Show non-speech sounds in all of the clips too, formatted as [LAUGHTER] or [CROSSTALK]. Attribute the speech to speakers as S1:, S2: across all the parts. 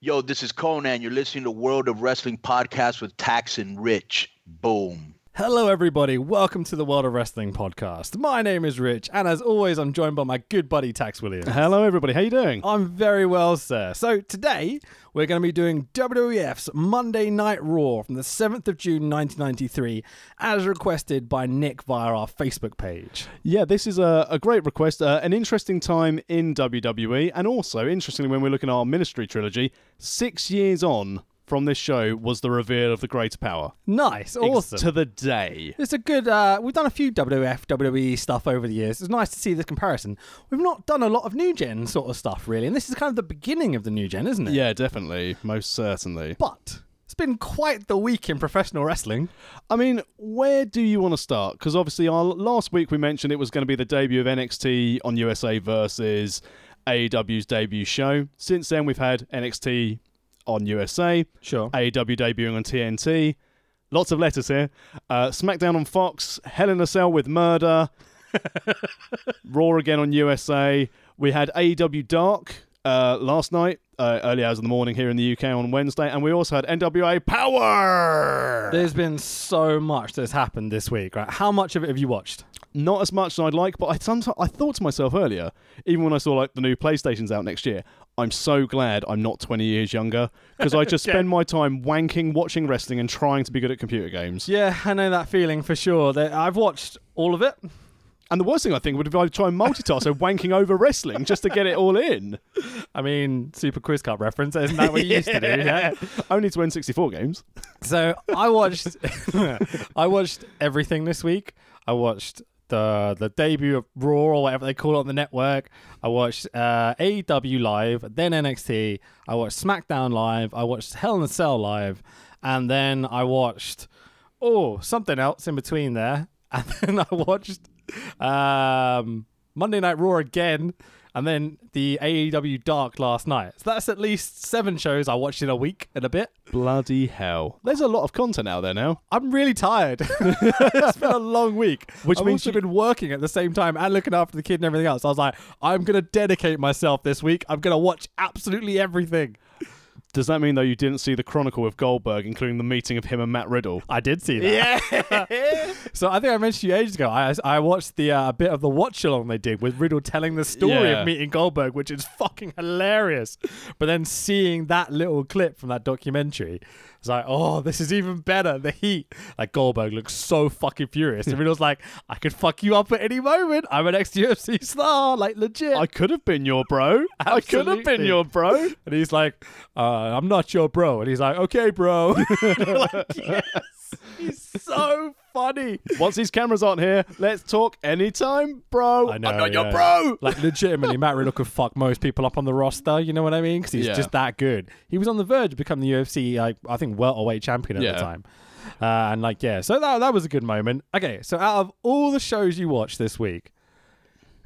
S1: Yo, this is Conan. You're listening to World of Wrestling Podcast with Tax and Rich. Boom.
S2: Hello, everybody. Welcome to the World of Wrestling podcast. My name is Rich, and as always, I'm joined by my good buddy Tax Williams.
S3: [LAUGHS] Hello, everybody. How you doing?
S2: I'm very well, sir. So today we're going to be doing WWF's Monday Night Raw from the 7th of June 1993, as requested by Nick via our Facebook page.
S3: Yeah, this is a, a great request. Uh, an interesting time in WWE, and also interestingly, when we're looking at our Ministry trilogy, six years on from this show was the reveal of the Greater Power.
S2: Nice, awesome.
S3: To the day.
S2: It's a good. Uh, we've done a few WWF, WWE E stuff over the years. It's nice to see this comparison. We've not done a lot of new gen sort of stuff, really, and this is kind of the beginning of the new gen, isn't it?
S3: Yeah, definitely. Most certainly.
S2: But it's been quite the week in professional wrestling.
S3: I mean, where do you want to start? Because obviously, our last week we mentioned it was going to be the debut of NXT on USA versus AEW's debut show. Since then, we've had NXT on USA,
S2: Sure.
S3: AEW E debuting on TNT. Lots of letters here. Uh, SmackDown on Fox, Hell in a Cell with Murder, Raw again on USA. We had AEW Dark uh, last night, uh, early hours in the morning here in the UK on Wednesday, and we also had NWA Power.
S2: There's been so much that's happened this week, right? How much of it have you watched?
S3: Not as much as I'd like, but I sometimes I thought to myself earlier, even when I saw like the new PlayStation's out next year. I'm so glad I'm not 20 years younger because I just spend my time wanking, watching wrestling, and trying to be good at computer games.
S2: Yeah, I know that feeling for sure. That I've watched all of it.
S3: And the worst thing I think would be I try and multitask, so wanking over wrestling just to get it all in.
S2: I mean, Super Quiz Cup reference, isn't that what you used to do? [LAUGHS] Yeah.
S3: Only to N64 games.
S2: So I watched, [LAUGHS] I watched everything this week. I watched the the debut of Raw or whatever they call it on the network. I watched uh, AEW live, then NXT. I watched SmackDown live. I watched Hell in a Cell live, and then I watched oh something else in between there, [LAUGHS] and then I watched um, Monday Night Raw again. And then the AEW Dark last night. So that's at least seven shows I watched in a week and a bit.
S3: Bloody hell. There's a lot of content out there now.
S2: I'm really tired. [LAUGHS] it's been a long week, which
S3: Which
S2: I've
S3: means
S2: also
S3: you-
S2: been working at the same time and looking after the kid and everything else. I was like, I'm gonna dedicate myself this week. I'm gonna watch absolutely everything.
S3: Does that mean, though, you didn't see the Chronicle of Goldberg, including the meeting of him and Matt Riddle?
S2: I did see that. Yeah. [LAUGHS] so I think I mentioned to you ages ago. I I watched the uh, bit of the watch along they did with Riddle telling the story
S3: Yeah.
S2: of meeting Goldberg, which is fucking hilarious. But then seeing that little clip from that documentary, it's like, oh, this is even better. The heat. Like Goldberg looks so fucking furious. And Riddle's like, I could fuck you up at any moment. I'm an ex UFC star, like legit.
S3: I could have been your bro. I could have been
S2: Absolutely.
S3: your bro.
S2: and he's like, uh, I'm not your bro. And he's like, okay,
S3: [LAUGHS]
S2: bro. [LAUGHS] like, yes. He's so funny.
S3: Once these cameras aren't here, let's talk anytime, bro.
S2: I know,
S3: I'm not
S2: yeah.
S3: your bro.
S2: Like legitimately, Matt Riddle could fuck most people up on the roster. You know what I mean? Because he's
S3: Yeah.
S2: just that good. He was on the verge of becoming the UFC, like I think, welterweight champion at the
S3: Yeah.
S2: time. Uh, and like, yeah, so that that was a good moment. Okay, so out of all the shows you watched this week,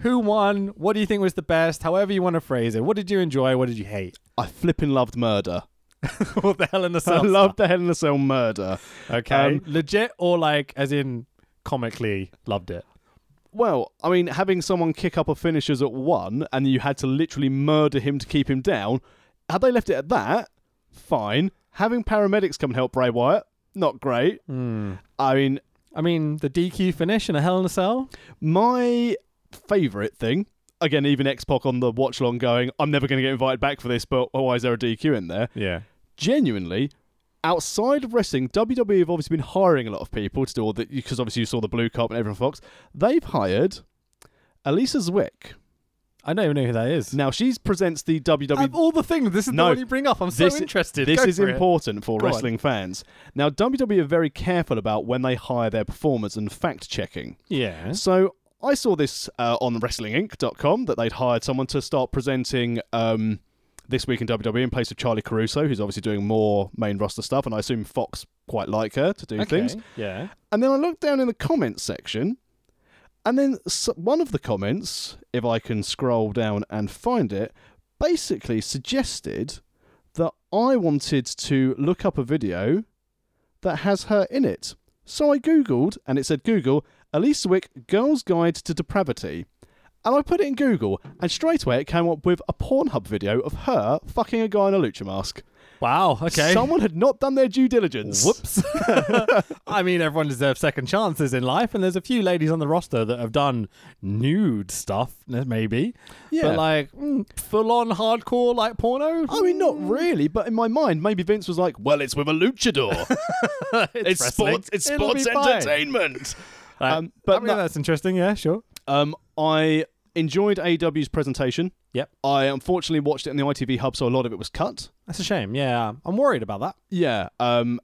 S2: who won? What do you think was the best? However you want to phrase it. What did you enjoy? What did you hate? [LAUGHS]
S3: I flipping loved murder.
S2: All the hell in the
S3: I
S2: cell.
S3: loved the Hell in a Cell murder.
S2: okay,
S3: Um,
S2: legit or like as in comically loved it.
S3: Well, I mean, having someone kick up a finishers at one and you had to literally murder him to keep him down, had they left it at that, fine. Having paramedics come and help Bray Wyatt, not great. I mean,
S2: I mean, the DQ finish and a Hell in a Cell.
S3: my favourite thing, again, even X Pac on the watch long going, I'm never going to get invited back for this, but oh, why is there a DQ in there?
S2: Yeah.
S3: genuinely outside of wrestling WWE have obviously been hiring a lot of people to do all that because obviously you saw the blue carpet and everyone fox they've hired Elisa Zwick
S2: I don't even know who that is.
S3: now she presents the
S2: Of
S3: WWE
S2: all the things, this is
S3: No,
S2: the one you bring up. I'm so
S3: this-
S2: interested.
S3: this
S2: Go
S3: is
S2: for it.
S3: important for
S2: Go on.
S3: wrestling fans now WWE are very careful about when they hire their performers and fact checking
S2: Yeah.
S3: so I saw this uh, on WrestlingInc.com that they'd hired someone to start presenting um, this week in WWE in place of Charlie Caruso, who's obviously doing more main roster stuff, and I assume Fox quite like her to do things.
S2: Yeah.
S3: And then I looked down in the comments section, and then s- one of the comments, if I can scroll down and find it, basically suggested that I wanted to look up a video that has her in it. So I googled, and it said Google Elise Wick Girl's Guide to Depravity. And I put it in Google, and straight away it came up with a Pornhub video of her fucking a guy in a lucha mask.
S2: Wow. Okay.
S3: Someone had not done their due
S2: [LAUGHS]
S3: diligence.
S2: Whoops. [LAUGHS] I mean, everyone deserves second chances in life, and there's a few ladies on the roster that have done nude stuff, maybe.
S3: Yeah.
S2: But like full on hardcore, like porno. Hmm,
S3: I mean, not really, but in my mind, maybe Vince was like, "Well, it's with
S2: [LAUGHS]
S3: a luchador. it's
S2: wrestling.
S3: sports. It's
S2: It'll
S3: sports
S2: be fine."
S3: entertainment."
S2: Like,
S3: um, but
S2: I mean, uh,
S3: no-
S2: that's interesting. Yeah, sure.
S3: Um, I enjoyed AEW's presentation.
S2: Yep.
S3: I unfortunately watched it in the ITV hub, so a lot of it was cut.
S2: That's a shame. Yeah, I'm worried about that.
S3: Yeah. Um,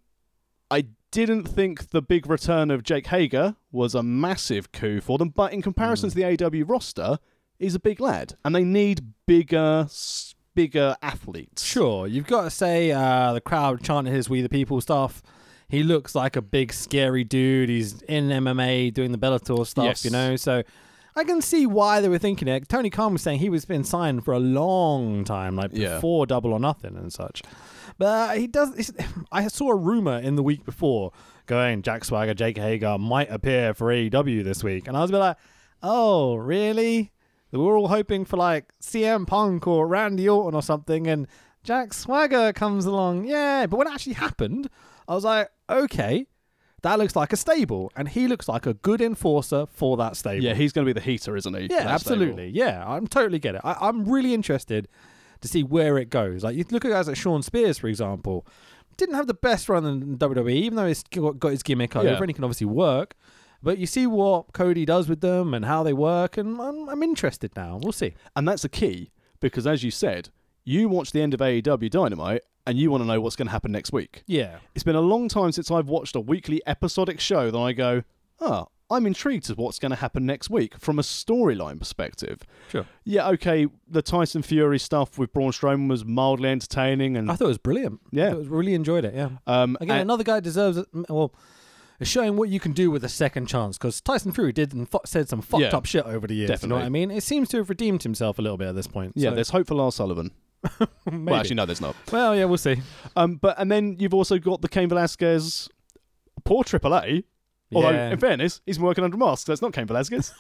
S3: I didn't think the big return of Jake Hager was a massive coup for them, but in comparison
S2: Hmm.
S3: to the AEW roster, he's a big lad, and they need bigger, s- bigger athletes.
S2: Sure, you've got to say uh, the crowd chanting his "We the People" stuff. He looks like a big scary dude. He's in MMA doing the Bellator stuff,
S3: Yes.
S2: you know. So I can see why they were thinking it. Tony Khan was saying he was been signed for a long time, like
S3: Yeah.
S2: before Double or Nothing and such. But he does. it's- I saw a rumor in the week before going Jack Swagger, Jake Hager might appear for AEW this week, and I was a bit like, "Oh, really?" We were all hoping for like CM Punk or Randy Orton or something, and Jack Swagger comes along. Yeah, but when it actually happened, I was like, "Okay, that looks like a stable, and he looks like a good enforcer for that stable."
S3: Yeah, he's going to be the heater, isn't he?
S2: Yeah,
S3: That's
S2: absolutely. Yeah, I'm totally get it. I, I'm really interested to see where it goes. Like you look at guys like Sean Spears, for example, didn't have the best run in WWE, even though he's got, got his gimmick over
S3: Yeah.
S2: and he can obviously work. But you see what Cody does with them and how they work, and I'm, I'm interested now. We'll see.
S3: And that's the key because, as you said, you watch the end of AEW Dynamite and you want to know what's going to happen next week.
S2: Yeah,
S3: It's been a long time since I've watched a weekly episodic show that I go, ah, I'm intrigued to what's going to happen next week from a storyline perspective.
S2: sure.
S3: Yeah, okay, the Tyson Fury stuff with Braun Strowman was mildly entertaining, and
S2: I thought it was brilliant.
S3: Yeah.
S2: I thought it was- really enjoyed it. Yeah.
S3: um,
S2: Again,
S3: and-
S2: another guy deserves it. mm, Well, it's showing what you can do with a second chance because Tyson Fury did and fu- said some fucked
S3: Yeah.
S2: up shit over the years. You know what I
S3: Definitely.
S2: mean? It seems to have redeemed himself a little bit at this point.
S3: yeah,
S2: so
S3: there's hope for Lars Sullivan.
S2: maybe.
S3: Well, actually, no, there's not.
S2: Well, yeah, we'll see.
S3: Um, but and then you've also got the Cain Velasquez, poor AAA. Although,
S2: Yeah.
S3: in fairness, he's been working under masks. That's not Cain
S2: [LAUGHS]
S3: Velasquez.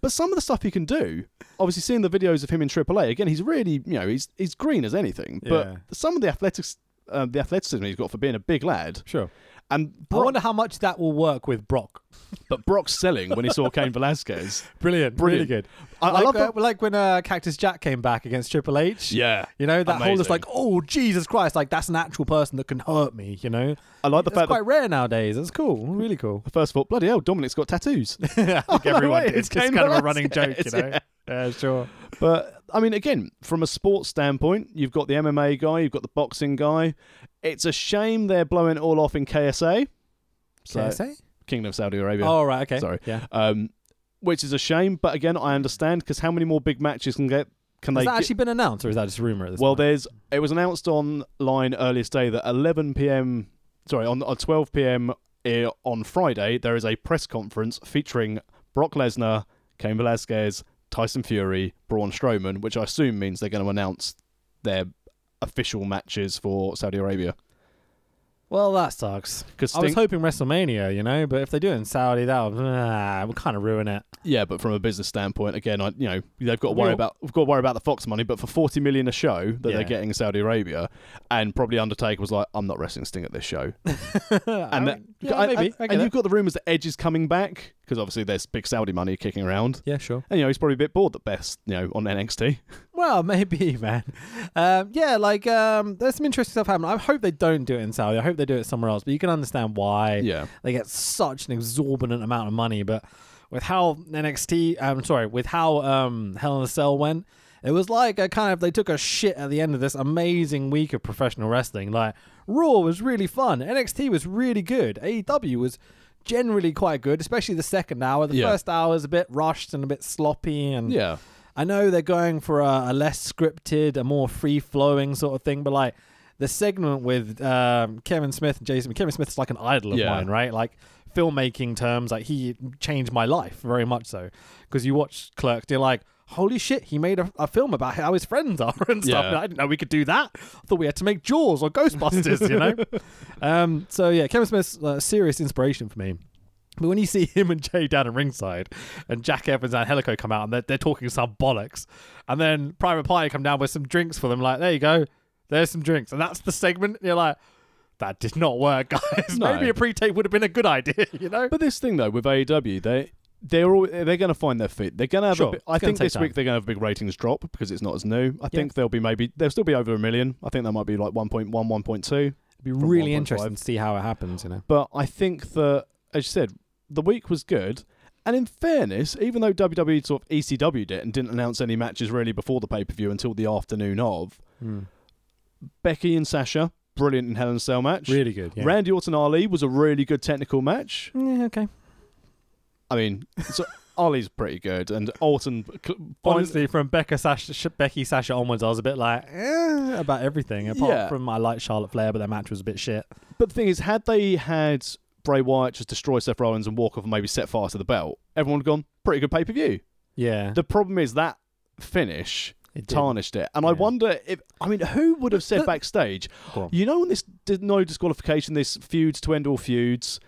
S3: but some of the stuff he can do, obviously, seeing the videos of him in AAA again, he's really, you know, he's he's green as anything.
S2: Yeah.
S3: But some of the athletics, uh, the athleticism he's got for being a big lad,
S2: Sure.
S3: and
S2: I
S3: Brock,
S2: wonder how much that will work with Brock.
S3: but Brock's selling when he
S2: [LAUGHS]
S3: saw Cain Velasquez.
S2: Brilliant,
S3: Brilliant.
S2: really good.
S3: I- I
S2: like,
S3: love
S2: uh, like when uh, Cactus Jack came back against Triple H.
S3: Yeah,
S2: You know that whole just
S3: Amazing.
S2: like, oh Jesus Christ, like that's an actual person that can hurt me. You know,
S3: I like the
S2: that's
S3: fact
S2: quite rare nowadays. That's cool, really cool.
S3: that first of all, bloody hell, Dominic's got tattoos.
S2: [LAUGHS] I think
S3: no
S2: everyone
S3: way,
S2: did. It's
S3: it's
S2: just
S3: Cain
S2: kind of a
S3: Velasquez,
S2: running joke, you know.
S3: yeah.
S2: Yeah, sure.
S3: But I mean, again, from a sports standpoint, you've got the MMA guy, you've got the boxing guy. It's a shame they're blowing it all off in KSA, So-
S2: KSA?
S3: Kingdom of Saudi Arabia.
S2: Oh right, okay.
S3: Sorry.
S2: Yeah.
S3: Um, which is a shame, but again, I understand because how many more big matches can get? Can
S2: Has
S3: they?
S2: that
S3: get-
S2: actually been announced, or is that just a rumor at this
S3: well,
S2: point?
S3: there's. It was announced online earlier today that 11 p.m. Sorry, on, uh, on 12 p.m. i- eh, on Friday, there is a press conference featuring Brock Lesnar, Cain Velasquez, Tyson Fury, Braun Strowman, which I assume means they're going to announce their official matches for Saudi Arabia.
S2: Well, that sucks.
S3: Because
S2: I was hoping WrestleMania, you know, but if they do it in Saudi, that would, ah, would kind of ruin it.
S3: yeah, but from a business standpoint, again, I you know they've got to worry
S2: Well-
S3: about we've got to worry about the Fox money, but for 40 million a show that
S2: Yeah.
S3: they're getting in Saudi Arabia, and probably Undertaker was like, I'm not wrestling Sting at this show. and that-
S2: Oh, yeah,
S3: I-
S2: maybe.
S3: and-
S2: Uh, I get
S3: and
S2: it.
S3: you've got the rumors that Edge is coming back because obviously there's big Saudi money kicking around,
S2: Yeah, sure.
S3: and you know he's probably a bit bored at best, you know, on NXT.
S2: Well, [LAUGHS] maybe, man. Um, yeah, like um, there's some interesting stuff happening. I hope they don't do it in Saudi. I hope they do it somewhere else. But you can understand why
S3: Yeah,
S2: they get such an exorbitant amount of money. But with how NXT, I'm sorry, with how um, Hell in a Cell went, it was like a kind of they took a shit at the end of this amazing week of professional wrestling. Like Raw was really fun, NXT was really good, AEW was generally quite good, especially the second hour. The
S3: Yeah.
S2: first hour is a bit rushed and a bit sloppy, and
S3: [LAUGHS] yeah,
S2: I know they're going for a, a less scripted, a more free flowing sort of thing, but like the segment with um, Kevin Smith and Jason, Kevin Smith's like an idol of
S3: Yeah.
S2: mine, right? Like filmmaking terms, like he changed my life very much so. Because you watch Clerks, you're like, holy shit, he made a, a film about how his friends are [LAUGHS] and stuff.
S3: Yeah.
S2: And I didn't know we could do that. I thought we had to make Jaws
S3: [LAUGHS]
S2: or Ghostbusters, you know? Um, so yeah, Kevin Smith's uh, serious inspiration for me. But when you see him and Jay down at ringside, and Jack Evans and Helico come out, and they're, they're talking some bollocks, and then Private Party come down with some drinks for them, like, there you go, there's some drinks, and that's the segment. And you're like, that did not work, [LAUGHS] guys.
S3: No.
S2: Maybe a pre-tape would have been a good idea, [LAUGHS] you know?
S3: But this thing though with AEW, they they're all, they're going to find their feet. They're going to have.
S2: Sure,
S3: a bit, I
S2: it's gonna
S3: think
S2: take
S3: this week
S2: time.
S3: they're going to have a big ratings drop because it's not as new. I think they'll be maybe they'll still be over a million. I think they might be like 1.1, 1.2.
S2: It'd be
S3: From
S2: really
S3: 1.5.
S2: interesting to see how it happens, you know?
S3: But I think that as you said, the week was good. And in fairness, even though WWE sort of E ECW'd it and didn't announce any matches really before the pay per view until the afternoon of,
S2: Hmm.
S3: Becky and Sasha, brilliant in Hell in a Cell match.
S2: Really good, yeah.
S3: Randy Orton Ali was a really good technical match.
S2: Yeah, okay.
S3: I mean, so [LAUGHS] Ollie's pretty good, and Orton. cl-
S2: Honestly, from Becca Sasha, Sh- Becky Sasha onwards, I was a bit like eh, about everything, apart
S3: Yeah.
S2: from I like Charlotte Flair, but that match was a bit shit.
S3: but the thing is, had they had Bray Wyatt just destroy Seth Rollins and walk off and maybe set fire to the belt, everyone would have gone, pretty good pay per view.
S2: Yeah,
S3: The problem is that finish
S2: it did.
S3: tarnished it. And I
S2: Yeah.
S3: wonder if, I mean, who would have said
S2: but-
S3: backstage,
S2: Go on.
S3: you know, when this did no disqualification, this feuds to end all feuds.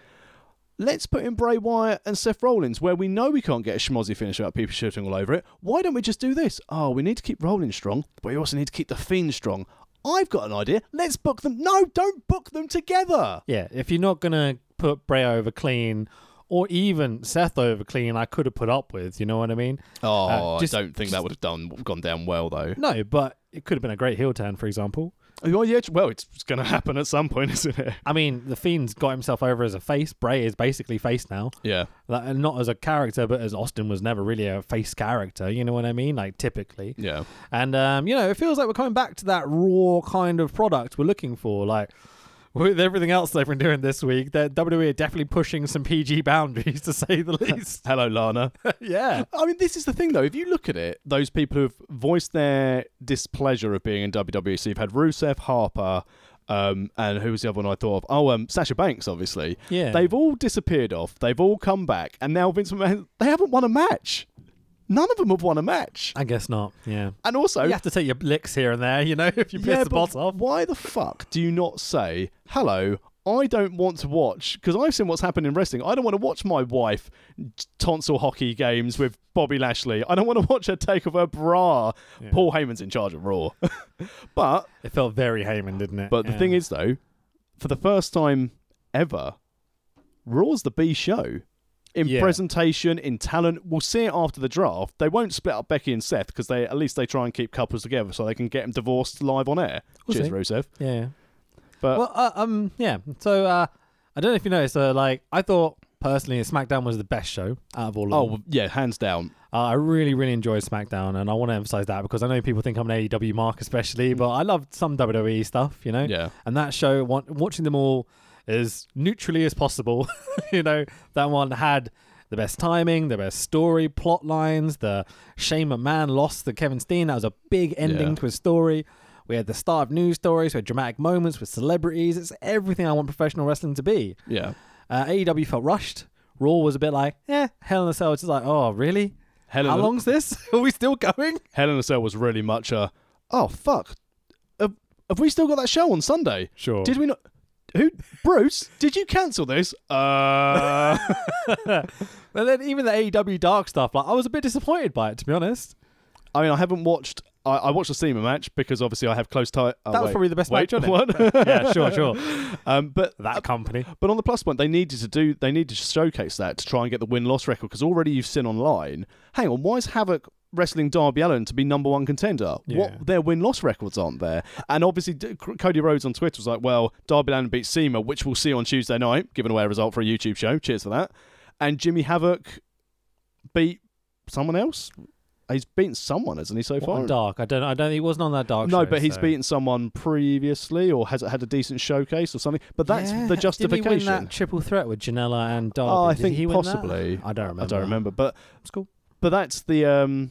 S3: Let's put in Bray Wyatt and Seth Rollins, where we know we can't get a schmozzy finish without people shooting all over it. Why don't we just do this? Oh, we need to keep Rollins strong, but we also need to keep the Fiend strong. I've got an idea. Let's book them. No, don't book them together.
S2: Yeah, if you're not gonna put Bray over clean, or even Seth over clean, I could have put up with. You know what I mean?
S3: Oh,
S2: just-
S3: I don't think that would have done gone down well though.
S2: No, but it could have been a great heel turn, for example.
S3: Well, Oh, yeah, well, it's, it's going to happen at some point, [LAUGHS] isn't it?
S2: I mean, the Fiend's got himself over as a face. Bray is basically face now,
S3: Yeah.
S2: like, and not as a character, but as Austin was never really a face character. You know what I mean? Like typically.
S3: Yeah.
S2: And um, you know, it feels like we're coming back to that raw kind of product we're looking for. Like with everything else they've been doing this week, that WWE are definitely pushing some PG boundaries [LAUGHS] to say
S3: [LAUGHS]
S2: the least.
S3: Hello, Lana.
S2: [LAUGHS] yeah.
S3: I mean, this is the thing, though. If you look at it, those people who've voiced their displeasure of being in WWE, so you've had Rusev, Harper, um, and who was the other one I thought of? Oh, um, Sasha Banks, obviously.
S2: Yeah.
S3: They've all disappeared off. They've all come back, and now Vince McMahon, they haven't won a match. None of them have won a match.
S2: I guess not. Yeah.
S3: And also,
S2: You have to take your licks here and there, [LAUGHS] you know, if you piss
S3: yeah,
S2: the
S3: but
S2: bot off.
S3: why the fuck do you not say, hello, I don't want to watch, because I've seen what's happened in wrestling. I don't want to watch my wife t- tonsil hockey games with Bobby Lashley. I don't want to watch her take off her bra. Paul Heyman's in charge of Raw. [LAUGHS] but
S2: It felt very Heyman, didn't it?
S3: but the
S2: Yeah.
S3: thing is, though, for the first time ever, Raw's the B show. In
S2: Yeah.
S3: presentation, in talent, we'll see it after the draft. They won't split up Becky and Seth because they at least they try and keep couples together so they can get them divorced live on air.
S2: We'll
S3: Cheers,
S2: see.
S3: Rusev.
S2: Yeah. yeah.
S3: But
S2: Well, uh, um, yeah. So uh, I don't know if you noticed, uh, like I thought personally, SmackDown was the best show out of all. Of
S3: oh
S2: them.
S3: well, yeah, hands down.
S2: Uh, I really, really enjoyed SmackDown, and I want to emphasize that because I know people think I'm an AEW mark, especially, but I loved some WWE stuff, you know.
S3: Mm. Yeah.
S2: And that show, wa- watching them all as neutrally as possible, [LAUGHS] you know, that one had the best timing, the best story, plot lines. The Shane McMahon lost to Kevin Steen. That was a big ending
S3: Yeah.
S2: to his story. We had the start of news stories. We had dramatic moments with celebrities. It's everything I want professional wrestling to be.
S3: Yeah.
S2: Uh, AEW felt rushed. Raw was a bit like, yeah, Hell in a Cell. It's just like, oh, really?
S3: Hell in,
S2: How
S3: a,
S2: long's this? [LAUGHS] Are we still going?
S3: Hell in a Cell was really much a oh fuck. Have, have we still got that show on Sunday?
S2: Sure.
S3: Did we not? Who Bruce? did you cancel this? [LAUGHS] Uh.
S2: But then even the AEW Dark stuff, like I was a bit disappointed by it, to be honest.
S3: I mean, I haven't watched. I, I watched the SEMA match because obviously I have close tie. Oh,
S2: That was
S3: wait.
S2: probably the best
S3: Wait,
S2: match on it. [LAUGHS]
S3: what?
S2: yeah, sure, sure. [LAUGHS]
S3: um, but
S2: That company.
S3: But on the plus point, they needed to do they needed to showcase that to try and get the win loss record because already you've seen online. Hang on, why is Havoc wrestling Darby Allen to be number one contender?
S2: Yeah.
S3: What their win loss records aren't there, and obviously D- C- Cody Rhodes on Twitter was like, "Well, Darby Allen beat SEMA, which we'll see on Tuesday night, giving away a result for a YouTube show. Cheers for that." And Jimmy Havoc beat someone else. He's beaten someone, hasn't he, so
S2: What
S3: far?
S2: on Dark? I don't. I don't. He wasn't on that Dark.
S3: No,
S2: show,
S3: but he's
S2: so.
S3: beaten someone previously, or has had a decent showcase, or something. But that's
S2: Yeah,
S3: the
S2: Did he
S3: justification.
S2: win that triple threat with Janela and Darby?
S3: Oh, I
S2: Did
S3: think
S2: he win that?
S3: possibly.
S2: I don't remember.
S3: I don't remember, but
S2: It's cool.
S3: but that's the um,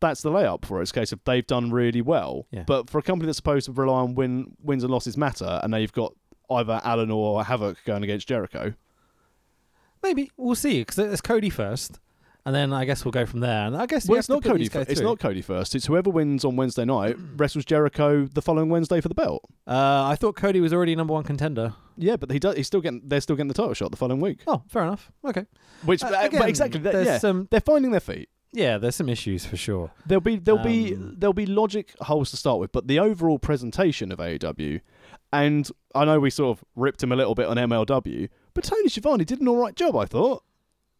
S3: that's the layup for it. It's a case of they've done really well,
S2: Yeah.
S3: but for a company that's supposed to rely on win wins and losses matter, and now you've got either Allen or Havoc going against Jericho.
S2: Maybe we'll see because it's Cody first, and then I guess we'll go from there. And I guess we
S3: Well,
S2: have
S3: it's
S2: to
S3: not
S2: put
S3: Cody.
S2: these
S3: fir-
S2: guys
S3: it's
S2: through.
S3: not Cody first. It's whoever wins on Wednesday [CLEARS THROAT] night wrestles Jericho the following Wednesday for the belt.
S2: Uh, I thought Cody was already number one contender.
S3: Yeah, but he does. He's still getting. They're still getting the title shot the following week.
S2: Oh, fair enough. Okay.
S3: Which,
S2: Uh,
S3: but-
S2: again,
S3: but exactly. That,
S2: there's
S3: yeah,
S2: some.
S3: they're finding their feet.
S2: Yeah, there's some issues for sure.
S3: There'll be there'll be
S2: Um,
S3: there'll be logic holes to start with, but the overall presentation of AEW, and I know we sort of ripped him a little bit on MLW, but Tony Schiavone did an all right job, I thought.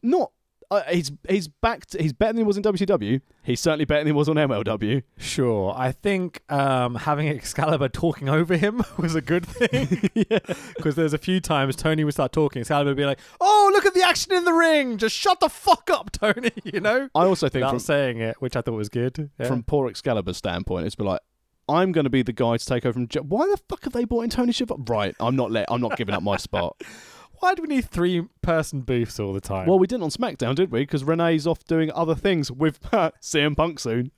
S3: Not uh, he's he's back. To, he's better than he was in WCW. He's certainly better than he was on MLW.
S2: Sure, I think um, having [LAUGHS] Excalibur talking over him [LAUGHS] was a good
S3: [LAUGHS]
S2: thing. [LAUGHS] Because there's a few times Tony would start talking, Excalibur would be like, "Oh, look at the action in the ring! Just shut the fuck up, [LAUGHS] Tony!" You know,
S3: I also think
S2: without
S3: from
S2: saying it, which I thought was good. Yeah.
S3: from poor Excalibur's standpoint, it's been like. I'm going to be the guy to take over from. Je- Why the fuck have they brought in Tony Schiavone? Right, I'm not let. I'm not giving up my spot.
S2: why do we need three person booths all the time?
S3: Well, we didn't on SmackDown, did we? Because Renee's off doing other things with [LAUGHS] CM Punk soon.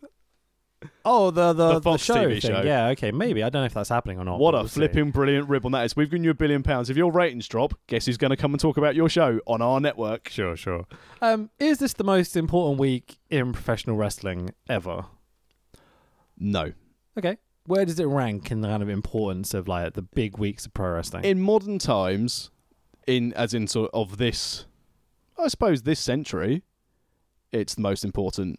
S2: oh, the the,
S3: the Fox
S2: show
S3: TV
S2: thing.
S3: show.
S2: Yeah, okay, maybe I don't know if that's happening or not.
S3: What
S2: but
S3: a
S2: Oh, we'll see.
S3: flipping [LAUGHS] brilliant rib on that is. We've given you a billion pounds. If your ratings drop, guess who's going to come and talk about your show on our network?
S2: Sure, sure. Um, is this the most important week in professional wrestling ever?
S3: No.
S2: Okay. Where does it rank in the kind of importance of like the big weeks of pro wrestling?
S3: In modern times, in as in sort of this, I suppose this century, it's the most important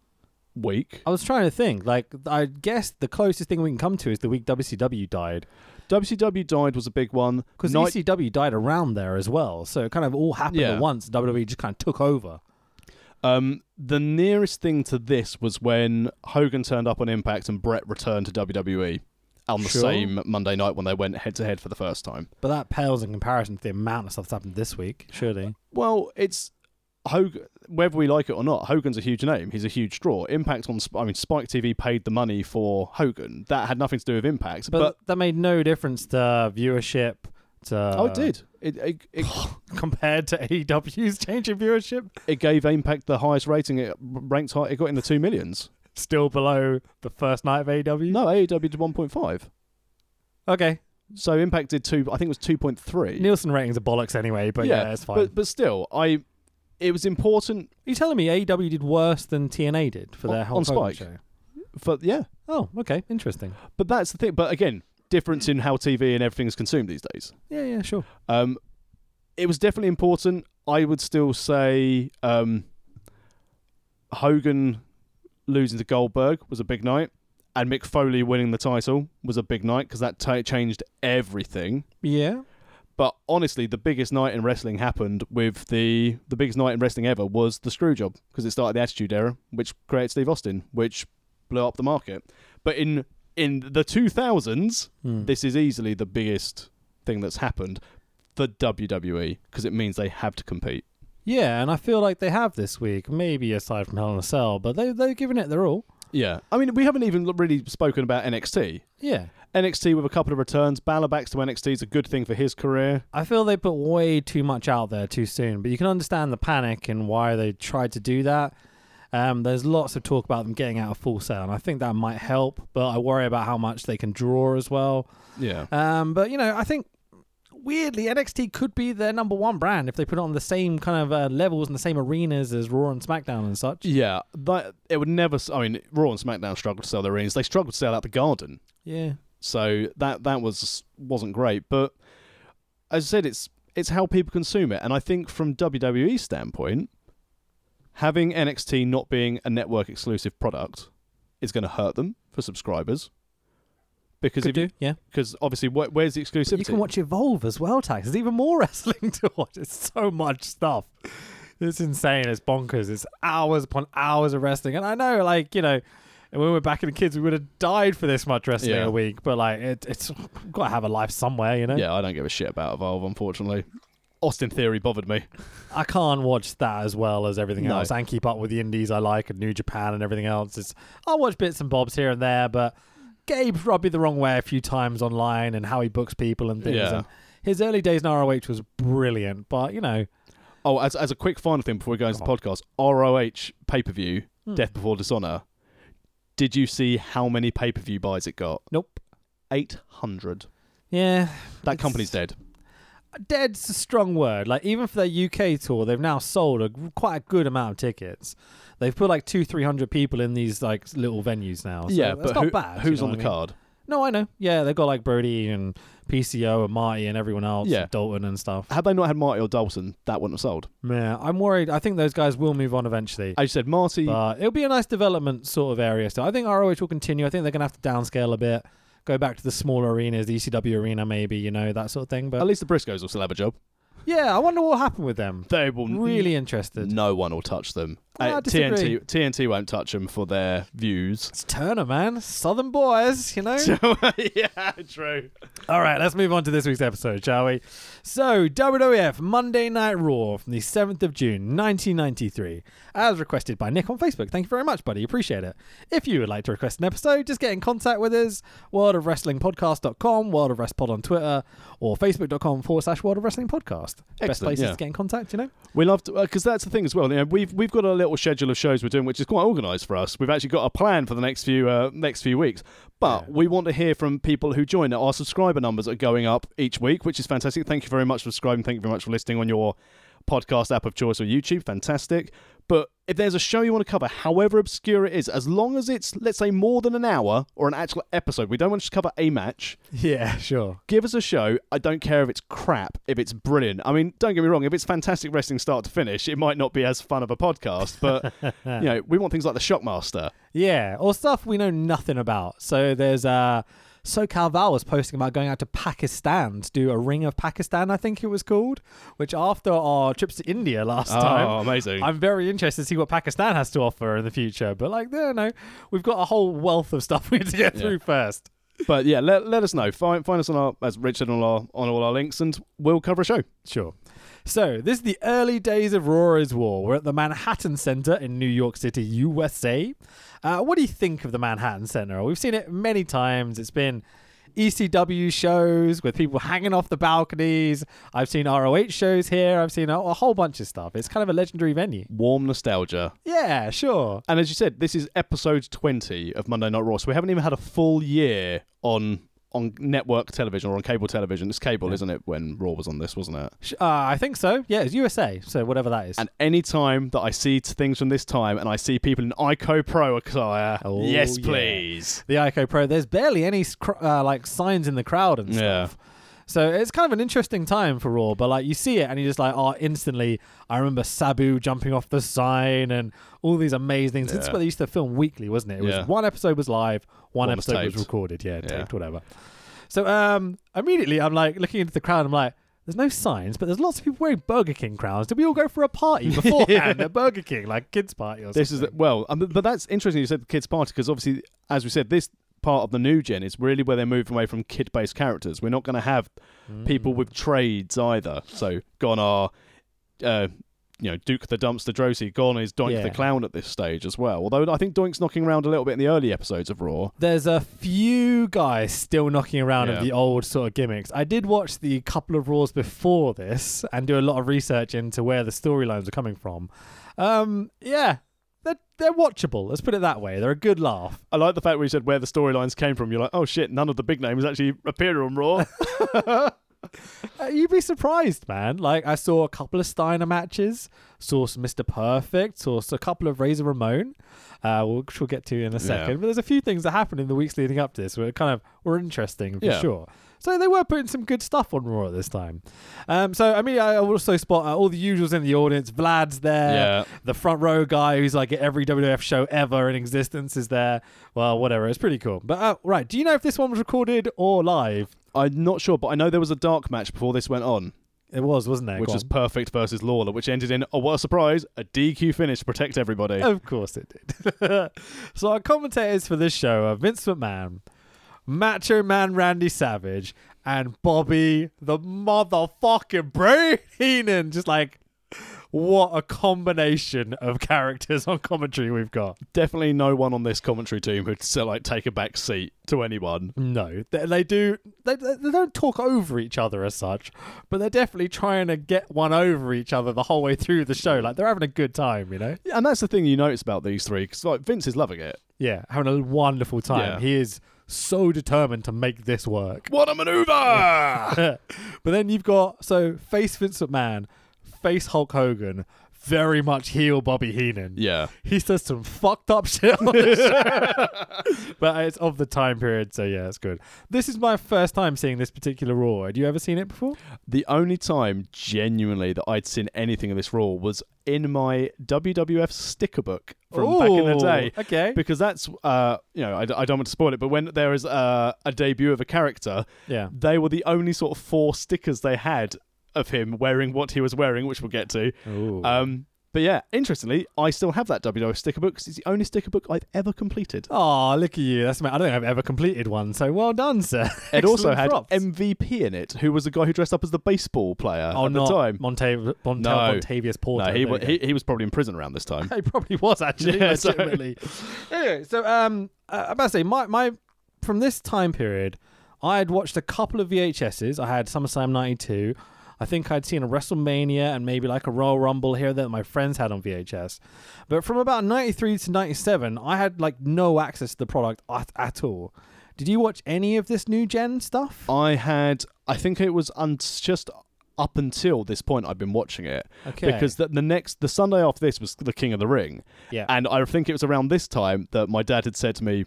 S3: week.
S2: I was trying to think. Like, I guess the closest thing we can come to is the week WCW died,
S3: WCW died was a big one.
S2: because
S3: Night-
S2: ECW died around there as well. So it kind of all happened
S3: Yeah.
S2: at once. WWE just kind of took over.
S3: um, the nearest thing to this was when Hogan turned up on Impact and Brett returned to WWE on the
S2: Sure.
S3: same Monday night when they went head to head for the first time.
S2: But that pales in comparison to the amount of stuff that's happened this week. Surely.
S3: Well, it's Hogan. Whether we like it or not, Hogan's a huge name. He's a huge draw. Impact on, Sp- I mean, Spike TV paid the money for Hogan. That had nothing to do with Impact,
S2: But,
S3: but,
S2: that made no difference to viewership. To
S3: oh, it did. It, it
S2: [SIGHS]
S3: it
S2: [LAUGHS] compared to AEW's change in viewership,
S3: it gave Impact the highest rating. It ranked high. It got in the two millions.
S2: still below the first night of AEW.
S3: No, AEW did one point five.
S2: Okay.
S3: So Impact did two. I think it was two point three.
S2: Nielsen ratings are bollocks anyway, but yeah, it's fine.
S3: But but still, I it was important
S2: Are you telling me AEW did worse than TNA did for their
S3: On-
S2: whole
S3: on
S2: Hogan
S3: Spike.
S2: show?
S3: for yeah.
S2: Oh, okay, interesting.
S3: But that's the thing. But again, difference in how TV and everything is consumed these days.
S2: Yeah, yeah, sure.
S3: Um, it was definitely important. I would still say um, Hogan losing to Goldberg was a big night, and Mick Foley winning the title was a big night because that ta changed everything.
S2: Yeah,
S3: But honestly, the biggest night in wrestling happened with the the biggest night in wrestling ever was the screw job because it started the Attitude Era, which created Steve Austin, which blew up the market. But in in the two thousands,
S2: Hmm.
S3: this is easily the biggest thing that's happened for WWE because it means they have to compete.
S2: yeah, and I feel like they have this week, maybe aside from Hell in a Cell, but they they've given it their all.
S3: Yeah, I mean, we haven't even really spoken about NXT.
S2: Yeah,
S3: NXT with a couple of returns. Balor back to NXT is a good thing for his career.
S2: I feel they put way too much out there too soon, but you can understand the panic and why they tried to do that. Um, there's lots of talk about them getting out of full sale, and I think that might help, but I worry about how much they can draw as well.
S3: Yeah,
S2: Um, but you know, I think weirdly NXT could be their number one brand if they put it on the same kind of uh, levels and the same arenas as Raw and SmackDown and such.
S3: yeah. That it would never. s- I mean, Raw and SmackDown struggled to sell their rings. They struggled to sell out the Garden,
S2: Yeah,
S3: so that that was wasn't great. But as I said, it's it's how people consume it, and I think from WWE's standpoint, having NXT not being a network exclusive product is going to hurt them for subscribers because
S2: could
S3: if
S2: do. Yeah,
S3: because obviously wh- where's the exclusivity?
S2: you can watch Evolve as well. Tax. There's even more [LAUGHS] wrestling to watch. It's so much stuff. It's insane. It's bonkers. It's hours upon hours of wrestling, and I know, like you know. When we were back in the kids, we would have died for this much wrestling
S3: Yeah.
S2: a week. But like, it, it's got to have a life somewhere, you know.
S3: yeah, I don't give a shit about Evolve, unfortunately. Austin Theory bothered me.
S2: I can't watch that as well as everything
S3: No.
S2: else and keep up with the indies I like and New Japan and everything else. It's, I'll watch bits and bobs here and there, but Gabe's rubbed me the wrong way a few times online and how he books people and things.
S3: Yeah.
S2: And his early days in ROH was brilliant, but you know,
S3: Oh, as, as a quick final thing before we go into the
S2: Come on. Hmm.
S3: podcast, ROH pay per view, Death Before Dishonor. Did you see how many pay per view buys it got?
S2: nope.
S3: Eight hundred.
S2: Yeah.
S3: That
S2: It's-
S3: company's dead.
S2: dead's a strong word. Like even for their UK tour, they've now sold a g- quite a good amount of tickets. They've put like two, three hundred people in these like little venues now. So
S3: yeah,
S2: that's
S3: but
S2: not
S3: who-
S2: bad. you
S3: who's
S2: know
S3: on
S2: what
S3: the
S2: I mean?
S3: card?
S2: No, I know. Yeah, they've got like Brody and PCO and Marty and everyone else.
S3: Yeah.
S2: and Dalton and stuff.
S3: Had they not had Marty or Dalton, that wouldn't have sold.
S2: Man, I'm worried. I think those guys will move on eventually.
S3: As you said, Marty.
S2: But it'll be a nice development sort of area still. I think ROH will continue. I think they're gonna have to downscale a bit, go back to the smaller arenas, the ECW arena maybe, you know, that sort of thing.
S3: at
S2: But
S3: least the Briscoes will still have a job.
S2: yeah, I wonder what happened with them.
S3: They will
S2: Really interested.
S3: No one will touch them. Uh,
S2: Ah, I disagree.
S3: TNT TNT won't touch them for their
S2: [LAUGHS]
S3: views. [LAUGHS]
S2: It's Turner, man. Southern boys, you know?
S3: yeah, true.
S2: All right, let's move on to this week's episode, shall we? So, WWF Monday Night Raw from the 7th of June, 1993, as requested by Nick on Facebook. Thank you very much, buddy. Appreciate it. If you would like to request an episode, just get in contact with us, worldofwrestlingpodcast.com, World of Rest Pod on Twitter, or facebook.com forward slash World of Wrestling Podcast. Best
S3: Excellent,
S2: places
S3: yeah.
S2: to get in contact, you know?
S3: We love because that's the thing as well. You know, we've we've got a little schedule of shows we're doing, which is quite organised for us. We've actually got a plan for the next few uh, next few weeks. But we want to hear from people who join. Our subscriber numbers are going up each week, which is fantastic. Thank you very much for subscribing. Thank you very much for listening on your podcast app of choice or YouTube. Fantastic. But if there's a show you want to cover, however obscure it is, as long as it's let's say more than an hour or an actual episode, we don't want to just cover a match
S2: Yeah, sure.
S3: give us a show. I don't care if it's crap, if it's brilliant. I mean, don't get me wrong, if it's fantastic wrestling start to finish, it might not be as fun of a podcast, but you know, we want things like the Shockmaster.
S2: Yeah, or stuff we know nothing about. So there's uh SoCal Val was posting about going out to Pakistan to do a Ring of Pakistan, I think it was called, which after our trips to India last time,
S3: amazing.
S2: I'm very interested to see what Pakistan has to offer in the future. But like, no, no, we've got a whole wealth of stuff [LAUGHS] we need to get through first.
S3: but yeah, let, let us know. Find find us on our as Richard on all our on all our links and we'll cover a show.
S2: Sure. So, this is the early days of Rory's War. We're at the Manhattan Center in New York City, USA. Uh, what do you think of the Manhattan Center? We've seen it many times. It's been ECW shows with people hanging off the balconies. I've seen ROH shows here. I've seen a, a whole bunch of stuff. It's kind of a legendary venue.
S3: Warm nostalgia.
S2: Yeah, sure.
S3: And as you said, this is episode twenty of Monday Night Raw, so we haven't even had a full year on on network television or on cable television. It's cable, isn't it, when Raw was on this, wasn't it?
S2: Sh- Uh, I think so. Yeah, it's USA. So, whatever that is.
S3: And any time that I see t- things from this time and I see people in ICO Pro attire,
S2: Oh,
S3: yes,
S2: yeah.
S3: please.
S2: the Ico Pro, there's barely any scr- uh, like signs in the crowd and
S3: Yeah.
S2: stuff. So it's kind of an interesting time for Raw, but like you see it and you're just like, oh, instantly. I remember Sabu jumping off the sign and all these amazing things. This is
S3: Yeah.
S2: what they used to film weekly, wasn't it? It
S3: Yeah.
S2: was one episode was live, one,
S3: One was
S2: episode was,
S3: taped.
S2: recorded, yeah,
S3: Yeah.
S2: taped, whatever. So um, immediately I'm like looking into the crowd. I'm like, there's no signs, but there's lots of people wearing Burger King crowns. Did we all go for a
S3: [LAUGHS]
S2: party beforehand at Burger King, like kids' party or something?
S3: This is the, well, um, but that's interesting. You said the kids' party because obviously, as we said, this part of the new gen is really where they're moving away from kid-based characters. We're not going to have
S2: Mm.
S3: people with trades either. So gone are, uh, you know, Duke the Dumpster Drosy. Gone is Doink
S2: Yeah.
S3: the Clown at this stage as well. Although I think Doink's knocking around a little bit in the early episodes of Raw.
S2: There's a few guys still knocking around
S3: Yeah.
S2: of the old sort of gimmicks. I did watch the couple of Raws before this and do a lot of research into where the storylines are coming from. Um, yeah, they're, they're watchable. Let's put it that way. They're a good laugh.
S3: I like the fact we said where the storylines came from. You're like, oh shit, none of the big names actually appear on Raw.
S2: Uh, you'd be surprised, man. Like, I saw a couple of Steiner matches, saw some Mr. Perfect, saw s- a couple of Razor Ramon, uh, which we'll get to in a second. But there's a few things that happened in the weeks leading up to this were kind of were interesting for
S3: Yeah.
S2: sure. So they were putting some good stuff on Raw at this time. Um, so I mean, I also spot uh, all the usuals in the audience. Vlad's there.
S3: Yeah.
S2: The front row guy who's like at every WWF show ever in existence is there. Well, whatever. It's pretty cool. But uh, right, do you know if this one was recorded or live?
S3: I'm not sure, but I know there was a dark match before this went on,
S2: It was, wasn't it?
S3: which was Perfect versus Lawler, which ended in oh what a surprise, a DQ finish to protect
S2: [LAUGHS]
S3: everybody.
S2: Of course it did. [LAUGHS] so our commentators for this show are Vince McMahon, Macho Man Randy Savage, and Bobby the motherfucking Brain Heenan. Just like what a combination of characters on commentary we've got.
S3: Definitely no one on this commentary team who'd so, like take a back seat to anyone.
S2: No, they, they do. They, they they don't talk over each other as such, but they're definitely trying to get one over each other the whole way through the show. Like they're having a good time, you know.
S3: Yeah, And that's the thing you notice about these three, because like Vince is loving it.
S2: Yeah, having a wonderful time.
S3: Yeah.
S2: He is so determined to make this work.
S3: What a maneuver!
S2: [LAUGHS] but But then you've got so face Vincent Man, face Hulk Hogan, very much heel Bobby Heenan.
S3: [LAUGHS] Yeah.
S2: He says some fucked up shit on
S3: [LAUGHS]
S2: this show. [LAUGHS] but it's of the time period, so yeah, it's good. This is my first time seeing this particular Raw. Had you ever seen it before?
S3: The only time genuinely that I'd seen anything of this Raw was in my WWF sticker book from back in the
S2: Ooh,
S3: day.
S2: okay.
S3: Because that's, uh, you know, I, I don't want to spoil it, but when there is uh, a debut of a character,
S2: Yeah.
S3: they were the only sort of four stickers they had of him wearing what he was wearing, which we'll get to.
S2: Ooh.
S3: Um, but yeah, interestingly, I still have that WWF sticker book 'cause it's the only sticker book I've ever completed.
S2: Oh, look at you. That's my, I don't think I've ever completed one, so well done, sir.
S3: It also
S2: Excellent
S3: had
S2: props.
S3: MVP in it, who was the guy who dressed up as the baseball player
S2: oh,
S3: at
S2: not
S3: the time.
S2: Montav- Montav-
S3: No.
S2: Montavious Porter.
S3: No, he,
S2: There
S3: wa-
S2: we go.
S3: he, he was probably in prison around
S2: [LAUGHS]
S3: this time.
S2: He probably was actually
S3: Yeah, so-
S2: legitimately. anyway, so um, I- I'm about to say my my from this time period, I had watched a couple of VHSs. I had SummerSlam '92. I think I'd seen a WrestleMania and maybe like a Royal Rumble here that my friends had on VHS. But from about 93 to 97, I had like no access to the product at, at all. Did you watch any of this new gen stuff?
S3: I had, I think it was un- just up until this point I've been watching it
S2: Okay.
S3: because the, the next the Sunday after this was the King of the Ring,
S2: Yeah.
S3: and I think it was around this time that my dad had said to me,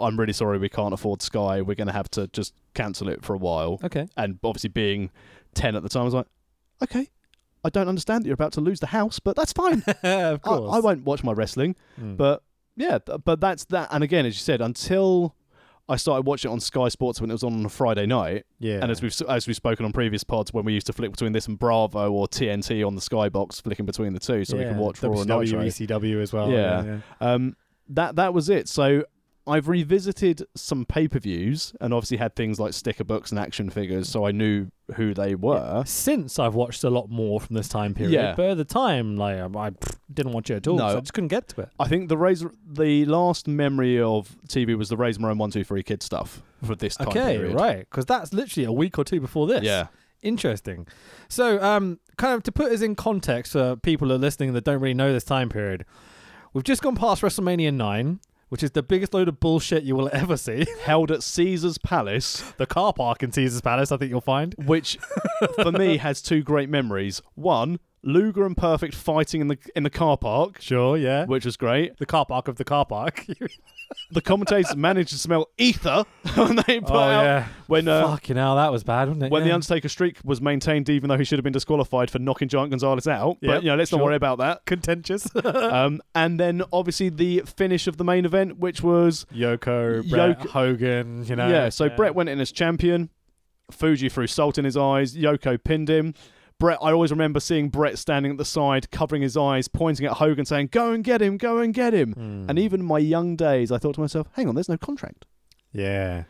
S3: "I'm really sorry, we can't afford Sky. We're going to have to just cancel it for a while." [LAUGHS]
S2: Okay.
S3: And obviously, being ten at the time, I was like, "Okay, I don't understand that you're about to lose the house, but that's fine.
S2: [LAUGHS] of
S3: I,
S2: course.
S3: I won't watch my wrestling."
S2: Mm.
S3: But yeah, th- but that's that. And again, as you said, until I started watching it on Sky Sports when it was on, on a Friday night,
S2: yeah.
S3: and as we've s- as we've spoken on previous pods, when we used to flick between this and Bravo or TNT on the Skybox, flicking between the two, so we can
S2: Yeah, E.
S3: watch Raw and
S2: WCW,
S3: Nitro.
S2: ECW as well.
S3: Yeah. Um, that that was it. So I've revisited some pay per views, and obviously had things like sticker books and action figures, so I knew who they were.
S2: since I've watched a lot more from this time period.
S3: Yeah.
S2: But at the time, like I, I pff, didn't watch it at all.
S3: No.
S2: So I just couldn't get to it.
S3: I think the razor, the last memory of TV was the Razor Maroon One Two Three Kid stuff for this time
S2: Okay,
S3: period.
S2: right, because that's literally a week or two before this.
S3: Yeah.
S2: interesting. So, um, kind of to put us in context for people that are listening that don't really know this time period, we've just gone past WrestleMania nine. Which is the biggest load of bullshit you will [LAUGHS] ever see.
S3: Held at Caesar's Palace,
S2: the car park in Caesar's Palace, I think you'll find.
S3: which
S2: [LAUGHS]
S3: for me has two great memories. One, Luger and Perfect fighting in the in the car park,
S2: Sure, yeah.
S3: which was great.
S2: The car park of the car park. [LAUGHS]
S3: The commentators managed to smell ether [LAUGHS] when they put
S2: oh,
S3: out
S2: yeah.
S3: when uh,
S2: Fucking hell, that was bad, wasn't it?
S3: when the
S2: Yeah.
S3: Undertaker streak was maintained, even though he should have been disqualified for knocking Giant Gonzalez out.
S2: Yep,
S3: but you know, let's not
S2: sure.
S3: worry about that. [LAUGHS]
S2: contentious.
S3: um, and then obviously the finish of the main event, which was
S2: Yoko,
S3: Brett,
S2: Hogan, you
S3: yeah. So Brett went in as champion. Fuji threw salt in his eyes. Yoko pinned him. Brett, I always remember seeing Brett standing at the side, covering his eyes, pointing at Hogan, saying, "Go and get him! Go and get him!" And even in my young days, I thought to myself, "Hang on, there's no contract."
S2: yeah,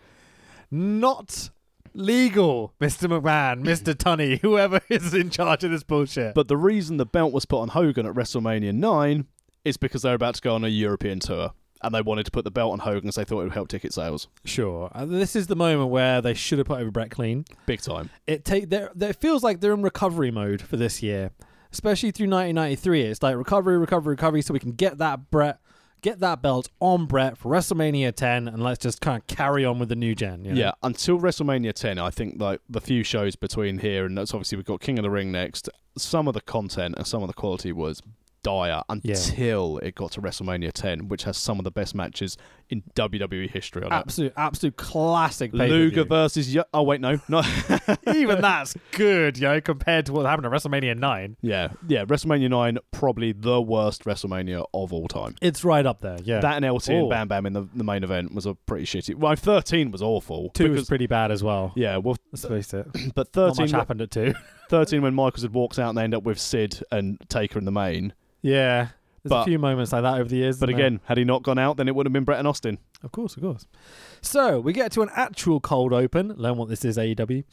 S2: not legal, Mr. McMahon, Mr. Tunney, [LAUGHS] whoever is in charge of this bullshit.
S3: But the reason the belt was put on Hogan at WrestleMania nine is because they were about to go on a European tour, and they wanted to put the belt on Hogan because they thought it would help ticket sales,
S2: sure, Uh, this is the moment where they should have put over Brett clean.
S3: big time.
S2: It take there. It feels like they're in recovery mode for this year, especially through 1993. It's like recovery, recovery, recovery, so we can get that Brett. Get that belt on Brett for WrestleMania 10, and let's just kind of carry on with the new gen. you know?
S3: Yeah, until WrestleMania 10, I think like the few shows between here and that's obviously we've got King of the Ring next. Some of the content and some of the quality was dire until it got to WrestleMania 10, which has some of the best matches in WWE history on it.
S2: absolute, absolute classic. pay-per-view.
S3: Luger versus Yo- oh wait no no
S2: [LAUGHS] Even that's good, yo, compared to what happened at WrestleMania 9.
S3: [LAUGHS] yeah yeah WrestleMania 9 probably the worst WrestleMania of all time.
S2: It's right up there, yeah.
S3: That and LT
S2: Oh.
S3: and Bam Bam in the, the main event was a pretty shitty. Well, 13 was awful.
S2: two
S3: because-
S2: was pretty bad as well.
S3: yeah, well, [CLEARS THROAT]
S2: Let's face it.
S3: but
S2: Not
S3: 13
S2: much happened at two.
S3: 13 when Michaels had walked out and they end up with Sid and Taker in the main.
S2: [LAUGHS] yeah. There's a
S3: But-
S2: few moments like that over the years.
S3: But
S2: isn't
S3: again, had he not gone out, then it would have been Brett and Austin.
S2: there? Of course, of course. So we get to an actual cold open. Learn what this is, E AEW.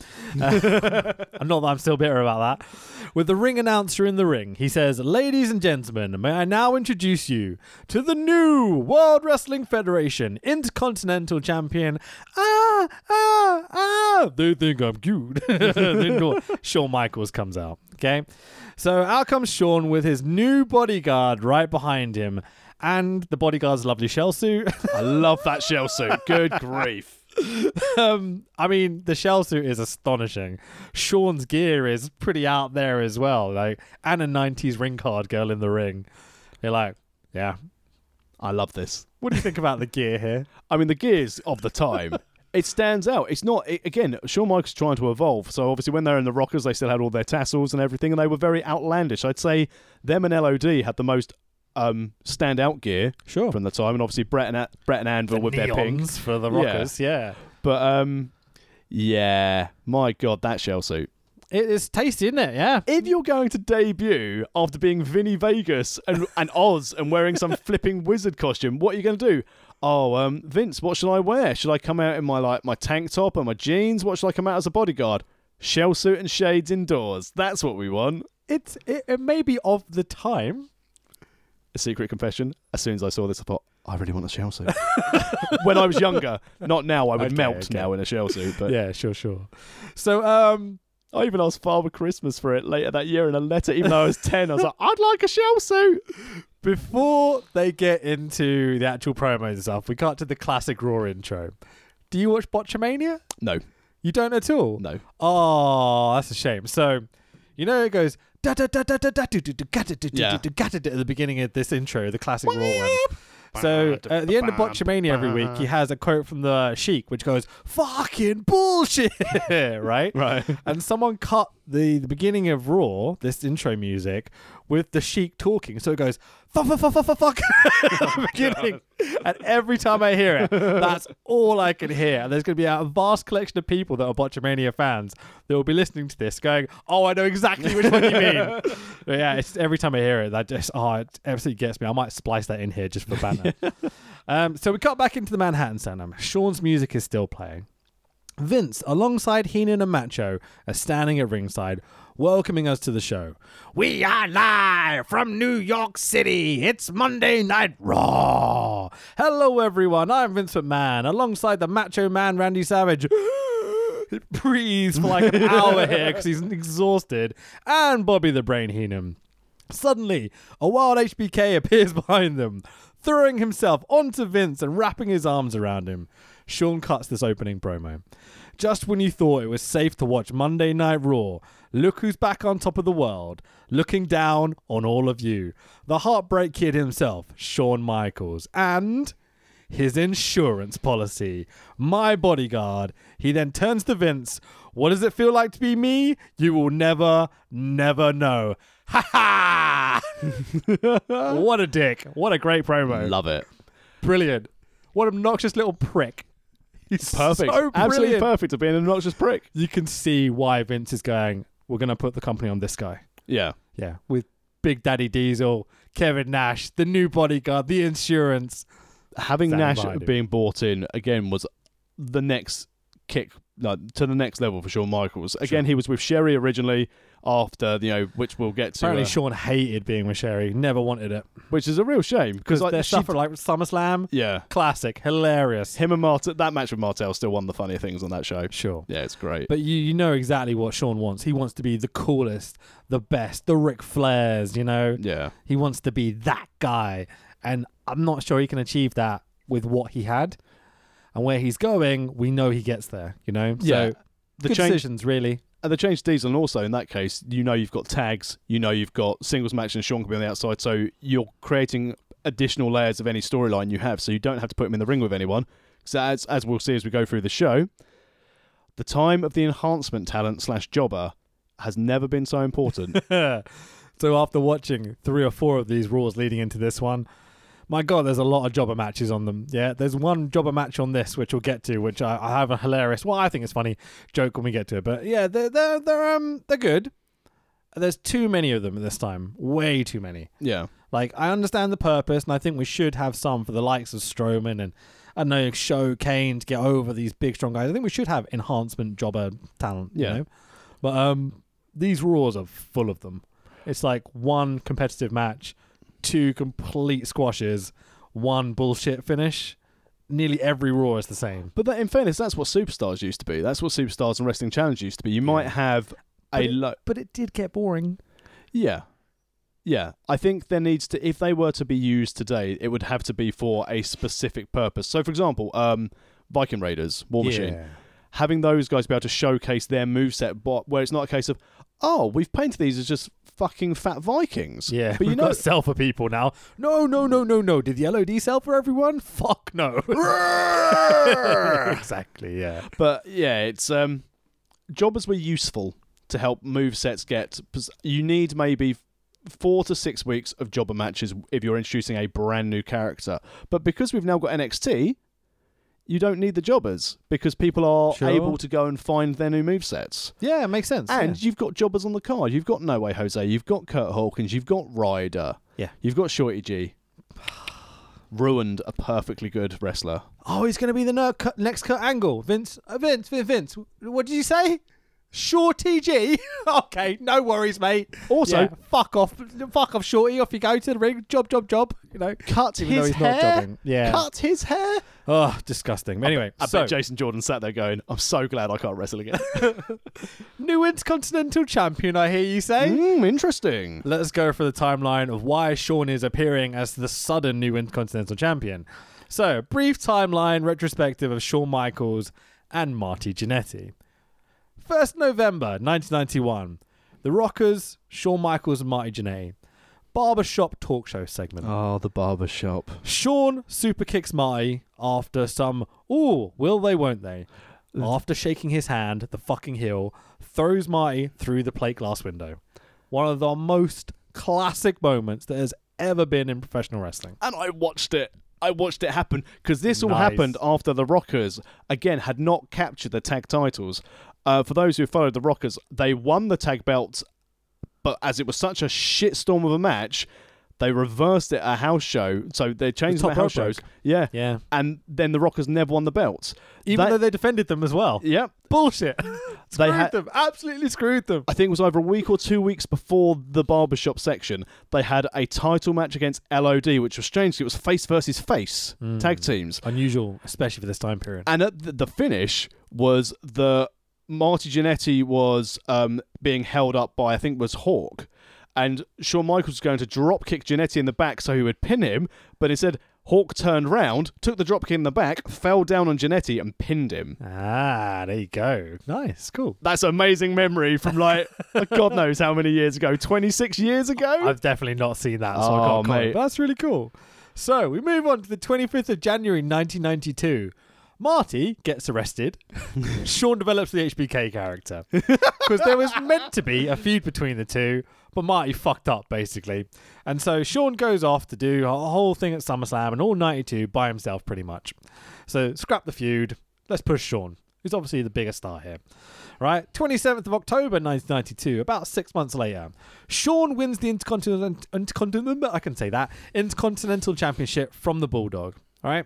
S2: Uh, not that I'm still bitter about that. With the ring announcer in the ring, he says, Ladies and gentlemen, may I now introduce you to the new World Wrestling Federation Intercontinental Champion. Ah, ah, ah. They think I'm cute. [LAUGHS] They know it. Shawn Michaels comes out. Okay. So out comes Shawn with his new bodyguard right behind him. And the bodyguard's lovely shell suit.
S3: I love that shell suit. Good grief.
S2: um, I mean, the shell suit is astonishing. Sean's gear is pretty out there as well. Like, and a '90s ring card girl in the ring. You're like, yeah.
S3: I love this.
S2: What do you think [LAUGHS] about the gear here?
S3: I mean, the gears of
S2: [LAUGHS]
S3: the time. It stands out. It's not it, again. Shawn Michaels trying to evolve. So obviously, when they're in the Rockers, they still had all their tassels and everything, and they were very outlandish. I'd say them and LOD had the most um, standout gear
S2: Sure.
S3: from the time, and obviously Brett and A- Brett and Anvil with their pink.
S2: neons for the
S3: Yeah.
S2: rockers. Yeah.
S3: But um, yeah, my god, that shell suit.
S2: It is tasty, isn't it? Yeah.
S3: If you're going to debut after being Vinny Vegas
S2: [LAUGHS]
S3: and, and Oz and wearing some flipping wizard costume, what are you going to do? Oh, um, Vince, what should I wear? Should I come out in my like my tank top and my jeans? What should I come out as a bodyguard? Shell suit and shades indoors. That's what we want.
S2: It's it, it may be of the time.
S3: A secret confession. As soon as I saw this, I thought, I really want a
S2: [LAUGHS]
S3: shell suit. [LAUGHS] when I was younger, not now. I would
S2: Okay,
S3: melt
S2: okay.
S3: now in a shell suit. But
S2: Yeah, sure, sure. So, um,
S3: I even asked Father Christmas for it later that year in a letter. Even though I [LAUGHS] was ten, I was like, I'd like a shell suit.
S2: before they get into the actual promos and stuff, we cut to the classic Raw intro. Do you watch Botchamania?
S3: No,
S2: You don't at all.
S3: no.
S2: Oh, that's a shame. So, you know, it goes da da da da da da do do do ga da do do
S3: Yeah.
S2: do do ga da do at the beginning of this intro, the classic Raw one. So at the end of Botchamania every week, he has a quote from the Sheik, which goes "fucking bullshit," [LAUGHS] right?
S3: [LAUGHS] Right.
S2: And someone cut the, the beginning of Raw, this intro music, with the Sheik talking. So it goes "fuck, fuck, fuck, fuck, fuck, fuck" [LAUGHS] at the beginning. And every time I hear it, that's all I can hear. And there's going to be a vast collection of people that are Botchamania fans that will be listening to this, going, "Oh, I know exactly which one you mean." But yeah, it's every time I hear it, that just oh, it absolutely gets me. I might splice that in here just for banner. um, so we cut back into the Manhattan Center. Sean's music is still playing. Vince, alongside Heenan and Macho, are standing at ringside, welcoming us to the show. We are live from New York City. It's Monday Night Raw. Hello, everyone. I'm Vince McMahon, alongside the Macho Man Randy Savage. [GASPS] He [LAUGHS] breathes for like an hour here because he's exhausted, and Bobby the Brain Heenan. Suddenly, a wild HBK appears [LAUGHS] behind them, throwing himself onto Vince and wrapping his arms around him. Sean cuts this opening promo. Just when you thought it was safe to watch Monday Night Raw, look who's back on top of the world, looking down on all of you. The Heartbreak Kid himself, Shawn Michaels, and his insurance policy. My bodyguard. He then turns to Vince. What does it feel like to be me? You will never, never know. Ha
S3: [LAUGHS]
S2: ha! what a dick. What a great promo.
S3: Love it.
S2: Brilliant. What an obnoxious little prick. He's
S3: Perfect.
S2: So
S3: Absolutely
S2: brilliant.
S3: perfect to be an obnoxious prick.
S2: You can see why Vince is going, we're going to put the company on this guy.
S3: Yeah.
S2: Yeah. With Big Daddy Diesel, Kevin Nash, the new bodyguard, the insurance.
S3: Having
S2: Stand
S3: Nash
S2: behind him.
S3: being bought in again was the next kick like, to the next level for Shawn Michaels. Again, he was with Sherry originally after, you know, which we'll get to,
S2: Apparently,
S3: uh,
S2: Sean hated being with Sherry, never wanted it.
S3: which is a real shame because
S2: because
S3: like,
S2: their
S3: she-
S2: stuff at like SummerSlam,
S3: yeah.
S2: classic, hilarious.
S3: Him and Martel, that match with Martel still one of the funnier things on that show.
S2: Sure,
S3: Yeah, it's great.
S2: but you you know exactly what Sean wants. He wants to be the coolest, the best, the Ric Flairs. You know,
S3: yeah.
S2: he wants to be that guy, and I'm not sure he can achieve that with what he had. And where he's going, we know he gets there. You know, so
S3: Yeah. The
S2: good
S3: change-
S2: decisions really.
S3: And they changed Diesel, and also in that case, you know you've got tags, you know you've got singles match, and Sean can be on the outside, so you're creating additional layers of any storyline you have, so you don't have to put him in the ring with anyone. So as as we'll see as we go through the show, the time of the enhancement talent slash jobber has never been so [LAUGHS] important.
S2: so after watching three or four of these Raws leading into this one, my God, there's a lot of jobber matches on them. Yeah, there's one jobber match on this, which we'll get to, which I, I have a hilarious, well, I think it's funny joke when we get to it. But yeah, they're they're they're um they're good. There's too many of them at this time, way too many.
S3: yeah,
S2: Like I understand the purpose, and I think we should have some for the likes of Strowman and I don't know Show Kane to get over these big strong guys. I think we should have enhancement jobber talent.
S3: Yeah.
S2: You know? But um, these Raws are full of them. It's like one competitive match, two complete squashes, one bullshit finish. Nearly every Raw is the same.
S3: but that, in fairness, that's what superstars used to be. That's what superstars and wrestling challenge used to be. You might have
S2: But
S3: a
S2: it-
S3: lo-
S2: But it did get boring.
S3: Yeah. Yeah. I think there needs to if they were to be used today, it would have to be for a specific purpose. So for example, um Viking Raiders, War Machine.
S2: Yeah.
S3: Having those guys be able to showcase their moveset, but where it's not a case of, oh, we've painted these as just fucking fat Vikings.
S2: Yeah,
S3: But you
S2: we've
S3: know,
S2: got to sell for people now. No, no, no, no, no. Did the LOD sell for everyone? [LAUGHS] Fuck no. [LAUGHS] exactly. Yeah.
S3: but yeah, it's um, jobbers were useful to help move sets get. 'cause You need maybe four to six weeks of jobber matches if you're introducing a brand new character. But because we've now got NXT, you don't need the jobbers because people are
S2: Sure.
S3: able to go and find their new move sets.
S2: Yeah, it makes sense.
S3: And you've got jobbers on the card. You've got No Way Jose. You've got Kurt Hawkins. You've got Ryder.
S2: Yeah.
S3: You've got Shorty G. [SIGHS] Ruined a perfectly good wrestler.
S2: oh, he's going to be the ner- cut, next cut angle. Vince, uh, Vince, Vince, Vince. What did you say? Shorty G. [LAUGHS] okay, no worries, mate.
S3: Also-
S2: Yeah, fuck off. Fuck off, Shorty. Off you go to the ring. Job, job, job. You know.
S3: Cut
S2: Even though
S3: his
S2: he's not
S3: hair.
S2: jobbing. Yeah.
S3: Cut his hair.
S2: Oh, disgusting. Anyway,
S3: I
S2: so
S3: bet Jason Jordan sat there going, "I'm so glad I can't wrestle again." [LAUGHS]
S2: new Intercontinental Champion, I hear you say.
S3: mm, interesting.
S2: Let us go for the timeline of why Sean is appearing as the sudden new Intercontinental Champion. So, brief timeline retrospective of Shawn Michaels and Marty Jannetty. 1st November 1991, The Rockers, Shawn Michaels and Marty Jannetty. Barbershop talk show segment.
S3: Oh, the barber shop.
S2: Sean super kicks Marty after some, ooh, will they, won't they? After shaking his hand, the fucking heel throws Marty through the plate glass window. One of the most classic moments that has ever been in professional wrestling.
S3: And I watched it. I watched it happen because this all
S2: Nice.
S3: happened after the Rockers again had not captured the tag titles. Uh, for those who followed the Rockers, they won the tag belts, but as it was such a shitstorm of a match, they reversed it at a house show. So they changed
S2: top
S3: the house
S2: rope
S3: shows. Yeah.
S2: Yeah.
S3: And then the Rockers never won the belts.
S2: Even
S3: That-
S2: though they defended them as well.
S3: Yep.
S2: [LAUGHS] Bullshit.
S3: They
S2: screwed
S3: had-
S2: them. Absolutely screwed them.
S3: I think it was either a week or two weeks before the barbershop section, they had a title match against LOD, which was strange. 'cause It was face versus face tag teams.
S2: Unusual, especially for this time period.
S3: And at the, the finish was the Marty Jannetty was um, being held up by, I think, was Hawk. And Shawn Michaels was going to drop kick Jannetty in the back so he would pin him. But instead, Hawk turned round, took the drop kick in the back, fell down on Jannetty and pinned him.
S2: Ah, there you go. Nice. Cool.
S3: That's an amazing memory from like, God knows how many years ago, 26 years ago?
S2: I've definitely not seen that, so I
S3: Oh,
S2: can't comment.
S3: mate.
S2: But that's really cool. So we move on to the 25th of January 1992. Marty gets [LAUGHS] arrested. Sean develops the HBK character [LAUGHS] because there was meant to be a feud between the two, but Marty fucked up basically, and so Sean goes off to do a whole thing at SummerSlam and all '92 by himself pretty much. So scrap the feud. Let's push Sean, who's obviously the biggest star here. Right, 27th of October 1992, about six months later, Sean wins the Intercontinental, Intercontinental I can say that, Intercontinental Championship from the Bulldog. All right,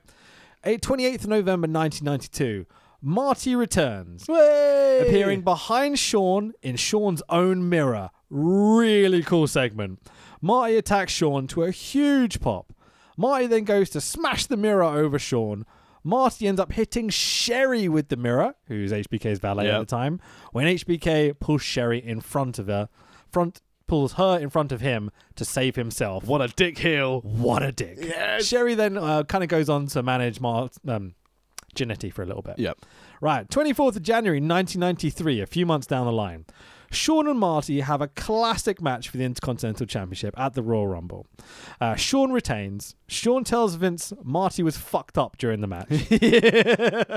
S2: Eh, 28th of November 1992, Marty returns, appearing behind Sean in Sean's own mirror. Really cool segment. Marty attacks Sean to a huge pop. Marty then goes to smash the mirror over Sean. Marty ends up hitting Sherry with the mirror, who's HBK's valet
S3: Yeah.
S2: at the time. When HBK pulls Sherry in front of her, front pulls her in front of him to save himself.
S3: What a dick heel.
S2: What a dick! Sherry then uh, kind of goes on to manage Mar- um, Ginetti for a little bit.
S3: Yep.
S2: Right, 24th of January 1993, a few months down the line, Sean and Marty have a classic match for the Intercontinental Championship at the Royal Rumble. Uh, Sean retains. Sean tells Vince Marty was fucked up during the match.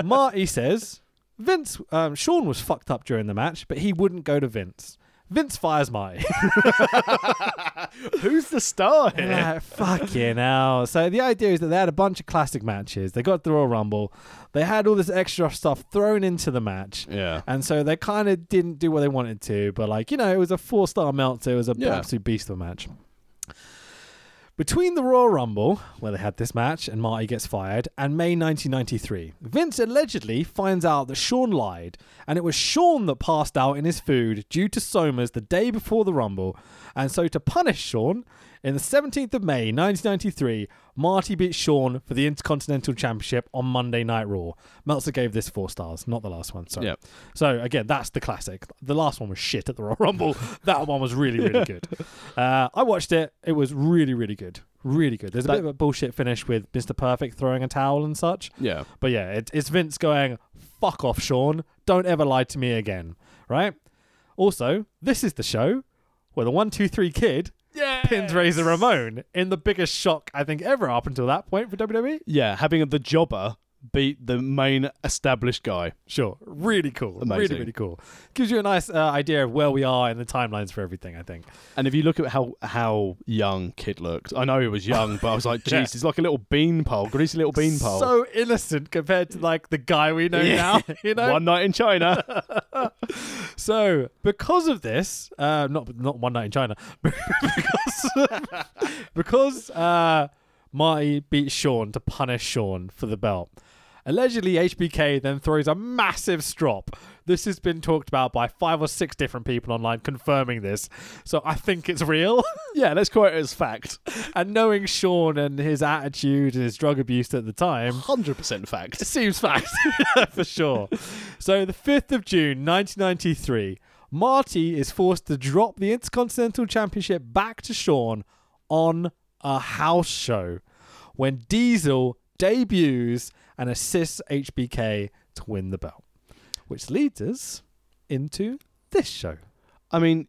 S2: Marty says Vince, um, Sean was fucked up during the match, but he wouldn't go to Vince. Vince fires Marty.
S3: Who's the star here?
S2: Yeah, fucking hell. So the idea is that they had a bunch of classic matches. They got the Royal Rumble. They had all this extra stuff thrown into the match.
S3: Yeah.
S2: And so they kind of didn't do what they wanted to, but like, you know, it was a four star melt, so it was an
S3: Yeah.
S2: absolute beast of a match. Between the Royal Rumble, where they had this match and Marty gets fired, and May 1993, Vince allegedly finds out that Sean lied, and it was Sean that passed out in his food due to Somers the day before the Rumble. And so, to punish Sean, in the 17th of May 1993, Marty beat Sean for the Intercontinental Championship on Monday Night Raw. Meltzer gave this four stars, not the last one. Sorry.
S3: Yep.
S2: So again, that's the classic. The last one was shit at the Royal Rumble. that one was really, really good. Uh, I watched it. It was really, really good. Really good. There's a
S3: That-
S2: bit of a bullshit finish with Mr. Perfect throwing a towel and such.
S3: Yeah.
S2: But yeah, it, it's Vince going, fuck off, Sean. Don't ever lie to me again. Right? Also, this is the show where the 123 kid
S3: Yeah.
S2: pins Razor Ramon in the biggest shock I think ever up until that point for E. WWE.
S3: Yeah, having the jobber beat the main established guy.
S2: Sure. Really cool.
S3: Amazing.
S2: Really, really cool. Gives you a nice uh, idea of where we are and the timelines for everything, I think.
S3: And if you look at how how young Kid looked, I know he was young, but I was [LAUGHS] like, jeez,
S2: Yeah.
S3: he's like a little beanpole, greasy little beanpole.
S2: So innocent compared to like the guy we know
S3: Yeah.
S2: now, [LAUGHS] you know?
S3: One night in [LAUGHS] China.
S2: So, because of this, uh, not not one night in China, [LAUGHS] because [LAUGHS] because uh, Marty beats Sean to punish Sean for the belt. Allegedly, HBK then throws a massive strop. This has been talked about by five or six different people online, confirming this. So I think it's real. [LAUGHS]
S3: yeah, let's quote it as [LAUGHS] fact.
S2: and knowing Sean and his attitude and his drug abuse at the time,
S3: Hundred percent fact.
S2: it seems fact [LAUGHS] for sure. So the 5th of June 1993, Marty is forced to drop the Intercontinental Championship back to Sean on a house show when Diesel debuts and assists HBK to win the belt, which leads us into this show.
S3: I mean,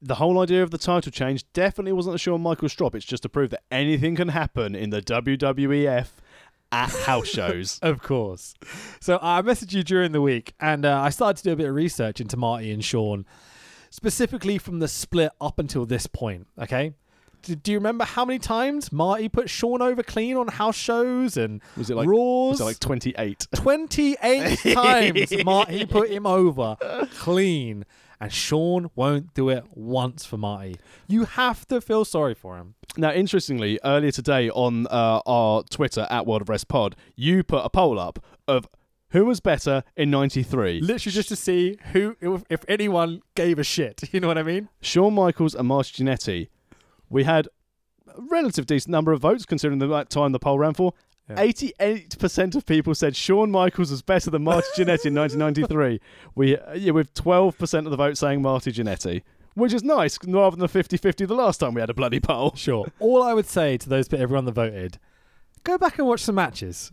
S3: the whole idea of the title change definitely wasn't a Shawn Michaels drop. It's just to prove that anything can happen in the WWEF at house shows.
S2: Of course. So I messaged you during the week and uh, I started to do a bit of research into Marty and Sean, specifically from the split up until this point. Okay. Do, do you remember how many times Marty put Sean over clean on house shows and
S3: Was [LAUGHS] it like-
S2: Raws?
S3: so like
S2: [LAUGHS]
S3: twenty [LAUGHS] eight. [LAUGHS]
S2: 28 times Marty put him over clean. And Sean won't do it once for Marty. You have to feel sorry for him.
S3: Now, interestingly, earlier today on uh, our Twitter at World of Rest Pod, you put a poll up of who was better in '93,
S2: Literally just to see who, if, if anyone gave a shit. [LAUGHS] You know what I mean?
S3: Shawn Michaels and Marty Jannetty. We had a relative decent number of votes considering the amount of time the poll ran for.
S2: Yeah.
S3: Eighty-eight percent of people said Shawn Michaels was better than Marty Jannetty
S2: [LAUGHS]
S3: in 1993. We uh, yeah, with 12 percent of the vote saying Marty Jannetty, which is nice rather than the 50-50 the last time we had a bloody poll.
S2: Sure. All I would say to those everyone that voted, go back and watch some matches.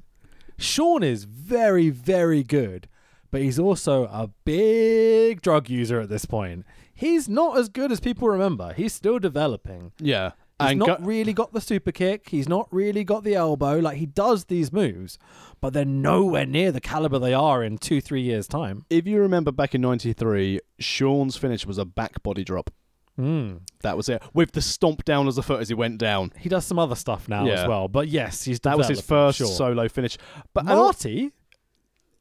S2: Sean is very, very good, but he's also a big drug user at this point. He's not as good as people remember. He's still developing.
S3: Yeah,
S2: He's
S3: and
S2: not
S3: go-
S2: really got the super kick. He's not really got the elbow. Like he does these moves, but they're nowhere near the caliber they are in two, three years time.
S3: if you remember back in 93 sean's finish was a back body drop
S2: Mm.
S3: that was it with the stomp down as the foot as he went down
S2: He does some other stuff now
S3: Yeah.
S2: as well. But yes, he's
S3: that was his
S2: developing,
S3: first
S2: sure.
S3: solo finish but and al-
S2: Marty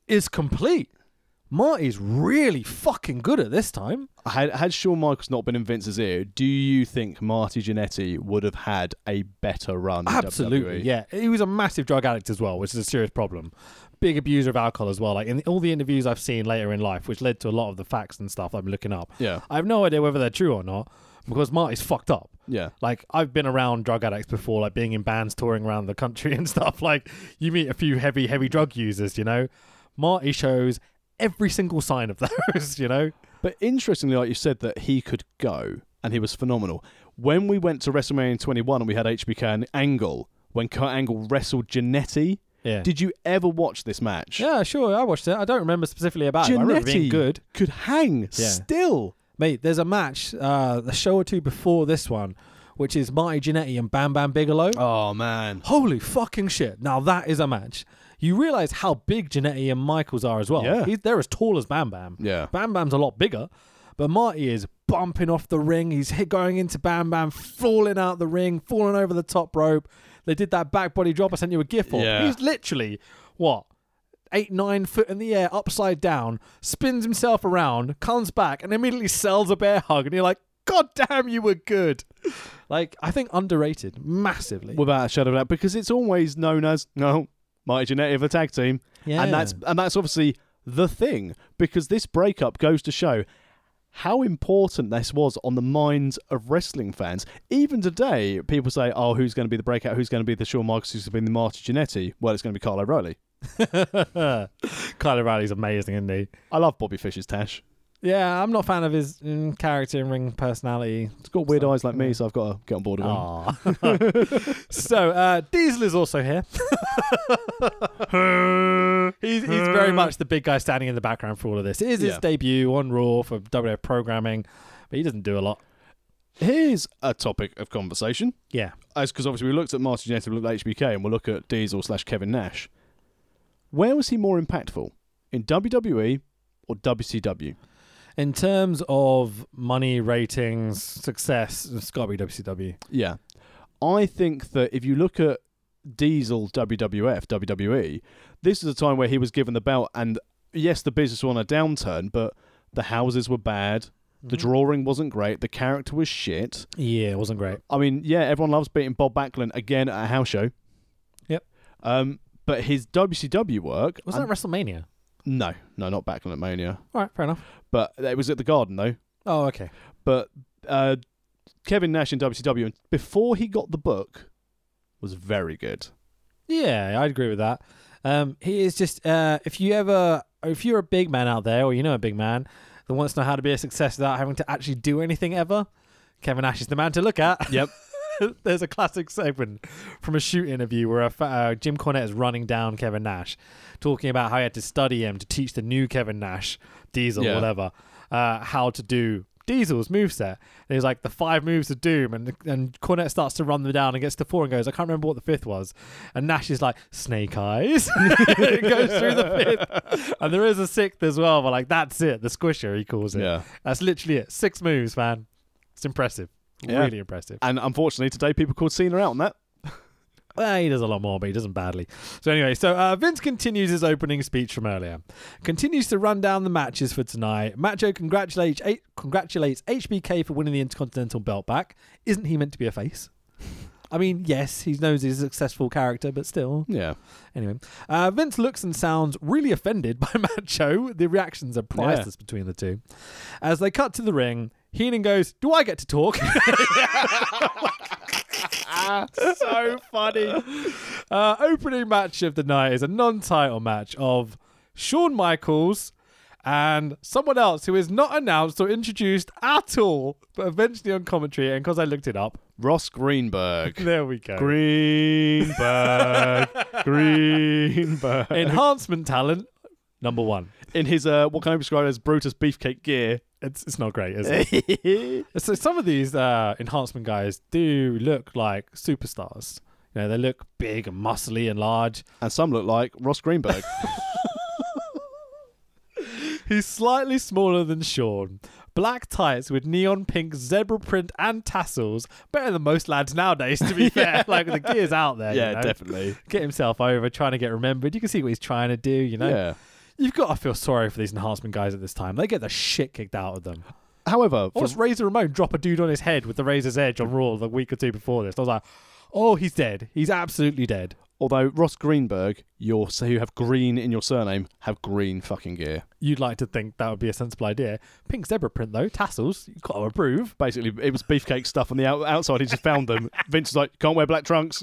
S2: is complete. Marty's really fucking good at this time.
S3: had, had Shawn Michaels not been in Vince's ear, do you think Marty Jannetty would have had a better run? in E? WWE?
S2: Yeah. He was a massive drug addict as well, which is a serious problem. Big abuser of alcohol as well. Like in all the interviews I've seen later in life, which led to a lot of the facts and stuff I'm looking up.
S3: Yeah.
S2: I have no idea whether they're true or not because Marty's fucked up.
S3: Yeah.
S2: Like I've been around drug addicts before, like being in bands touring around the country [LAUGHS] and stuff. Like you meet a few heavy, heavy drug users, you know. Marty shows every single sign of [LAUGHS] those, you know.
S3: But interestingly, like you said, that he could go and he was phenomenal. When we went to WrestleMania 21 and we had HBK and Angle, when Kurt Angle wrestled Jannetty,
S2: Yeah.
S3: did you ever watch this match?
S2: Yeah, sure. I watched it. I don't remember specifically about it. but I remember it being
S3: Jannetty
S2: good.
S3: could hang still.
S2: Mate, there's a match, uh, a show or two before this one, which is Marty Jannetty and Bam Bam Bigelow.
S3: Oh man.
S2: Holy fucking shit. Now that is a match. You realize how big Jannetty and Michaels are as well.
S3: Yeah.
S2: He's, they're as tall as Bam Bam.
S3: Yeah.
S2: Bam Bam's a lot bigger, but Marty is bumping off the ring. He's hit going into Bam Bam, falling out the ring, falling over the top rope. They did that back body drop. I sent you a gif of.
S3: Yeah.
S2: He's literally what eight nine foot in the air, upside down, spins himself around, comes back, and immediately sells a bear hug. And you're like, God damn, you were good. Like I think underrated massively.
S3: Without a shadow of a doubt, because it's always known as no Marty Jannetty of the tag team,
S2: Yeah.
S3: and that's and that's obviously the thing because this breakup goes to show how important this was on the minds of wrestling fans. Even today, people say, "Oh, who's going to be the breakout? Who's going to be the Shawn Michaels? Who's going to be the Marty Jannetty?" Well, it's going to be
S2: [LAUGHS]
S3: Kyle O'Reilly.
S2: Kyle O'Reilly's amazing, isn't he?
S3: I love Bobby Fish's Tash.
S2: Yeah, I'm not a fan of his mm, character and ring personality.
S3: It's got weird eyes like me, so I've got to get on board with him.
S2: so uh, Diesel is also [LAUGHS] here. he's, he's very much the big guy standing in the background for all of this. It is his
S3: Yeah.
S2: debut on Raw for WF programming, but he doesn't do a lot.
S3: [LAUGHS] Here's a topic of conversation.
S2: Yeah.
S3: As because obviously we looked at Martin Jannetty, we looked at HBK, and we'll look at Diesel slash Kevin Nash. Where was he more impactful in WWE or WCW?
S2: In terms of money, ratings, success, it's got to be WCW.
S3: Yeah, I think that if you look at Diesel WWF WWE, E, this is a time where he was given the belt, and yes, the business was on a downturn, but the houses were bad. The
S2: Mm-hmm.
S3: drawing wasn't great. The character was shit.
S2: Yeah, it wasn't great.
S3: I mean, yeah, everyone loves beating Bob Backlund again at a house show.
S2: Yep.
S3: Um, but his WCW work
S2: Was
S3: and-
S2: that WrestleMania?
S3: no, no, not Backlund at Mania.
S2: All right, fair enough.
S3: But it was at the Garden though.
S2: Oh, okay.
S3: But uh, Kevin Nash in WCW before he got the book was very good.
S2: Yeah, I'd agree with that. Um, he is just uh, if you ever if you're a big man out there or you know a big man that wants to know how to be a success without having to actually do anything ever, Kevin Nash is the man to look at.
S3: Yep.
S2: [LAUGHS] There's a classic segment from a shoot interview where a fa- uh, Jim Cornette is running down Kevin Nash, talking about how he had to study him to teach the new Kevin Nash, Diesel,
S3: Yeah.
S2: whatever, uh, how to do Diesel's moveset. And he's like, the five moves of doom. And, and Cornette starts to run them down and gets to four and goes, I can't remember what the fifth was. And Nash is like, snake eyes. [LAUGHS] it goes through the fifth. And there is a sixth as well, but like, that's it. The squisher, he calls it.
S3: Yeah.
S2: That's literally it. Six moves, man. It's impressive.
S3: Yeah.
S2: Really impressive.
S3: And unfortunately, today people called Cena out on that.
S2: Well, he does a lot more, but he doesn't badly. So anyway, so uh, Vince continues his opening speech from earlier, continues to run down the matches for tonight. Macho congratulates H- congratulates HBK for winning the Intercontinental Belt back. Isn't he meant to be a face? I mean, yes, he knows he's a successful character, but still.
S3: Yeah.
S2: Anyway, uh, Vince looks and sounds really offended by [LAUGHS] Macho. The reactions are priceless between the two. As they cut to the ring, Heenan goes, "Do I get to talk?" [LAUGHS] so funny. Uh, opening match of the night is a non-title match of Shawn Michaels and someone else who is not announced or introduced at all, but eventually on commentary. And because I looked it up,
S3: Ross [LAUGHS] Greenberg.
S2: there we go.
S3: Greenberg. [LAUGHS] Greenberg. In,
S2: Enhancement talent number one.
S3: in his uh, what can I describe as Brutus Beefcake gear.
S2: It's it's not great, is it? so some of these uh, enhancement guys do look like superstars. You know, they look big and muscly and large.
S3: [LAUGHS] and some look like Ross [LAUGHS] Greenberg.
S2: He's slightly smaller than Sean. Black tights with neon pink zebra print and tassels. Better than most lads nowadays, to
S3: [LAUGHS]
S2: be fair. Like the gear's out there. you know?
S3: definitely.
S2: Get himself over, trying to get remembered. You can see what he's trying to do. You know,
S3: Yeah.
S2: you've got to feel sorry for these enhancement guys at this time. They get the shit kicked out of them.
S3: However,
S2: I
S3: for,
S2: watched Razor Ramon drop a dude on his head with the razor's edge on Raw the week or two before this. I was like, oh, he's dead. He's absolutely dead.
S3: although Ross Greenberg, you're so you have green in your surname, have green fucking gear.
S2: You'd like to think that would be a sensible idea. Pink zebra print though, tassels. You've got to approve.
S3: Basically, it was beefcake stuff on the out- outside. He just found [LAUGHS] them. Vince was like, "Can't wear black trunks.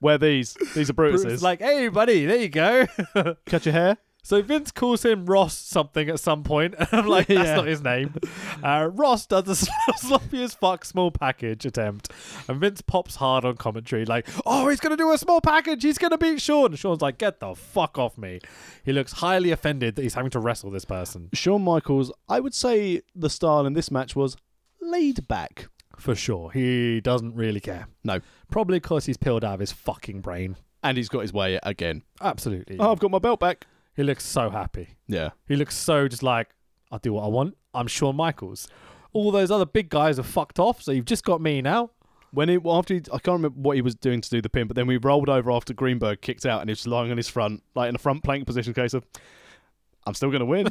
S3: Wear these. These are Brutus's.
S2: Bruce is like, hey, buddy, there you go. [LAUGHS]
S3: cut your hair."
S2: so Vince calls him Ross something at some point, [LAUGHS] and I'm like, that's
S3: Yeah.
S2: not his name. Uh, Ross does a [LAUGHS] sl- sloppy as fuck small package attempt, and Vince pops hard on commentary, like, oh, he's gonna do a small package, he's gonna beat Sean. Sean's like, get the fuck off me. He looks highly offended that he's having to wrestle this person
S3: Shawn Michaels, I would say the style in this match was laid back.
S2: for sure. He doesn't really care.
S3: No,
S2: Probably because he's peeled out of his fucking brain.
S3: and he's got his way again.
S2: Absolutely.
S3: Oh, I've got my belt back.
S2: He looks so happy.
S3: Yeah,
S2: He looks so just like, I'll do what I want. I'm Shawn Michaels. All those other big guys are fucked off, so you've just got me now.
S3: When it well, after he, I can't remember what he was doing to do the pin, but then we rolled over after Greenberg kicked out and he was lying on his front, like in a front plank position, case of I'm still going to win.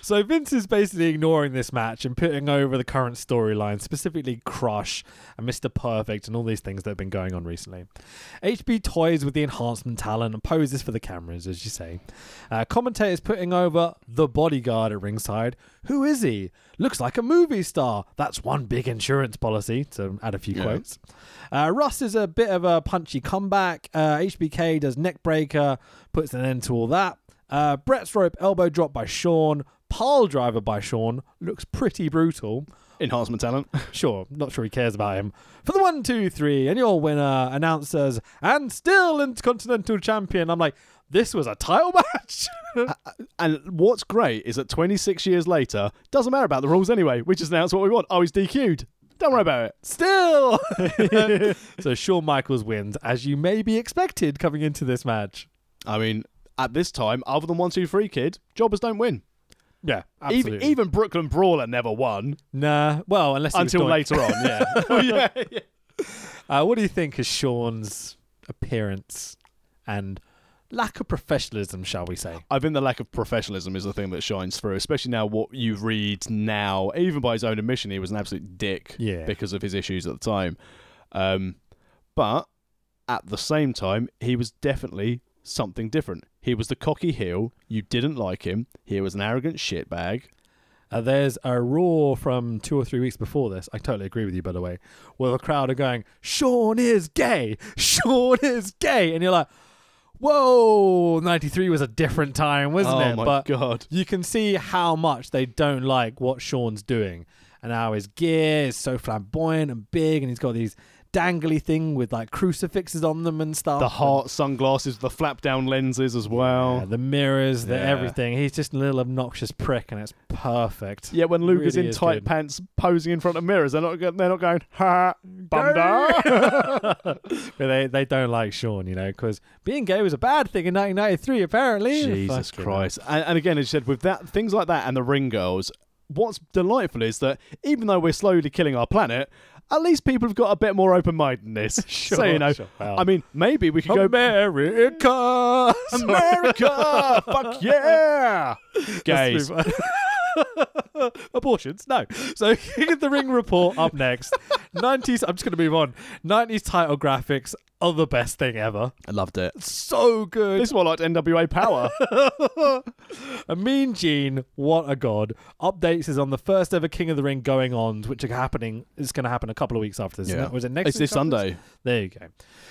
S2: So Vince is basically ignoring this match and putting over the current storyline, specifically Crush and Mr. Perfect and all these things that have been going on recently. HB toys with the enhancement talent and poses for the cameras, as you say. Uh, commentators putting over the bodyguard at ringside. Who is he? Looks like a movie star. That's one big insurance policy, to add a few
S3: Yeah.
S2: quotes. Uh, Russ is a bit of a punchy comeback. Uh, HBK does neckbreaker, puts an end to all that. Uh, Brett's rope elbow drop by Sean. pile driver by Sean looks pretty brutal.
S3: [LAUGHS] Enhancement talent.
S2: Sure, not sure he cares about him. For the one, two, three, and your winner announced as and still Intercontinental Champion. I'm like, this was a title [LAUGHS] match.
S3: [LAUGHS] And what's great is that 26 years later, doesn't matter about the rules anyway. We just announce what we want. Oh, he's DQ'd. Don't worry about it. [LAUGHS]
S2: still. so Shawn Michaels wins, as you may be expected coming into this match.
S3: I mean, at this time, other than one, two, three, kid, jobbers don't win.
S2: Yeah,
S3: Even,
S2: absolutely.
S3: even Brooklyn Brawler never won
S2: nah, well, unless he was
S3: until
S2: doing-
S3: later on. [LAUGHS] Yeah. Oh, yeah, yeah.
S2: Uh, what do you think of Sean's appearance and lack of professionalism, shall we say?
S3: I think the lack of professionalism is the thing that shines through, especially now what you read now. Even by his own admission, he was an absolute dick
S2: Yeah.
S3: because of his issues at the time. Um, but at the same time, he was definitely something different. He was the cocky heel. You didn't like him. He was an arrogant shitbag.
S2: Uh, there's a roar from two or three weeks before this. I totally agree with you, by the way. Where the crowd are going, Sean is gay. [LAUGHS] Sean is gay. And you're like, whoa, 93 was a different time, wasn't
S3: oh
S2: it?
S3: my
S2: but
S3: god!
S2: you can see how much they don't like what Sean's doing and how his gear is so flamboyant and big and he's got these dangly thing with like crucifixes on them and stuff.
S3: The heart sunglasses, the flap down lenses as well.
S2: Yeah, the mirrors, the
S3: Yeah.
S2: everything. He's just a little obnoxious prick, and it's perfect.
S3: Yeah, when Luke is
S2: Really
S3: in
S2: is
S3: tight
S2: good.
S3: pants posing in front of mirrors, they're not go- they're not going ha bunda.
S2: [LAUGHS] But they, they don't like Sean, you know, because being gay was a bad thing in 1993, apparently.
S3: [LAUGHS] Jesus
S2: Fucking
S3: Christ! And, and again, as you said, with that things like that and the ring girls, what's delightful is that even though we're slowly killing our planet, at least people have got a bit more open [LAUGHS] mindedness.
S2: Sure,
S3: so you know,
S2: sure. Well.
S3: I mean, maybe we could
S2: hell.
S3: go
S2: [LAUGHS] America!
S3: America, [LAUGHS] fuck yeah,
S2: [LAUGHS] Let's
S3: gays.
S2: move on. [LAUGHS] Abortions? No. So, [LAUGHS] King of the Ring report up
S3: [LAUGHS]
S2: next. 90s, I'm just going to move on. 90s title graphics are the best thing ever.
S3: I loved it.
S2: So good.
S3: This is what I liked NWA Power.
S2: A mean Gene, what a god. Updates is on the first ever King of the Ring going on, which are happening. It's going to happen a couple of weeks after this. isn't
S3: Yeah.
S2: it? Was it next?
S3: it's
S2: week
S3: this
S2: after
S3: Sunday.
S2: There you go.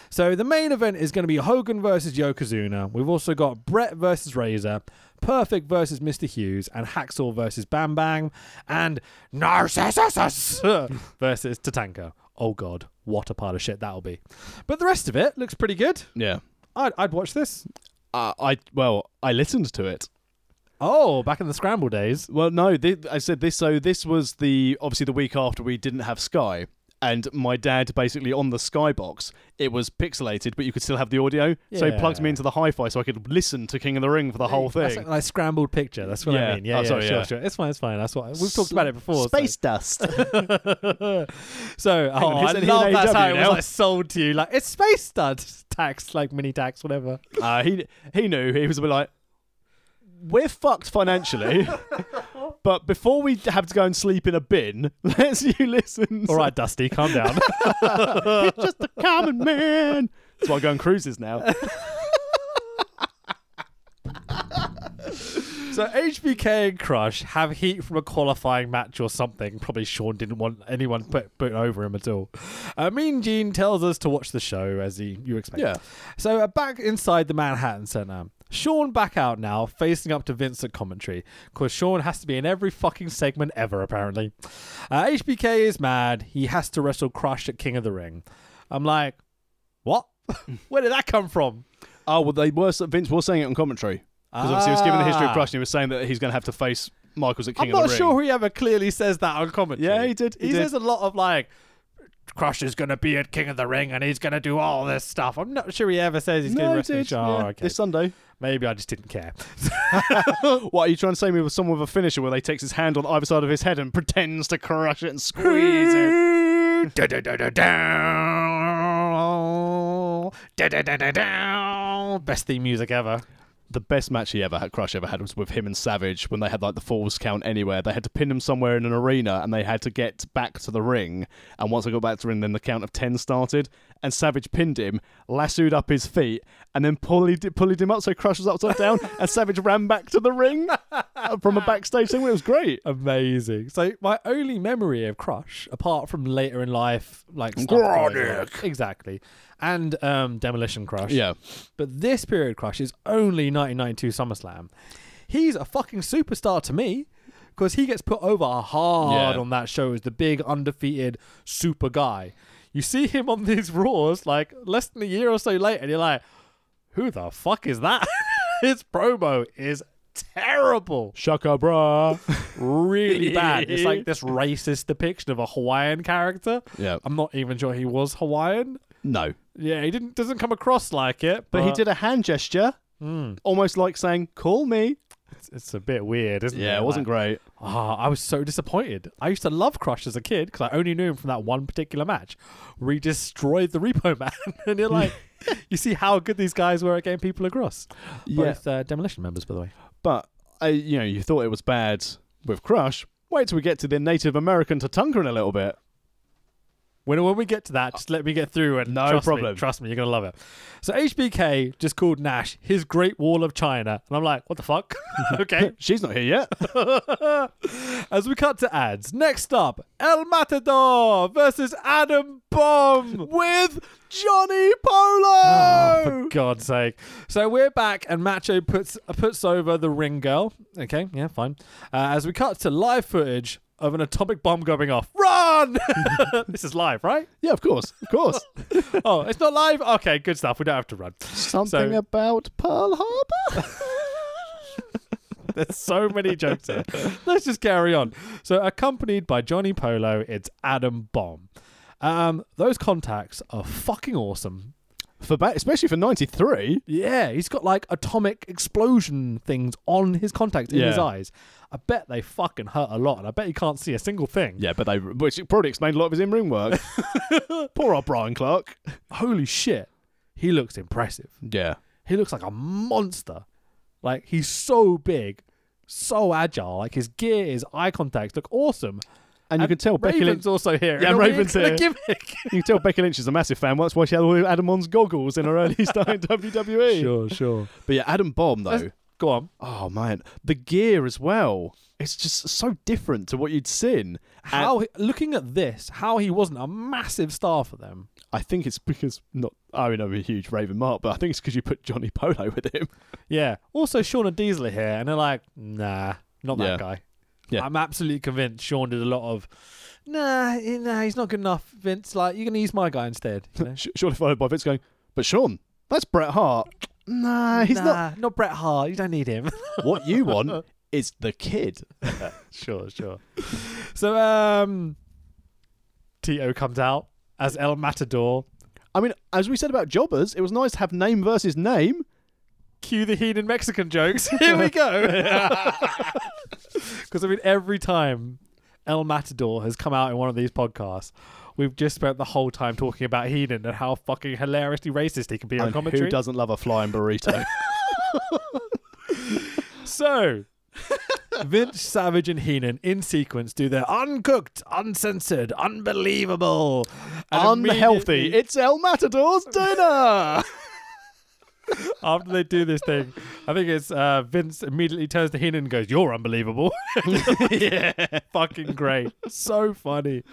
S2: So the main event is going to be Hogan versus Yokozuna. We've also got Brett versus Razor, Perfect versus Mr. Hughes, and Hacksaw versus Bam Bang, and Narcissus [LAUGHS] versus Tatanka. Oh god, what a pile of shit that'll be. But the rest of it looks pretty good.
S3: Yeah.
S2: I'd, I'd watch this.
S3: Uh, I well, I listened to it.
S2: Oh, back in the scramble days.
S3: Well, no, thi I said this. So this was the obviously the week after we didn't have Sky, and my dad basically on the Sky box, it was pixelated, but you could still have the audio. So he plugged
S2: Yeah.
S3: me into the hi-fi so I could listen to King of the Ring for the whole
S2: That's
S3: thing.
S2: like, like scrambled picture. That's what I
S3: Yeah.
S2: mean. Yeah,
S3: Oh,
S2: yeah,
S3: sorry,
S2: sure,
S3: yeah.
S2: sure. It's fine. It's fine. That's what we've talked about it before. [LAUGHS]
S3: dust.
S2: So, so [LAUGHS] oh,
S3: on,
S2: I
S3: it's an
S2: love that's how it was
S3: NAW now.
S2: like sold to you. Like it's space stud tax, like mini tax, whatever.
S3: uh, he he knew he was a bit like, we're
S2: [LAUGHS]
S3: fucked financially, but before we have to go and sleep in a bin, [LAUGHS] let's you listen.
S2: All right, Dusty, calm [LAUGHS] down.
S3: it's just a common man. That's why I go on cruises now.
S2: so HBK and Crush have heat from a qualifying match or something. Probably Sean didn't want anyone put, put over him at all. Uh, mean Gene tells us to watch the show as he you expect.
S3: Yeah.
S2: So uh, back inside the Manhattan Center. Sean back out now, facing up to Vince at commentary, because Sean has to be in every fucking segment ever, apparently. Uh, HBK is mad. He has to wrestle Crush at King of the Ring. I'm like, what? [LAUGHS] Where did that come from?
S3: Oh well, they were Vince was saying it on commentary because obviously he was given the history of
S2: Ah.
S3: Crush, and he was saying that he's going to have to face Michaels at
S2: I'm
S3: King of the
S2: not
S3: Ring.
S2: sure he ever clearly says that on commentary.
S3: Yeah, he did,
S2: He,
S3: he did.
S2: says a lot of like, Crush is going to be at King of the Ring and he's going to do all this stuff. I'm not sure he ever says he's
S3: no,
S2: going
S3: he
S2: to wrestle.
S3: did.
S2: Oh,
S3: yeah,
S2: okay. [LAUGHS]
S3: This Sunday.
S2: Maybe I just didn't [LAUGHS] care.
S3: [LAUGHS] What are you trying to say? Me with someone with a finisher where they takes his hand on either side of his head and pretends to crush
S2: [LAUGHS]
S3: it and squeeze it.
S2: Best theme music ever.
S3: The best match he ever had, Crush ever had, was with him and Savage when they had like the falls count anywhere. They had to pin him somewhere in an arena and they had to get back to the ring. And once they got back to the ring, then the count of ten started. And Savage pinned him, lassoed up his feet, and then pulled, pulled him up so Crush was upside down. and Savage ran back to the ring from a backstage thing. It was great.
S2: Amazing. So my only memory of Crush, apart from later in life, like stuff
S3: Gronick.
S2: going on- exactly, and um, Demolition Crush.
S3: Yeah.
S2: But this period Crush is only 1992 SummerSlam. he's a fucking superstar to me because he gets put over hard
S3: Yeah.
S2: on that show as the big undefeated super guy. You see him on these Raws like less than a year or so later, and you're like, who the fuck is that? [LAUGHS] His promo is terrible.
S3: Shaka bra. [LAUGHS]
S2: Really bad. It's like this racist depiction of a Hawaiian character.
S3: Yeah.
S2: I'm not even sure he was Hawaiian.
S3: No.
S2: Yeah, he didn't doesn't come across like it,
S3: But he did a hand gesture, almost like saying, call me.
S2: It's, it's a bit weird, isn't it?
S3: Yeah, it wasn't
S2: Like,
S3: great.
S2: Ah, I was so disappointed. I used to love Crush as a kid because I only knew him from that one particular match where he destroyed the Repo [LAUGHS] Man, and you're like, you see how good these guys were at getting people across.
S3: Yeah.
S2: Both uh, demolition members, by the way.
S3: But, uh, you know, you thought it was bad with Crush. Wait till we get to the Native American Tatunkan a little bit.
S2: When, when we get to that, just let me get through and
S3: No
S2: trust me-
S3: problem.
S2: trust me, you're gonna love it. So HBK just called Nash his Great Wall of China, and I'm like, what the fuck? [LAUGHS] okay,
S3: She's not here yet. [LAUGHS]
S2: As we cut to ads, next up, El Matador versus Adam Bomb with Johnny Polo. Oh, for God's sake! So we're back, and Macho puts puts over the ring girl. Okay, yeah, fine. Uh, as we cut to live footage of an atomic bomb going off, run! [LAUGHS] this is live, right?
S3: yeah, of course. Of course.
S2: Oh, it's not live. Okay, good stuff. We don't have to run.
S3: [LAUGHS] Something
S2: So-
S3: about Pearl Harbor?
S2: [LAUGHS] There's so many jokes here. Let's just carry on. So, accompanied by Johnny Polo, it's Adam Bomb. Um, those contacts are fucking awesome.
S3: for ba- Especially for 93.
S2: Yeah, he's got like atomic explosion things on his contacts in his
S3: Yeah.
S2: eyes. I bet they fucking hurt a lot, and I bet you can't see a single thing.
S3: Yeah, but they, which probably explained a lot of his in ring [LAUGHS] work. Poor old Brian Clark.
S2: Holy shit, he looks impressive.
S3: Yeah.
S2: He looks like a monster. Like he's so big, so agile. Like his gear, his eye contacts look awesome.
S3: And you can tell Becky Lynch.
S2: Raven's also here.
S3: Yeah,
S2: and a
S3: Raven's
S2: weird [LAUGHS]
S3: here.
S2: Gimmick.
S3: You can tell Becky Lynch is a massive fan. That's why she had all Adam On's goggles in her [LAUGHS] early start in WWE.
S2: sure, sure.
S3: But yeah, Adam Bomb though.
S2: Go on.
S3: oh man, the gear as well. It's just so different to what you'd seen. And
S2: How he- looking at this, how he wasn't a massive star for them.
S3: I think it's because not. I mean, I'm a huge Raven Mark, but I think it's because you put Johnny [LAUGHS] Polo with him.
S2: Yeah. Also, Sean and Diesel are here, and they're like, nah, not that
S3: Yeah.
S2: guy.
S3: Yeah.
S2: I'm absolutely convinced Sean did a lot of, nah, eh, nah, he's not good enough, Vince. Like, you're gonna use my guy instead. you know?
S3: Sh- Surely followed by Vince going, but Sean, that's Bret Hart. Nah, he's
S2: [LAUGHS]
S3: not.
S2: Nah, Not Bret Hart. You don't need him. [LAUGHS]
S3: What you want is the kid.
S2: sure, sure. so, um, To comes out as El Matador.
S3: I mean, as we said about jobbers, it was nice to have name versus name.
S2: cue the Heenan Mexican jokes. [LAUGHS] Here we go. Because I mean, every time El Matador has come out in one of these podcasts, we've just spent the whole time talking about Heenan and how fucking hilariously racist he can be on
S3: And who
S2: commentary.
S3: doesn't love a
S2: [LAUGHS]
S3: flying burrito? [LAUGHS]
S2: So. [LAUGHS] Vince Savage and Heenan in sequence do their uncooked, uncensored, unbelievable, and
S3: Unhealthy.
S2: immediately
S3: It's El Matador's
S2: [LAUGHS]
S3: dinner.
S2: After they do this thing, I think it's uh, Vince immediately turns to Heenan and goes, "You're unbelievable." yeah, fucking great, so funny.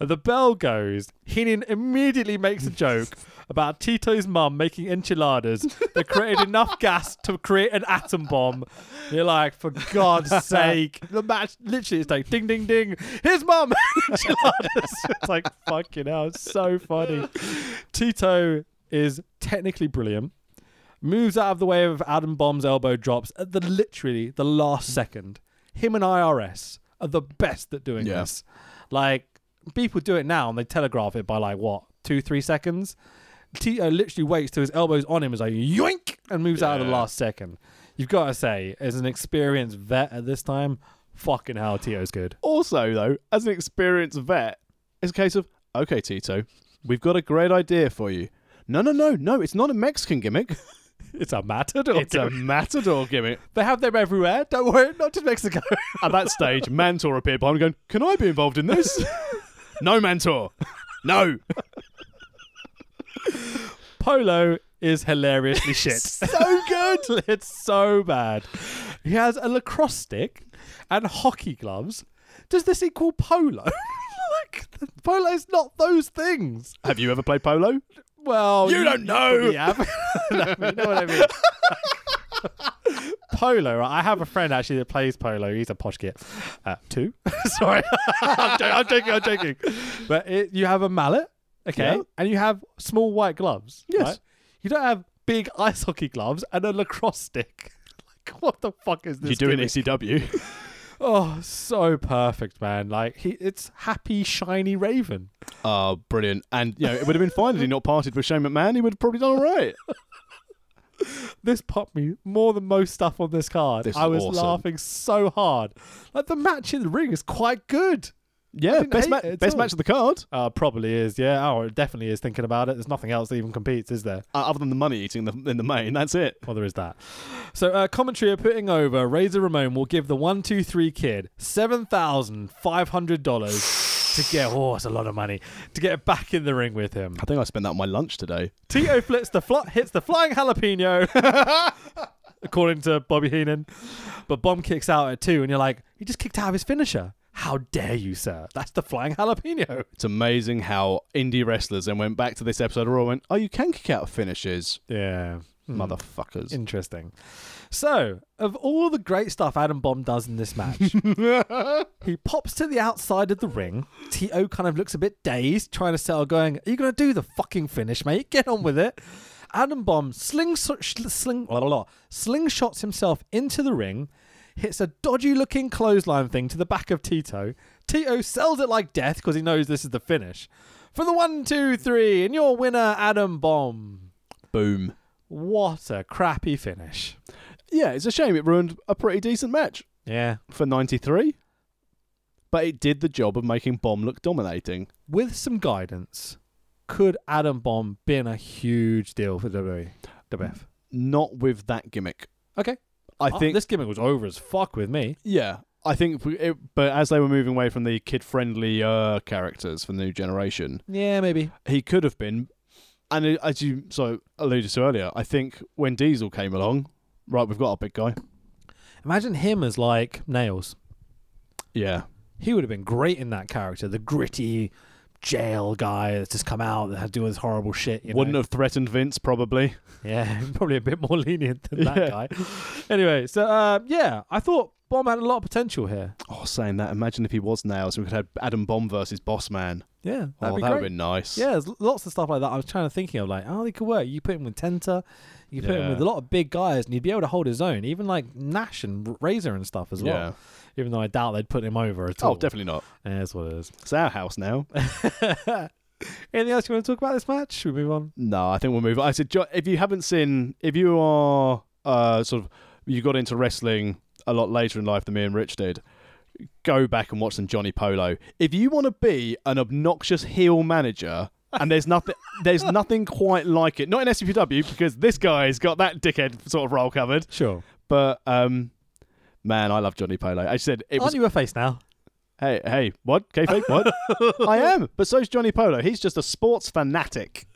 S2: The bell goes. Heenan immediately makes a joke about Tito's mum making enchiladas that created enough gas to create an atom bomb. You're like, for God's sake! The match literally is like, ding, ding, ding. His mum enchiladas. [LAUGHS] It's like fucking hell, it's so funny. Tito is technically brilliant moves out of the way of Adam Bomb's elbow drops at the literally the last second. Him and IRS are the best at doing
S3: Yeah.
S2: this. Like people do it now and they telegraph it by like what two three seconds. Tito literally waits till his elbows on him is like yoink and moves out at the
S3: Yeah.
S2: last second. You've got to say, as an experienced vet at this time, fucking hell, Tito's good.
S3: Also, though, as an experienced vet, it's a case of, okay, Tito, we've got a great idea for you. No, no, no, no, it's not a Mexican gimmick.
S2: It's a matador.
S3: It's a matador gimmick.
S2: they have them everywhere. Don't worry, not just Mexico. [LAUGHS]
S3: At that [LAUGHS] stage, Mantor appeared behind me going, Can I be involved in [LAUGHS] this? no, Mantor. No.
S2: Polo is hilariously shit. so good. [LAUGHS] it's so bad. He has a lacrosse stick and hockey gloves. Does this equal polo? [LAUGHS] like polo is not those things.
S3: Have you ever played polo?
S2: Well,
S3: You don't know.
S2: [LAUGHS] probably have. No, you know what I mean. polo. right? I have a friend actually that plays polo. He's a posh git. Uh, two. [LAUGHS] Sorry, I'm, joking, I'm joking. I'm joking. But it, you have a mallet, okay,
S3: Yeah.
S2: and you have small white gloves.
S3: Yes.
S2: right? You don't have big ice hockey gloves and a lacrosse stick. [LAUGHS] like, what the fuck is this?
S3: You do in
S2: gimmick?
S3: [LAUGHS] ECW.
S2: Oh, so perfect, man. Like he, it's happy, shiny Raven.
S3: oh, brilliant. And, you know, it would have been fine had he not parted with Shane McMahon. He would have probably done all right.
S2: This popped me more than most stuff on this card.
S3: This is
S2: I was
S3: awesome.
S2: laughing so hard. Like the match in the ring is quite good.
S3: [LAUGHS] Yeah,
S2: didn't
S3: best,
S2: hate
S3: ma-
S2: it at
S3: best
S2: all.
S3: match of the card.
S2: Uh, probably is, yeah. Oh, it definitely is. Thinking about it, there's nothing else that even competes, is there?
S3: Uh, other than the money eating in the, in the main, that's it.
S2: Well, there is that. So, uh, commentary are putting over Razor Ramon will give the one, two, three kid seven thousand five hundred dollars to get. Oh, that's a lot of money to get back in the ring with him.
S3: I think I spent that on my lunch today.
S2: Tito flips the fl- hits the flying jalapeno, [LAUGHS] according to Bobby Heenan. But Bomb kicks out at two, and you're like, he just kicked out of his finisher. How dare you, sir? That's the flying jalapeno.
S3: It's amazing how indie wrestlers then went back to this episode where I went, oh, you can kick out of finishes,
S2: Yeah,
S3: Hmm.
S2: mother.
S3: motherfuckers.
S2: Interesting. So, of all the great stuff Adam Bomb does in this match, he pops to the outside of the ring. T.O. kind of looks a bit dazed, trying to settle, going, Are you going to do the fucking finish, mate? Get on with it. Adam Bomb slings, sl- sling, la, la, la, slingshots himself into the ring, hits a dodgy looking clothesline thing to the back of Tito. Tito sells it like death because he knows this is the finish. For the one, two, three, and your winner, Adam Bomb.
S3: Boom.
S2: What a crappy finish.
S3: Yeah, it's a shame it ruined a pretty decent match
S2: Yeah.
S3: for 93. But it did the job of making Bomb look dominating.
S2: With some guidance, could Adam Bomb been a huge deal for E? WWE? WF.
S3: Not with that gimmick.
S2: Okay.
S3: I
S2: Oh,
S3: think,
S2: this gimmick was over as fuck with me.
S3: yeah, I think, we- it, but as they were moving away from the kid friendly uh, characters for the new generation,
S2: Yeah, maybe.
S3: he could have been. And uh, as you so alluded to earlier, I think when Diesel came along, right, we've got our big guy.
S2: Imagine him as like Nails.
S3: Yeah.
S2: He would have been great in that character, the gritty jail guy that's just come out that had to do all this horrible shit. You
S3: Wouldn't
S2: know?
S3: have threatened Vince, probably.
S2: Yeah, [LAUGHS] probably a bit more lenient than that
S3: Yeah.
S2: guy. Anyway, so uh, yeah, I thought Bomb had a lot of potential here.
S3: Oh, saying that, imagine if he was Nails, we could have Adam Bomb versus Boss Man.
S2: Yeah, that'd
S3: oh,
S2: be
S3: that
S2: great.
S3: would be nice.
S2: Yeah, there's lots of stuff like that. I was trying to thinking of like, oh, they could work. You put him with Tenta, you put him
S3: Yeah.
S2: with a lot of big guys, and he'd be able to hold his own, even like Nash and Razor and stuff as well.
S3: Yeah.
S2: Even though I doubt they'd put him over at all.
S3: Oh, definitely not.
S2: Yeah, that's what it is.
S3: It's our house now. [LAUGHS]
S2: [LAUGHS] Anything else you want to talk about this match? Should we move on?
S3: no, I think we'll move. on. I said, jo- if you haven't seen, if you are uh, sort of, you got into wrestling a lot later in life than me and Rich did, go back and watch some Johnny Polo. If you want to be an obnoxious heel manager, and there's nothing, [LAUGHS] there's nothing quite like it. Not in SCPW because this guy's got that dickhead sort of role covered.
S2: Sure.
S3: But um, man, I love Johnny Polo. I said it was
S2: Aren't you a face now?
S3: Hey, hey, what? Kayfabe,
S2: [LAUGHS]
S3: what? I am, but so's Johnny Polo. He's just a sports fanatic.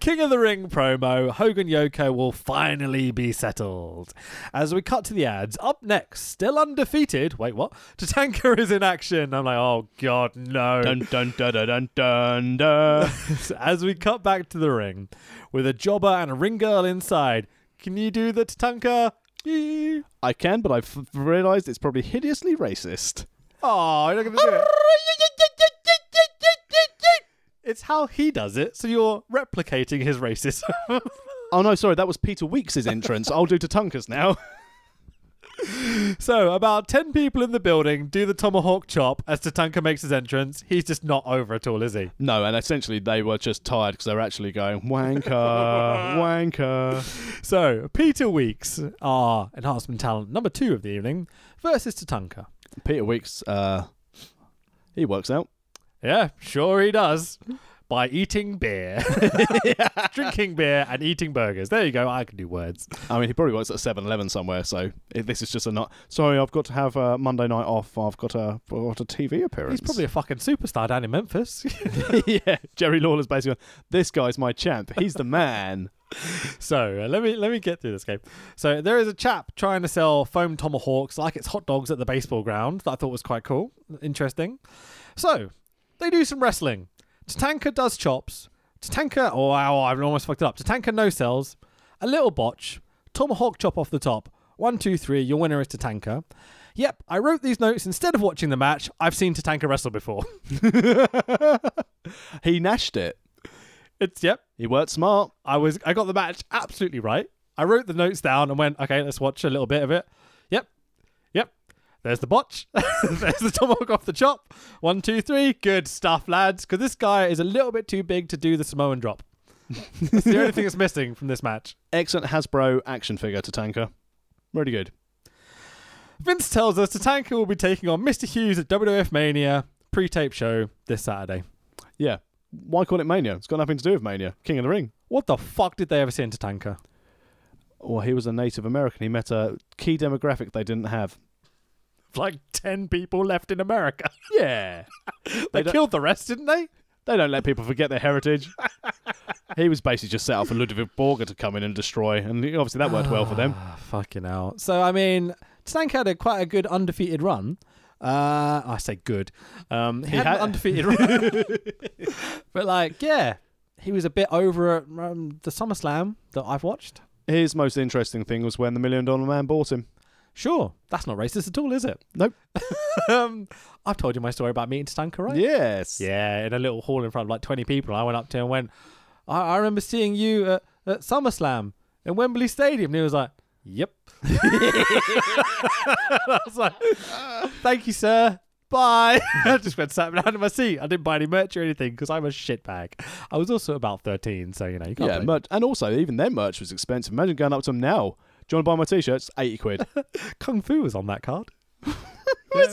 S2: King of the Ring promo, Hogan Yoko will finally be settled. As we cut to the ads, up next, still undefeated. Wait, what? [LAUGHS] Tatanka is in action. I'm like, oh god, no.
S3: Dun dun dun dun dun dun. dun.
S2: [LAUGHS] As we cut back to the ring, with a jobber and a ring girl inside, can you do the Tatanka? Yee.
S3: [LAUGHS] I can, but I've f- realised it's probably hideously racist.
S2: Oh, you're not gonna do it. It's how he does it, so you're replicating his racism. [LAUGHS]
S3: Oh no, sorry, that was Peter Weeks' entrance. I'll do Tatunkas now. [LAUGHS]
S2: so, about 10 people in the building do the tomahawk chop as Tatanka makes his entrance. He's just not over at all, is he?
S3: No, and essentially they were just tired because they were actually going wanker, [LAUGHS] wanker.
S2: So, Peter Weeks, our enhancement talent number two of the evening, versus Tatanka.
S3: Peter Weeks, uh, he works out.
S2: Yeah, sure he does. By eating beer, [LAUGHS] drinking beer, and eating burgers. There you go. I can do words.
S3: I mean, he probably works at 7-Eleven somewhere. So i- this is just a not. Sorry, I've got to have uh, Monday night off. I've got a I've got a TV appearance.
S2: He's
S3: [LAUGHS]
S2: probably a fucking superstar down in Memphis. [LAUGHS]
S3: yeah. Jerry Lawler's basically. going, This guy's my champ. He's the man.
S2: so uh, let me let me get through this game. So there is a chap trying to sell foam tomahawks like it's hot dogs at the baseball ground. That I thought was quite cool, interesting. So they do some wrestling. Tatanka does chops. Tatanka, oh wow, I've almost fucked it up. Tatanka no sells. A little botch. Tomahawk chop off the top. One, two, three. Your winner is Tatanka. Yep, I wrote these notes instead of watching the match. I've seen Tatanka wrestle before. [LAUGHS]
S3: He nashed it.
S2: It's yep.
S3: He worked smart.
S2: I was I got the match absolutely right. I wrote the notes down and went, okay, let's watch a little bit of it. Yep. Yep. There's the botch. [LAUGHS] There's the tomahawk off the chop. One, two, three. Good stuff, lads. Because this guy is a little bit too big to do the Samoan drop. that's the only thing that's missing from this match.
S3: Excellent Hasbro action figure to tanker. Really good.
S2: Vince tells us Tatanka will be taking on Mr. Hughes at WWF Mania pre-tape show this Saturday.
S3: Yeah. Why call it Mania? It's got nothing to do with Mania. King of the Ring.
S2: What the fuck did they ever see in Tatanka?
S3: Well, he was a Native American. He met a key demographic they didn't have.
S2: Like ten people left in America.
S3: Yeah.
S2: [LAUGHS] They,
S3: don't-
S2: killed the rest, didn't they?
S3: They don't let people forget their heritage. [LAUGHS] he was basically just set up for Ludwig Borger to come in and destroy, and obviously that worked well for them.
S2: Ah, fucking hell. So, I mean, Tank had a quite a good undefeated run. Uh, I say good. Um, he, had,
S3: had-
S2: an undefeated run. [LAUGHS] but, like, yeah, he was a bit over at um, the SummerSlam that I've watched.
S3: His most interesting thing was when the Million Dollar Man bought him.
S2: Sure, that's not racist at all, is it?
S3: Nope.
S2: [LAUGHS] um, I've told you my story about meeting Stanka, right?
S3: Yes.
S2: Yeah, in a little hall in front of like 20 people. I went up to him and went, I, I remember seeing you at, at SummerSlam in Wembley Stadium. And he was like, Yep. [LAUGHS] I was like, Thank you, sir. Bye. [LAUGHS] I just went sat down in my seat. I didn't buy any merch or anything because I'm a shitbag. I was also about 13, so you know, you can't.
S3: Yeah,
S2: blame-
S3: merch, and also even their merch was expensive. Imagine going up to them now. Do you want to buy my t-shirts? Eighty quid.
S2: Kung Fu was on that card. was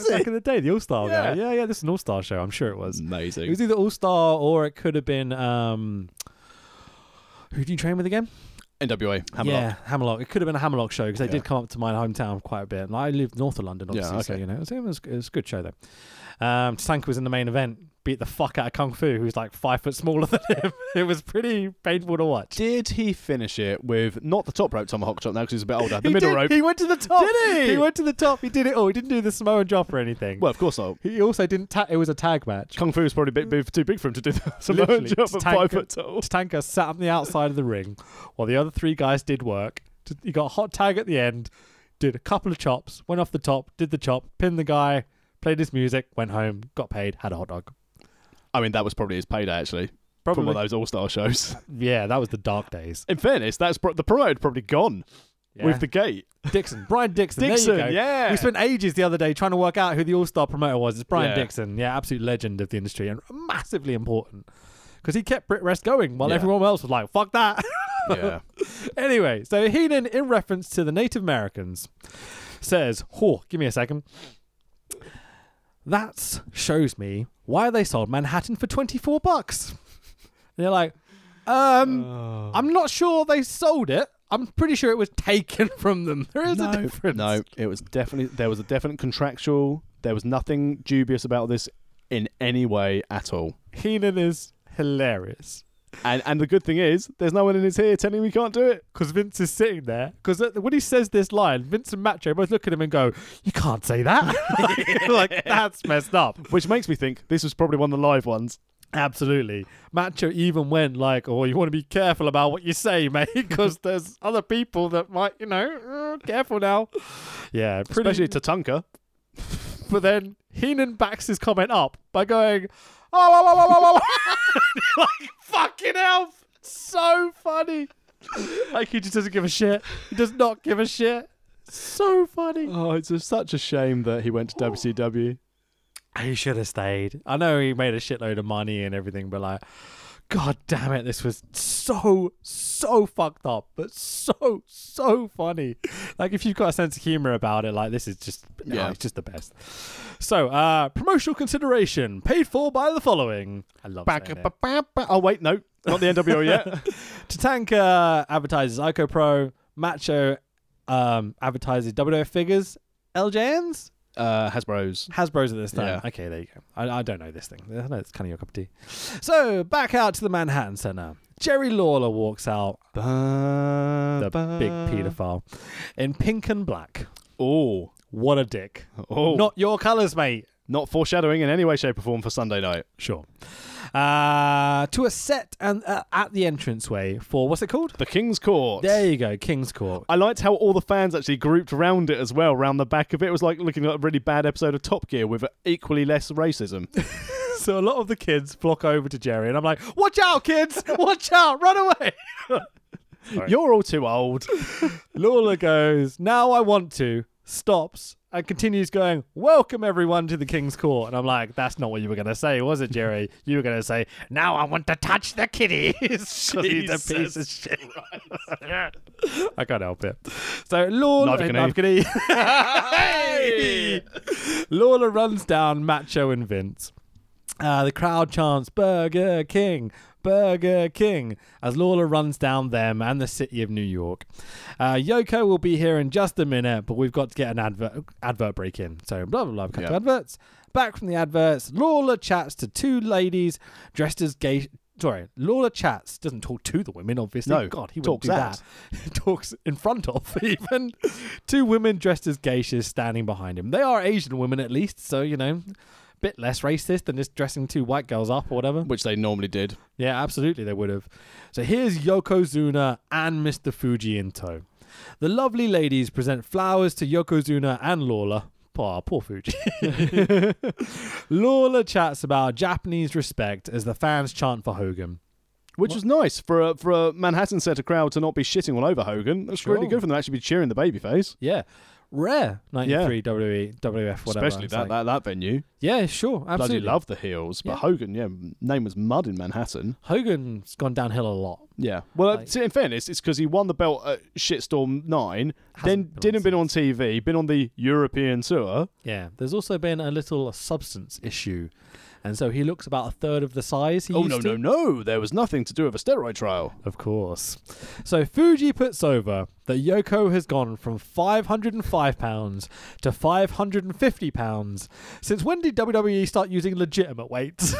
S2: yeah, Back in the day, the All Star
S3: Oh, Yeah.
S2: guy. Yeah, yeah, this is an All Star show. I'm sure it was. It
S3: Amazing.
S2: was either All Star or it could have been. um Who do you train with again?
S3: NWA. Hammerlock.
S2: Yeah, Hammerlock. It could have been a Hammerlock show because they
S3: Yeah.
S2: did come up to my hometown quite a bit. And I lived north of London,
S3: Yeah,
S2: obviously, so
S3: okay.
S2: you know, it was, it was, it was a good show though. Um, Tatanka was in the main event, beat the fuck out of Kung Fu, who's like five foot smaller than him. [LAUGHS] It was pretty painful to watch.
S3: Did he finish it with not the top rope tomahawk chop now because he's a bit older, the
S2: he
S3: middle
S2: did-
S3: rope?
S2: He went to the top.
S3: Did he?
S2: He went to the top. He did it all. He didn't do the Samoan drop or anything.
S3: Well, of course not.
S2: he also didn't. Ta- it was a tag match.
S3: Kung Fu is probably a bit, bit too big for him to do [LAUGHS] that. So
S2: Literally,
S3: job at
S2: tank-
S3: five foot tall.
S2: Tatanka sat on the outside of the ring while the other three guys did work. T- He got a hot tag at the end, did a couple of chops, went off the top, did the chop, pinned the guy, played his music, went home, got paid, had a hot dog.
S3: I mean, that was probably his payday actually from one
S2: Probably.
S3: of those All Star shows. [LAUGHS]
S2: Yeah, that was the dark days.
S3: In fairness, that's pro- the promo had probably gone
S2: With
S3: with the gate.
S2: the Dixon, Brian Dixon.
S3: Dixon,
S2: there you go.
S3: yeah.
S2: We spent ages the other day trying to work out who the All Star promoter was. It's Brian
S3: Yeah.
S2: Dixon, yeah, absolute legend of the industry and massively important because he kept Brit Rest going while
S3: Yeah.
S2: everyone else was like, "Fuck that."
S3: yeah.
S2: Anyway, so Heenan, in reference to the Native Americans, says, "Ho, give me a second. That shows me why they sold Manhattan for twenty-four bucks." And you're like, um, I'm not sure they sold it. I'm pretty sure it was taken [LAUGHS] from them. There is a difference.
S3: [LAUGHS] No, it was definitely there was a definite contractual. There was nothing dubious about this in any way at all.
S2: Heenan is hilarious.
S3: And and the good thing is, there's no one in his ear telling him he can't do it. [LAUGHS]
S2: Because Vince is sitting there. Because when he says this line, Vince and Macho both look at him and go, "You can't say that." [LAUGHS]
S3: [LAUGHS]
S2: like that's messed up.
S3: Which makes me think this was probably one of the live ones.
S2: Absolutely. Macho even went like, oh, you want to be careful about what you say, mate, [LAUGHS] because there's other people that might, you know, uh, careful now. Yeah, pretty. [LAUGHS]
S3: Especially Tatanka.
S2: but then Heenan backs his comment up by going, oh, oh, oh, oh, oh, oh. You're [LAUGHS] like, fucking hell. So funny. Like, he just doesn't give a shit. He does not give a shit. So funny.
S3: Oh, it's a, such a shame that he went to WCW.
S2: He should have stayed. I know he made a shitload of money and everything, but like, god damn it, this was so, so fucked up, but so, so funny. Like, if you've got a sense of humor about it, like, this is just, yeah,
S3: Yeah.
S2: it's just the best. So, uh, promotional consideration paid for by the following. I love
S3: Ba-
S2: saying it.
S3: ba- ba- ba- Oh wait, no, not the NWO yet.
S2: [LAUGHS] Tatanka advertises Ico Pro, Macho um, advertises WWF figures, LJNs?
S3: uh, Hasbro's.
S2: Hasbro's at this time.
S3: Yeah.
S2: Okay, there you go. I, I don't know this thing. I know it's kind of your cup of tea. So back out to the Manhattan Center. Jerry Lawler walks out, the big paedophile, in pink and black.
S3: Oh,
S2: What a dick.
S3: oh,
S2: Not your colors, mate.
S3: Not foreshadowing in any way, shape, or form for Sunday night.
S2: Sure. Uh, to a set and uh, at the entranceway for what's it called?
S3: The King's Court.
S2: There you go, King's Court.
S3: I liked how all the fans actually grouped around it as well, round the back of it. It was like looking at a really bad episode of Top Gear with equally less [LAUGHS] racism.
S2: [LAUGHS] So a lot of the kids flock over to Jerry, and I'm like, "Watch out, kids! Watch out! Run away!" [LAUGHS]
S3: You're all too old.
S2: Lawler goes, Now I want to, stops, and continues going, Welcome everyone to the King's Court. And I'm like, That's not what you were going to say, was it, Jerry? You were going to say, Now I want to touch the kiddies. [LAUGHS] 'Cause he's a piece of shit. [LAUGHS] I can't help it. So Lawler,
S3: Neither can
S2: Neither can he. [LAUGHS] Hey! Lawler runs down Macho and Vince. Uh, the crowd chants Burger King, Burger King as Lawler runs down them and the city of New York. Uh, Yoko will be here in just a minute, but we've got to get an advert advert break in. So blah blah blah. We cut to
S3: Yeah.
S2: adverts. Back from the adverts, Lawler chats to two ladies dressed as gay. Sorry, Lawler chats doesn't talk to the women. Obviously,
S3: No,
S2: God, he wouldn't
S3: talks
S2: do
S3: at.
S2: that [LAUGHS] talks in front of [LAUGHS] even two women dressed as geishas standing behind him they are asian women at least so you know bit less racist than just dressing two white girls up or whatever
S3: Which they normally did.
S2: yeah absolutely they would have so here's yokozuna and mr fuji in tow the lovely ladies present flowers to yokozuna and lawler Aw, poor Fuji. [LAUGHS] Lawler chats about Japanese respect as the fans chant for Hogan.
S3: Which was nice for a, for a Manhattan set of crowd to not be shitting all over Hogan. That's really
S2: Sure.
S3: good for them to actually be cheering the babyface.
S2: Yeah. Rare 93 WWE, WF, whatever.
S3: Especially
S2: It's
S3: that,
S2: like-
S3: that that venue.
S2: Yeah, sure, absolutely.
S3: Bloody love the heels, but
S2: Yeah.
S3: Hogan, yeah, name was mud in Manhattan.
S2: Hogan's gone downhill a lot.
S3: Yeah. Well,
S2: Like-
S3: to- in fairness, it's because he won the belt at Shitstorm Nine,
S2: Hasn't
S3: then
S2: been on
S3: didn't been on TV, been on the European tour.
S2: Yeah, there's also been a little substance issue, and so he looks about a third of the size. He
S3: oh
S2: used
S3: no,
S2: to.
S3: no, no! There was nothing to do with a steroid trial.
S2: Of course. So Fuji puts over that Yoko has gone from 505 pounds to 550 pounds. Since when did WWE start using legitimate
S3: [LAUGHS]
S2: weights?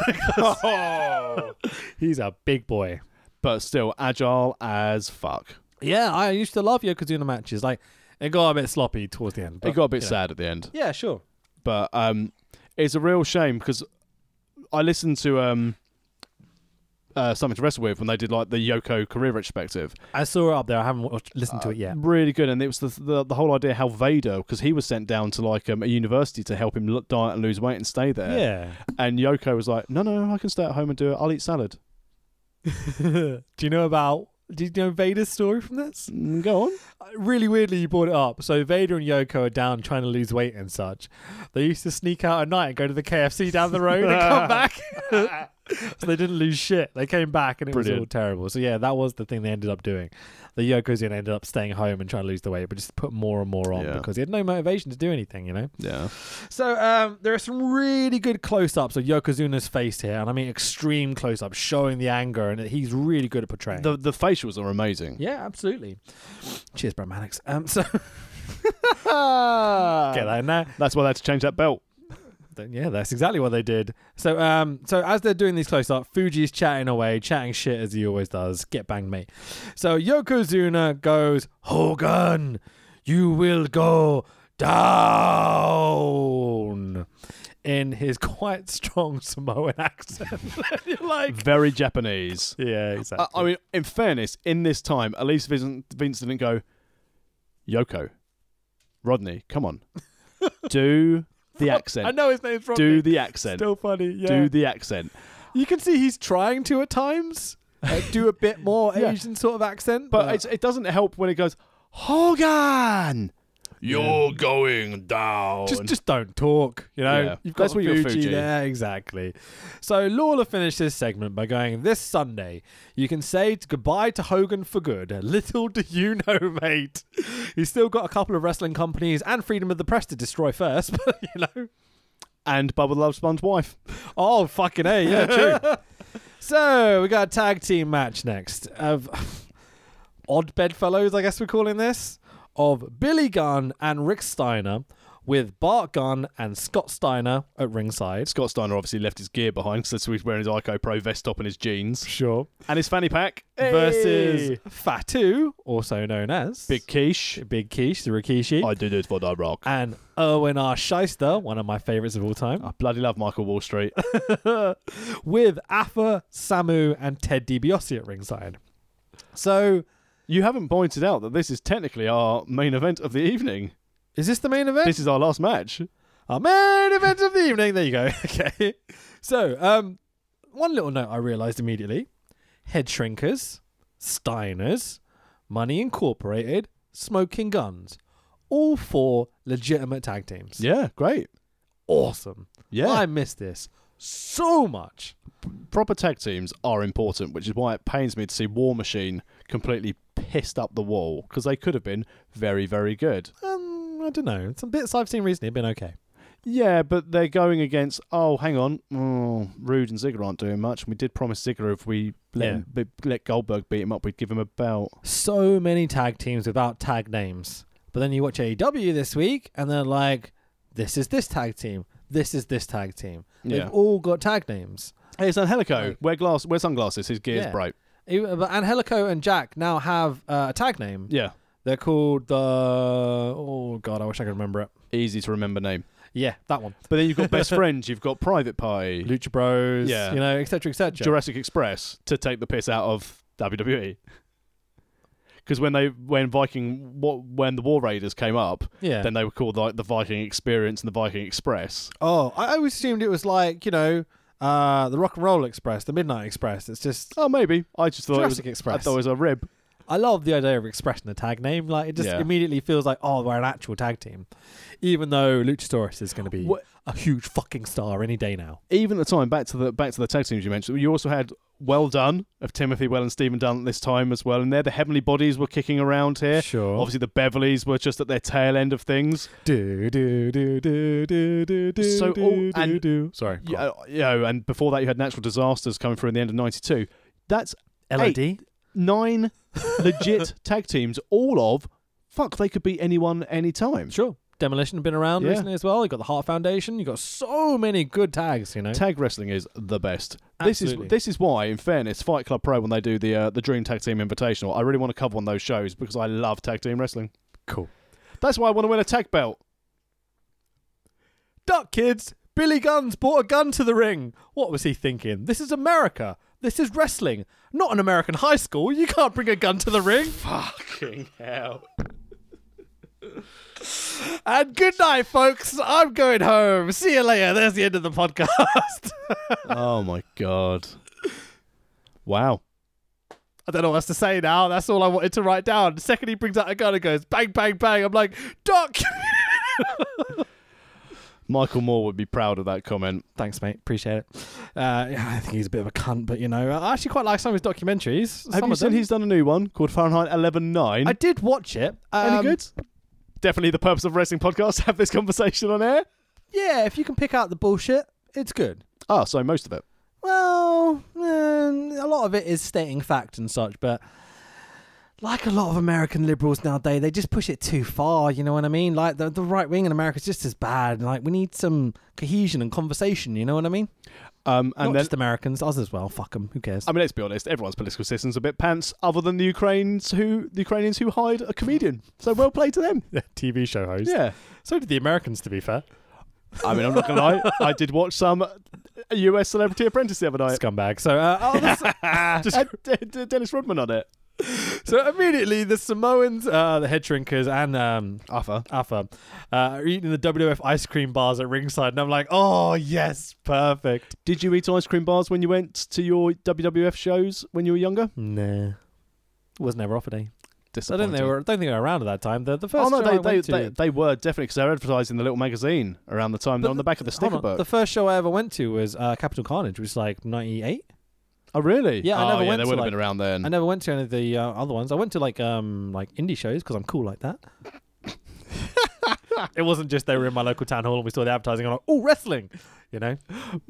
S2: [LAUGHS] He's a big boy.
S3: But still agile as fuck.
S2: Yeah, I used to love Yokozuna matches. Like it got a bit sloppy towards the end.
S3: It
S2: but,
S3: got a
S2: you
S3: bit
S2: know.
S3: sad at the end.
S2: Yeah, sure.
S3: but um, it's a real shame because I listened to um, uh, something to wrestle with when they did like the Yoko career retrospective.
S2: I saw it up there. I haven't watched, listened to it yet.
S3: Really good, and it was the the, the whole idea how Vader because he was sent down to like um, a university to help him lo- diet and lose weight and stay
S2: Uh,
S3: there.
S2: Yeah.
S3: And Yoko was like, "No, no, I can stay at home and do it. I'll eat salad."
S2: [LAUGHS] do you know about? Did you know Vader's story from this?
S3: Mm, go on.
S2: Uh, Really weirdly, you brought it up. So Vader and Yoko are down trying to lose weight and such. They used to sneak out at night and go to the KFC down the road and come back. [LAUGHS] so they didn't lose shit. They came back and it was
S3: Brilliant.
S2: all terrible. So yeah, that was the thing they ended up doing. The Yokozuna ended up staying home and trying to lose the weight, but just put more and more on
S3: Yeah.
S2: because he had no motivation to do anything. You know.
S3: Yeah.
S2: So um, there are some really good close-ups of Yokozuna's face here, and I mean extreme close-ups showing the anger, and he's really good at portraying.
S3: The the facials are amazing.
S2: yeah, absolutely. Cheers, Brad Maddox. Um, [LAUGHS] so get that in there.
S3: That's why they had to change that belt.
S2: Then, yeah, that's exactly what they did. So, um, so as they're doing these close up, Fuji's chatting away, chatting shit as he always does. Get banged, mate. So Yokozuna goes, Hogan, you will go down in his quite strong [LAUGHS] Samoan accent. [LAUGHS] You're like,
S3: Very Japanese.
S2: yeah,
S3: I,
S2: exactly.
S3: I mean, in fairness, in this time, at least Vince, Vince didn't go, Yoko, Rodney,
S2: [LAUGHS]
S3: come on, do the
S2: I
S3: accent,
S2: know his name's Rodney.
S3: do the accent,
S2: Still funny. Yeah.
S3: do the accent.
S2: you can see he's trying to at times uh, do a bit more
S3: [LAUGHS] Yeah.
S2: Asian sort of accent,
S3: But it's, it doesn't help when it goes, Hogan, you're going down.
S2: just just don't talk. You know,
S3: Yeah.
S2: you've got
S3: That's what you're
S2: Fuji,
S3: Fuji.
S2: there exactly. So Lawler finished this segment by going, "This Sunday, you can say t- goodbye to Hogan for good. Little do you know, [LAUGHS] mate, he's still got a couple of wrestling companies and freedom of the press to destroy first. But [LAUGHS] you know,
S3: and Bubba Love Sponge wife.
S2: oh fucking a,
S3: [LAUGHS]
S2: yeah, true. so we got a tag team match next of [LAUGHS] odd bedfellows, I guess we're calling this, of Billy Gunn and Rick Steiner. with Bart Gunn and Scott Steiner at ringside.
S3: Scott Steiner obviously left his gear behind because he was wearing his Ico Pro vest top and his jeans
S2: Sure.
S3: and his fanny pack
S2: Versus
S3: Hey!
S2: Fatu, also known as
S3: Big Quiche.
S2: Big Quiche, the Rikishi,
S3: I do this for the rock.
S2: and Erwin R. Shyster, one of my favorites of all time,
S3: I bloody love Michael Wall Street. [LAUGHS]
S2: with Afa, Samu, and Ted DiBiase at ringside. So,
S3: you haven't pointed out that this is technically our main event of the evening.
S2: is this the main event?
S3: This is our last match.
S2: Our main event of the evening. There you go. [LAUGHS] Okay. So, um, one little note I realised immediately: head shrinkers, Steiners, Money Incorporated, Smoking Guns, all four legitimate tag teams.
S3: Yeah, great.
S2: Awesome.
S3: Yeah.
S2: I miss this so much.
S3: Proper tag teams are important, which is why it pains me to see War Machine completely pissed up the wall because they could have been very, very good.
S2: Um, I don't know. Some bits I've seen recently have been okay.
S3: Yeah, but they're going against. Oh, hang on. Oh, Rude and Ziggler aren't doing much. We did promise Ziggler if we let,
S2: Yeah.
S3: him, b- let Goldberg beat him up, we'd give him a belt.
S2: so many tag teams without tag names. But then you watch AEW this week, and they're like, "This is this tag team. This is this tag team.
S3: Yeah.
S2: They've all got tag names."
S3: Hey, it's Angelico.
S2: Right.
S3: Wear glass. Wear sunglasses. His gear's
S2: Yeah.
S3: bright.
S2: Even- E, But Angelico and Jack now have uh, a tag name.
S3: Yeah,
S2: They're called the oh god, I wish I could remember it.
S3: easy to remember name.
S2: Yeah, that one.
S3: But then you've got [LAUGHS] best friends. You've got Private Pie,
S2: Lucha Bros.
S3: Yeah.
S2: you know, etc. Cetera, etc.
S3: Jurassic Express to take the piss out of WWE. Because when they when Viking what when the War Raiders came up,
S2: yeah.
S3: then they were called like the Viking Experience and the Viking Express.
S2: oh, I always assumed it was like you know, uh, the Rock and Roll Express, the Midnight Express. It's just
S3: Oh, maybe I just thought
S2: Jurassic
S3: it was,
S2: Express.
S3: I thought it was a rib.
S2: I love the idea of expressing the tag name. Like it just
S3: Yeah.
S2: immediately feels like, oh, we're an actual tag team, even though Luchasaurus is going to be
S3: What-
S2: a huge fucking star any day now.
S3: Even at the time, back to the back to the tag teams you mentioned, you also had Well Done of Timothy Well and Stephen Dunn at this time as well, and there the Heavenly Bodies were kicking around here.
S2: Sure.
S3: Obviously, the Beverleys were just at their tail end of things.
S2: Do do do do do do do.
S3: So
S2: do,
S3: all-
S2: do,
S3: and-
S2: do. sorry,
S3: You know, you know, and before that, you had Natural Disasters coming through in the end of '92. That's
S2: LED.
S3: nine
S2: [LAUGHS]
S3: legit tag teams, all of fuck, they could beat anyone anytime.
S2: Sure. Demolition have been around
S3: Yeah.
S2: recently as well. You got the Heart Foundation. You got so many good tags. You know.
S3: Tag wrestling is the best.
S2: Absolutely.
S3: This is this is why, in fairness, Fight Club Pro when they do the uh, the Dream Tag Team Invitational, I really want to cover one of those shows because I love tag team wrestling.
S2: Cool.
S3: That's why I want to win a tag belt.
S2: Duck kids. Billy Gunn's brought a gun to the ring. What was he thinking? This is America. This is wrestling, not an American high school. You can't bring a gun to the ring.
S3: Fucking hell!
S2: And good night, folks. I'm going home. See you later. There's the end of the podcast. [LAUGHS]
S3: oh my god! Wow.
S2: I don't know what else to say now. That's all I wanted to write down. The second he brings out a gun and goes bang, bang, bang, I'm like, Doc. [LAUGHS]
S3: Michael Moore would be proud of that comment.
S2: Thanks, mate. Appreciate it. Uh, yeah, I think he's a bit of a cunt, but you know, I actually quite like some of his documentaries.
S3: Have
S2: Some
S3: you
S2: of
S3: seen
S2: them.
S3: he's done a new one called Fahrenheit 11.9?
S2: I did watch it.
S3: Any
S2: Um,
S3: good? Definitely the purpose of wrestling podcasts [LAUGHS] to have this conversation on air.
S2: Yeah, if you can pick out the bullshit, it's good.
S3: Ah, so most of it.
S2: Well, um, a lot of it is stating fact and such, but like a lot of American liberals nowadays, they just push it too far. You know what I mean? Like the, the right wing in America is just as bad. Like we need some cohesion and conversation. You know what I mean?
S3: Um, and
S2: Not
S3: then,
S2: just Americans, us as well. Fuck them. Who cares?
S3: I mean, let's be honest, everyone's political system's a bit pants, other than the Ukrainians who the Ukrainians who hide a comedian. So well played to
S2: [LAUGHS]
S3: them.
S2: TV show host.
S3: Yeah.
S2: So did the Americans, to be fair.
S3: I mean, I'm not gonna lie, I did watch some
S2: uh,
S3: U.S. Celebrity Apprentice the other night. [LAUGHS]
S2: Scumbag. So, uh, oh, the [LAUGHS]
S3: Just had D- D- Dennis Rodman on it.
S2: so immediately the Samoans, uh, the head shrinkers, and um,
S3: Arthur.
S2: Alpha, uh, are eating the WF ice cream bars at ringside, and I'm like, oh yes, perfect.
S3: Did you eat ice cream bars when you went to your WWF shows when you were younger?
S2: Nah, it was never offered any. I
S3: Disappointing.
S2: don't think they were. I don't think they were around at that time. The, the first
S3: oh no,
S2: show I
S3: they they,
S2: went to,
S3: they, they were definitely because they're advertising the little magazine around the time.
S2: But
S3: They're on
S2: the-
S3: the back of the
S2: Hold
S3: sticker
S2: on,
S3: book.
S2: the first show I ever went to was uh, Capital Carnage, which was like '98.
S3: oh really?
S2: Yeah, I
S3: oh,
S2: never
S3: yeah,
S2: went
S3: They
S2: to,
S3: would have
S2: like-
S3: been around then.
S2: I never went to any of the uh, other ones. I went to like um like indie shows because I'm cool like that. [LAUGHS] it wasn't just they were in my local town hall and we saw the advertising. I'm like, oh, wrestling, you know.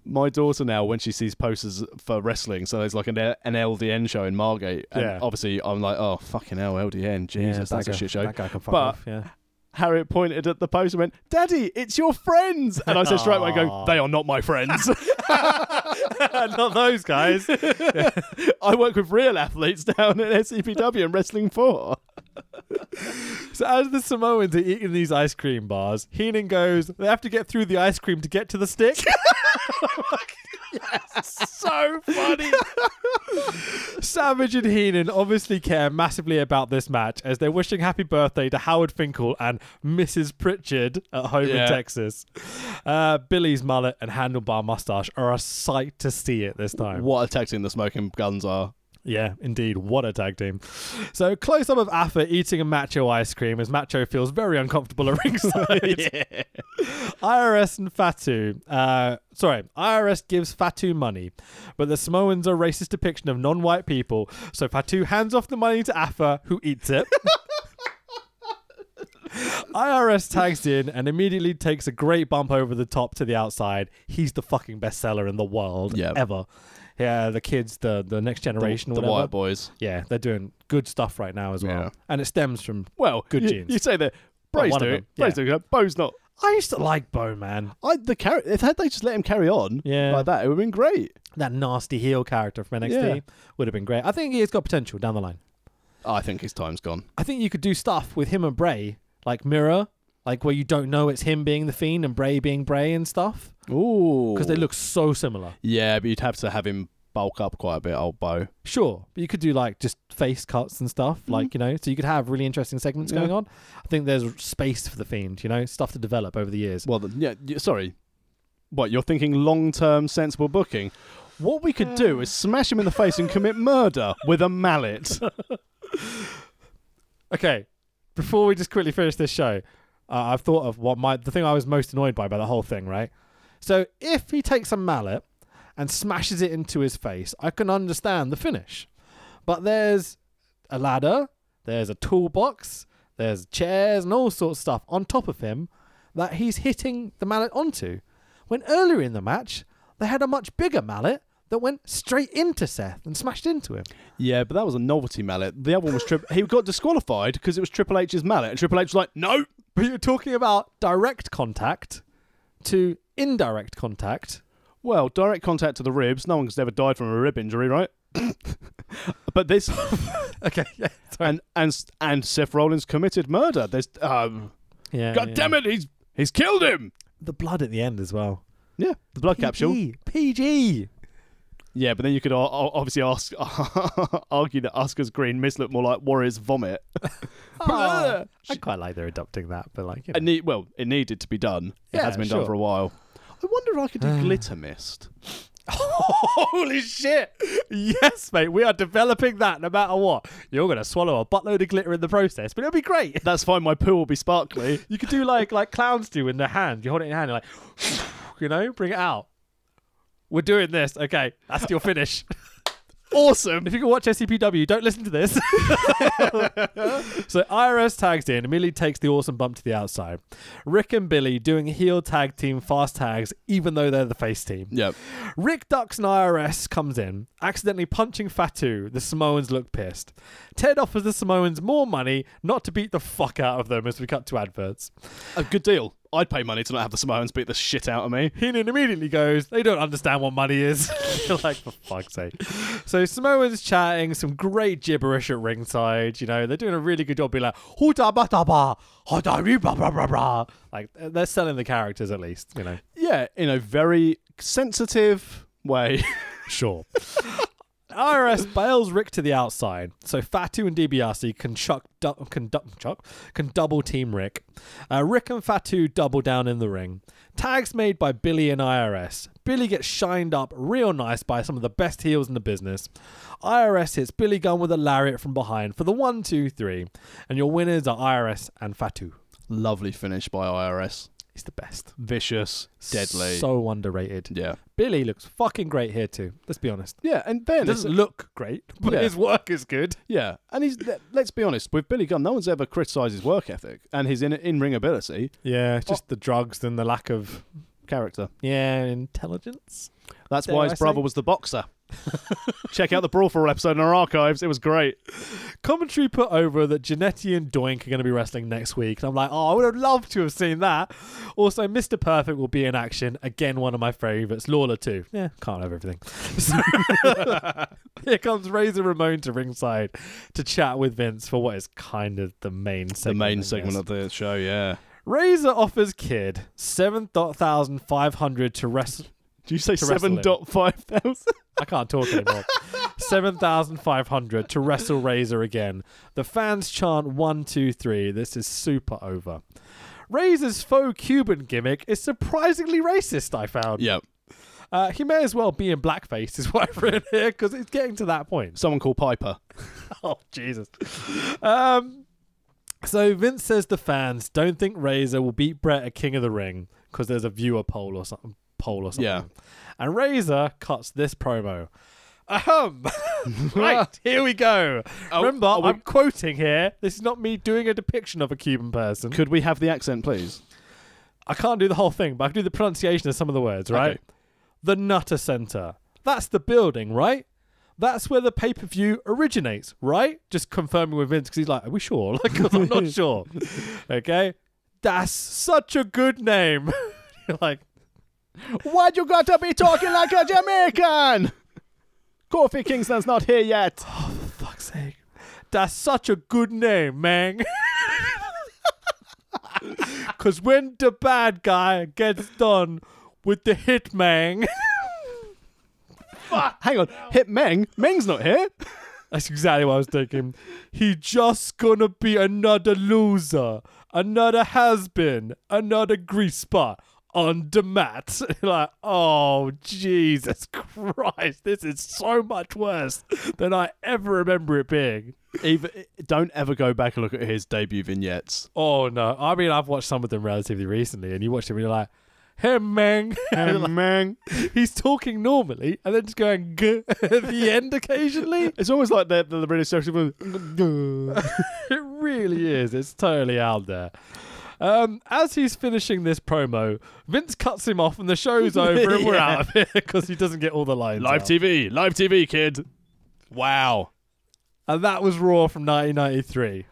S3: My daughter now, when she sees posters for wrestling, so there's like an, an LDN show in Margate, and
S2: Yeah.
S3: obviously I'm like, oh fucking hell, LDN, Jesus, that's a shit show.
S2: That guy can fuck
S3: But-
S2: off, yeah.
S3: Harriet pointed at the post and went, Daddy, it's your friends. And I said straight away, going, They are not my friends.
S2: [LAUGHS]
S3: [LAUGHS]
S2: Not those guys.
S3: I work with real athletes down at E SCPW and Wrestling 4.
S2: [LAUGHS] So as the Samoans are eating these ice cream bars, Heenan goes, they have to get through the ice cream to get to the stick.
S3: [LAUGHS] so funny.
S2: Savage and Heenan obviously care massively about this match as they're wishing happy birthday to Howard Finkel and Mrs. Pritchard at home
S3: Yeah.
S2: in Texas. Uh, Billy's mullet and handlebar mustache are a sight to see at this time.
S3: what a tag team the smoking guns are.
S2: Yeah, indeed. What a tag team. So, close up of Afa eating a macho ice cream as Macho feels very uncomfortable at [LAUGHS] ringside. IRS and Fatu. Uh, sorry, IRS gives Fatu money, but the Samoans are racist depiction of non white people, so Fatu hands off the money to Afa, who eats it. [LAUGHS] IRS tags in and immediately takes a great bump over the top to the outside. He's the fucking bestseller in the world
S3: Yeah.
S2: ever. Yeah, the kids, the the next generation, or
S3: the
S2: whatever.
S3: White Boys.
S2: Yeah, they're doing good stuff right now as well,
S3: Yeah.
S2: and it stems from.
S3: Well,
S2: Good
S3: you,
S2: genes.
S3: You say that. Bray's
S2: one of
S3: doing
S2: them,
S3: it. Bray's
S2: yeah.
S3: doing it. Bo's not.
S2: I used to like Bo Man,
S3: I, the carry, if had they just let him carry on
S2: Yeah.
S3: like that, it would have been great.
S2: that nasty heel character from NXT,
S3: Yeah.
S2: would have been great. I think he's got potential down the line.
S3: I think his time's gone.
S2: I think you could do stuff with him and Bray, like Mirror, like where you don't know it's him being the Fiend and Bray being Bray and stuff,
S3: Ooh.
S2: because they look so similar.
S3: Yeah, but you'd have to have him bulk up quite a bit, old Bo.
S2: Sure, but you could do like just face cuts and stuff,
S3: Mm-hmm.
S2: like you know, so you could have really interesting segments going on. I think there's space for the Fiend, you know, stuff to develop over the years.
S3: Well, th- yeah, y- sorry. What, you're thinking long term sensible booking? What we could do is smash him in the face and commit murder with a mallet.
S2: Okay, before we just quickly finish this show, uh, I've thought of what my the thing I was most annoyed by by the whole thing, right? So if he takes a mallet and smashes it into his face, I can understand the finish. But there's a ladder, there's a toolbox, there's chairs and all sorts of stuff on top of him that he's hitting the mallet onto. When earlier in the match, they had a much bigger mallet that went straight into Seth and smashed into him.
S3: [LAUGHS] Yeah, but that was a novelty mallet. The other one was tri- he got disqualified because it was Triple H's mallet, and Triple H was like, "No,
S2: But you're talking about direct contact to indirect contact.
S3: well, direct contact to the ribs. No one's ever died from a rib injury, right?" [LAUGHS] but this [LAUGHS]
S2: Okay. Yeah.
S3: and and and Seth Rollins committed murder. There's um,
S2: yeah
S3: God damn it, he's he's killed him.
S2: The blood at the end as well.
S3: Yeah, the blood capsule.
S2: PG. PG.
S3: Yeah, but then you could ar- ar- obviously ask [LAUGHS] argue that Oscar's green mist looked more like Warrior's vomit.
S2: Oh, I quite like they're adopting that, but like, you know.
S3: [LAUGHS] It need, well, it needed to be done. It
S2: Yeah,
S3: has been
S2: sure.
S3: done for a while. I wonder if I could do [SIGHS] glitter mist.
S2: holy shit! Yes, mate. We are developing that no matter what. You're gonna swallow a buttload of glitter in the process, but it'll be great.
S3: That's fine. My poo will be [LAUGHS] sparkly.
S2: You could do like like clowns do in their hand. You hold it in your hand, you're like, [SIGHS] you know, bring it out. We're doing this. Okay, that's your [LAUGHS] finish.
S3: awesome.
S2: If you can watch SCPW, don't listen to this. [LAUGHS] so IRS tags in, immediately takes the awesome bump to the outside. Rick and Billy doing heel tag team fast tags, even though they're the face team.
S3: Yep.
S2: Rick ducks and IRS comes in, accidentally punching Fatu. The Samoans look pissed. Ted offers the Samoans more money not to beat the fuck out of them as we cut to adverts.
S3: A good deal. I'd pay money to not have the Samoans beat the shit out of me.
S2: Heenan immediately goes, they don't understand what money is. [LAUGHS] You're like, for fuck's sake. So Samoan's chatting, some great gibberish at ringside. You know, they're doing a really good job being like, "Hoo da ba da ba, hoo da roo ba ba ba ba." Like, they're selling the characters at least, you know.
S3: Yeah, in a very sensitive way. [LAUGHS]
S2: [LAUGHS] Sure. IRS bails Rick to the outside, so Fatu and DiBiase can chuck, du- can, du- chuck, can double team Rick. Uh, Rick and Fatu double down in the ring. Tags made by Billy and IRS. Billy gets shined up real nice by some of the best heels in the business. IRS hits Billy Gunn with a lariat from behind for the one, two, three, and your winners are IRS and Fatu.
S3: Lovely finish by IRS.
S2: He's the best.
S3: Vicious, deadly.
S2: So underrated.
S3: yeah.
S2: Billy looks fucking great here too. Let's be honest.
S3: Yeah, and then
S2: It doesn't look great, but
S3: Yeah.
S2: his work is good.
S3: yeah, and he's let- let's be honest with Billy Gunn. No one's ever criticised his work ethic and his in in ring ability
S2: Yeah, it's just the drugs and the lack of
S3: character.
S2: yeah intelligence.
S3: That's
S2: Dare
S3: why
S2: I
S3: his brother
S2: say?
S3: was the boxer. [LAUGHS] Check out the Brawl for All episode in our archives. It was great.
S2: Commentary put over that Janetti and Doink are going to be wrestling next week. And I'm like, oh, I would have loved to have seen that. Also, Mr. Perfect will be in action. Again, one of my favorites. Lawler, too. Yeah, can't have everything. [LAUGHS] So, here comes Razor Ramon to ringside to chat with Vince for what is kind of the main segment.
S3: the
S2: I
S3: main
S2: guess.
S3: segment of the show, yeah.
S2: Razor offers Kid 7,500 to wrestle.
S3: Do you say
S2: To wrestle him.
S3: 7.5 thousand? [LAUGHS]
S2: I can't talk anymore. 7,500 to wrestle Razor again. The fans chant one, two, three. This is super over. Razor's faux Cuban gimmick is surprisingly racist, I found.
S3: Yeah.
S2: Uh, he may as well be in blackface, is what I've written here, because it's getting to that point.
S3: Someone called Piper.
S2: [LAUGHS] Oh, Jesus. Um, so Vince says the fans don't think Razor will beat Brett at King of the Ring because there's a viewer poll or something. Poll or something.
S3: Yeah.
S2: And Razor cuts this promo.
S3: [LAUGHS]
S2: Ahem. right, here we go.
S3: Oh,
S2: Remember,
S3: are we-
S2: I'm quoting here. This is not me doing a depiction of a Cuban person.
S3: Could we have the accent, please?
S2: I can't do the whole thing, but I can do the pronunciation of some of the words, right?
S3: Okay.
S2: The Nutter Center. That's the building, right? That's where the pay per view originates, right? Just confirming with Vince because he's like, Are we sure? [LAUGHS] Like, 'cause I'm not sure. Okay. That's such a good name. [LAUGHS] You're like,
S3: [LAUGHS] Why'd you gotta be talking like a Jamaican? Coffee Kingston's not here yet.
S2: fuck's sake. That's such a good name, man. [LAUGHS] Because when the bad guy gets done with the hit, [LAUGHS] man.
S3: Hang on. Hit Meng. Meng's not here.
S2: That's exactly what I was thinking. He just gonna be another loser, another has been, another grease spot on the mat. [LAUGHS] like, oh Jesus Christ, this is so much worse than I ever remember it being.
S3: Even, don't ever go back and look at his debut vignettes.
S2: Oh no, I mean I've watched some of them relatively recently, and you watch them and you're like, hey man, [LAUGHS]
S3: Meng.
S2: he's talking normally and then just going G [LAUGHS] at the end occasionally.
S3: It's almost like the, the, the British social was.
S2: [LAUGHS] it really is. It's totally out there. Um, as he's finishing this promo, Vince cuts him off and the
S3: [LAUGHS]
S2: show's over and we're
S3: Yeah.
S2: out of here [LAUGHS] because he doesn't get all the lines.
S3: live
S2: out.
S3: TV. Live TV, kid. Wow.
S2: And that was Raw from 1993.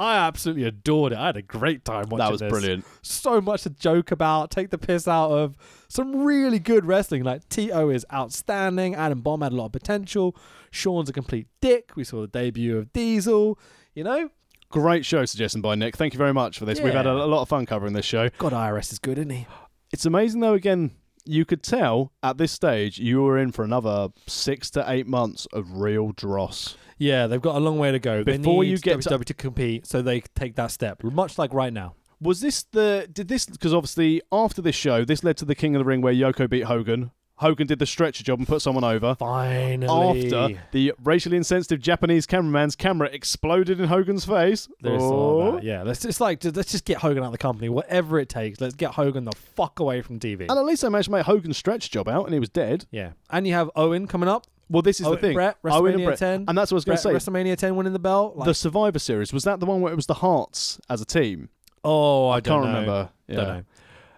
S2: I absolutely adored it. I had a great time watching
S3: That was
S2: this.
S3: brilliant.
S2: So much to joke about, take the piss out of. Some really good wrestling. Like T.O. is outstanding. Adam Bomb had a lot of potential. Sean's a complete dick. We saw the debut of Diesel. You know,
S3: Great show suggestion by Nick. Thank you very much for this. We've had a,
S2: Yeah.
S3: a lot of fun covering this show.
S2: God, IRS is good, isn't he?
S3: It's amazing though. Again, you could tell at this stage you were in for another six to eight months of real dross.
S2: Yeah, they've got a long way to go.
S3: Before
S2: Before
S3: you
S2: you
S3: get
S2: get
S3: to-
S2: WWE to, compete, so they take that step, much like right now.
S3: Was this the did this because obviously after this show this led to the King of the Ring where Yoko beat Hogan. Hogan did the stretcher job and put someone over.
S2: Finally,
S3: After the racially insensitive Japanese cameraman's camera exploded in Hogan's face.
S2: there's
S3: Oh.
S2: yeah, let's just like ju- let's just get Hogan out of the company, whatever it takes. Let's get Hogan the fuck away from TV.
S3: And at least I managed to make Hogan's stretch job out and he was dead.
S2: yeah, and you have Owen coming up.
S3: Well, this is
S2: Owen
S3: the thing.
S2: Oh, Brett, WrestleMania
S3: Owen and Brett.
S2: 10.
S3: And that's what I was going
S2: Brett,
S3: to say.
S2: WrestleMania 10 winning the belt. Like,
S3: the Survivor Series was that the one where it was the Hearts as a team?
S2: oh, I, don't
S3: Can't
S2: know.
S3: remember. Yeah.
S2: Don't know.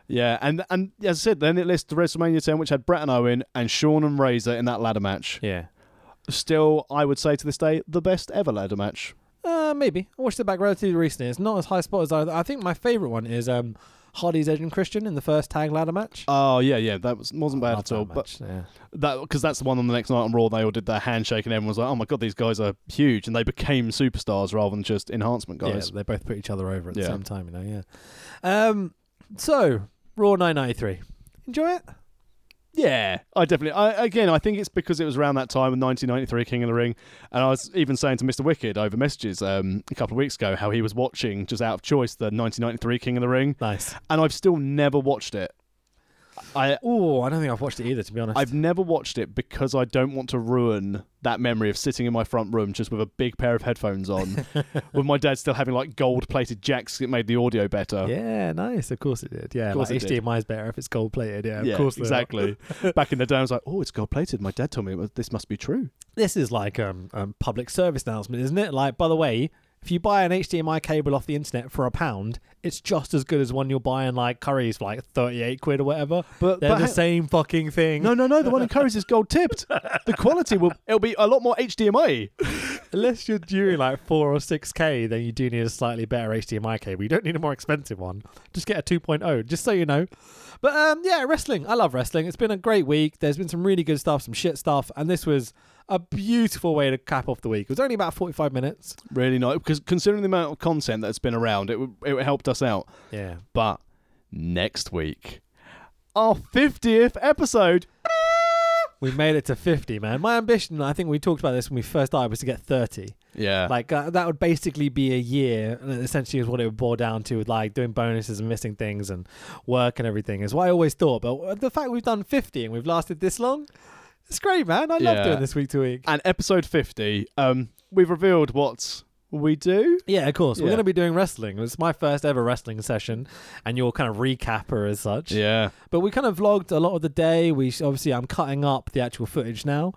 S3: Yeah, and and as I said, then it lists the WrestleMania 10, which had Brett and Owen and Shawn and Razor in that ladder match.
S2: Yeah,
S3: Still, I would say to this day, the best ever ladder match.
S2: uh, maybe I watched it back relatively recently. It's not as high spot as I. I think my favorite one is um, Hardy's Edge and Christian in the first tag ladder match.
S3: Oh yeah, yeah, that was wasn't bad at all. But
S2: yeah.
S3: that because that's the one on the next night on Raw, they all did their handshake and everyone was like, "Oh my god, these guys are huge," and they became superstars rather than just enhancement guys.
S2: Yeah, they both put each other over at
S3: Yeah.
S2: the same time, you know, yeah. Um so Raw nine ninety three. Enjoy it?
S3: Yeah, I definitely. I again, I think it's because it was around that time in 1993, King of the Ring, and I was even saying to Mr. Wicked over messages um, a couple of weeks ago how he was watching just out of choice the 1993 King of the Ring,
S2: Nice.
S3: and I've still never watched it. I
S2: Oh, I don't think I've watched it either, to be honest.
S3: I've never watched it because I don't want to ruin that memory of sitting in my front room just with a big pair of headphones [LAUGHS] on, with my dad still having like gold plated jacks that made the audio better.
S2: yeah, nice. Of course it did. Yeah,
S3: Of course
S2: like
S3: it did.
S2: HDMI is better if it's gold plated. Yeah,
S3: Yeah,
S2: of course uh, they are.
S3: [LAUGHS] exactly. Back in the day, I was like, "Oh, it's gold plated." My dad told me it was, this must be true.
S2: This is like um, um public service announcement, isn't it? Like, by the way, If you buy an HDMI cable off the internet for a pound, it's just as good as one you're buying like Curry's for like 38 quid or whatever.
S3: But-
S2: they're
S3: but
S2: the
S3: hang-
S2: same fucking thing.
S3: No, no, no. The one in Curry's is gold tipped. The quality will it'll be a lot more HDMI.
S2: Unless you're doing like 4 or 6K, then you do need a slightly better HDMI cable. You don't need a more expensive one. Just get a 2.0, just so you know. But um, yeah, wrestling. I love wrestling. It's been a great week. There's been some really good stuff, some shit stuff. And this was a beautiful way to cap off the week. It was only about 45 minutes.
S3: Really nice because considering the amount of content that's been around, it w- it helped us out.
S2: Yeah.
S3: But next week, our fiftieth episode.
S2: We made it to 50, man. My ambition, I think we talked about this when we first started, was to get 30.
S3: Yeah.
S2: [LAUGHS] Like, uh, that would basically be a year, and it essentially is what it would boil down to with like doing bonuses and missing things and work and everything, is what I always thought. But the fact we've done 50 and we've lasted this long, it's great, man. I
S3: Yeah.
S2: love doing this week to week.
S3: and episode fifty, um, we've revealed what we do.
S2: Yeah, of course. We're
S3: Yeah.
S2: going to be doing wrestling. It's my first ever wrestling session, and your kind of recapper as such.
S3: Yeah.
S2: But we kind of vlogged a lot of the day. We s- obviously I'm cutting up the actual footage now.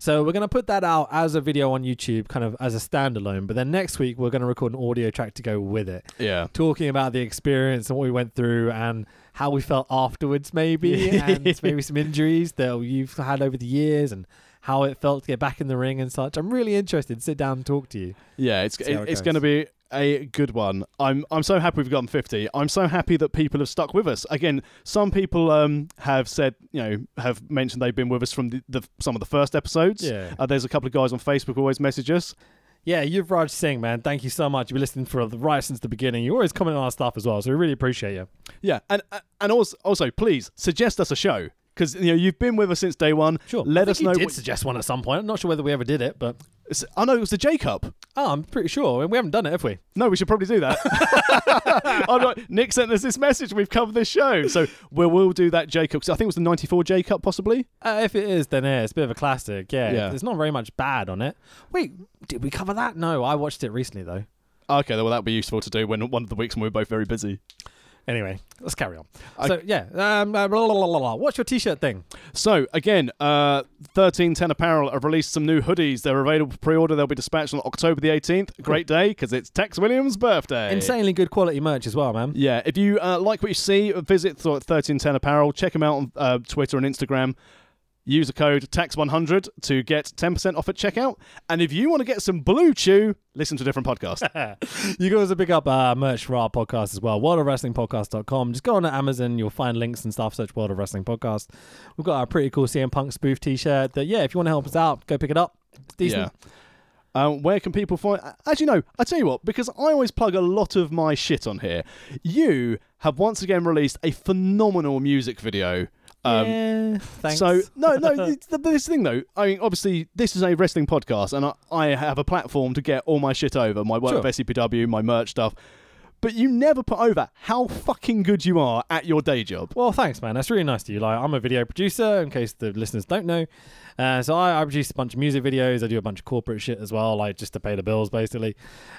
S2: So we're going to put that out as a video on YouTube kind of as a standalone, but then next week we're going to record an audio track to go with it.
S3: Yeah.
S2: Talking about the experience and what we went through and how we felt afterwards maybe [LAUGHS] and maybe some injuries that you've had over the years and how it felt to get back in the ring and such. I'm really interested to sit down and talk to you.
S3: Yeah, it's
S2: See how it
S3: it's
S2: goes.
S3: going to be a good one. I'm I'm so happy we've gotten 50. I'm so happy that people have stuck with us. Again, some people um have said, you know, have mentioned they've been with us from the, the some of the first episodes.
S2: Yeah.
S3: Uh, there's a couple of guys on Facebook who always message us.
S2: Yeah, Yuvraj Singh, man, thank you so much. You've been listening for the right since the beginning. You always comment on our stuff as well, so we really appreciate you.
S3: Yeah, and uh, and also also please suggest us a show because you know you've been with us since day one.
S2: Sure.
S3: Let
S2: I
S3: us
S2: think
S3: know.
S2: You did
S3: What,
S2: suggest one at some point. I'm not sure whether we ever did it, but
S3: s- oh no, it was the J Cup.
S2: oh, I'm pretty sure. We haven't done it, have we?
S3: No, we should probably do that. [LAUGHS] I'm not, Nick sent us this message. We've covered this show, so we will do that J Cup. So I think it was the '94 J Cup, possibly.
S2: Uh, if it is, then yeah, it's a bit of a classic. Yeah,
S3: Yeah.
S2: there's not very much bad on it. Wait, did we cover that? No, I watched it recently though.
S3: Okay, well, that'd be useful to do when one of the weeks when we're both very busy.
S2: Anyway, let's carry on.
S3: I-
S2: so yeah, um, uh, blah, blah, blah, blah, blah. what's your t-shirt thing?
S3: So, again, uh, 1310 Apparel have released some new hoodies. They're available for pre order. They'll be dispatched on October the 18th. Great day because it's Tex Williams' birthday.
S2: Insanely good quality merch as well, man.
S3: Yeah, if you uh, like what you see, visit th- 1310 Apparel. Check them out on uh, Twitter and Instagram. Use the code TAX100 to get 10% off at checkout. And if you want to get some Blue Chew, listen to a different podcast.
S2: you can also pick up uh, merch for our podcast as well world of wrestling podcast.com just go on to amazon you'll find links and stuff search world of wrestling podcast we've got our pretty cool cm punk spoof t-shirt that yeah if you want to help us out go pick it up it's decent
S3: Um, where can people find? As you know, I tell you what, because I always plug a lot of my shit on here. You have once again released a phenomenal music video. Um,
S2: Yeah, thanks
S3: So no, no. it's the, this thing though, I mean, obviously, this is a wrestling podcast, and I, I have a platform to get all my shit over, my work
S2: Sure.
S3: of SCPW, my merch stuff. But you never put over how fucking good you are at your day job.
S2: well thanks man that's really nice to you like i'm a video producer in case the listeners don't know uh, so I, I produce a bunch of music videos i do a bunch of corporate shit as well like just to pay the bills basically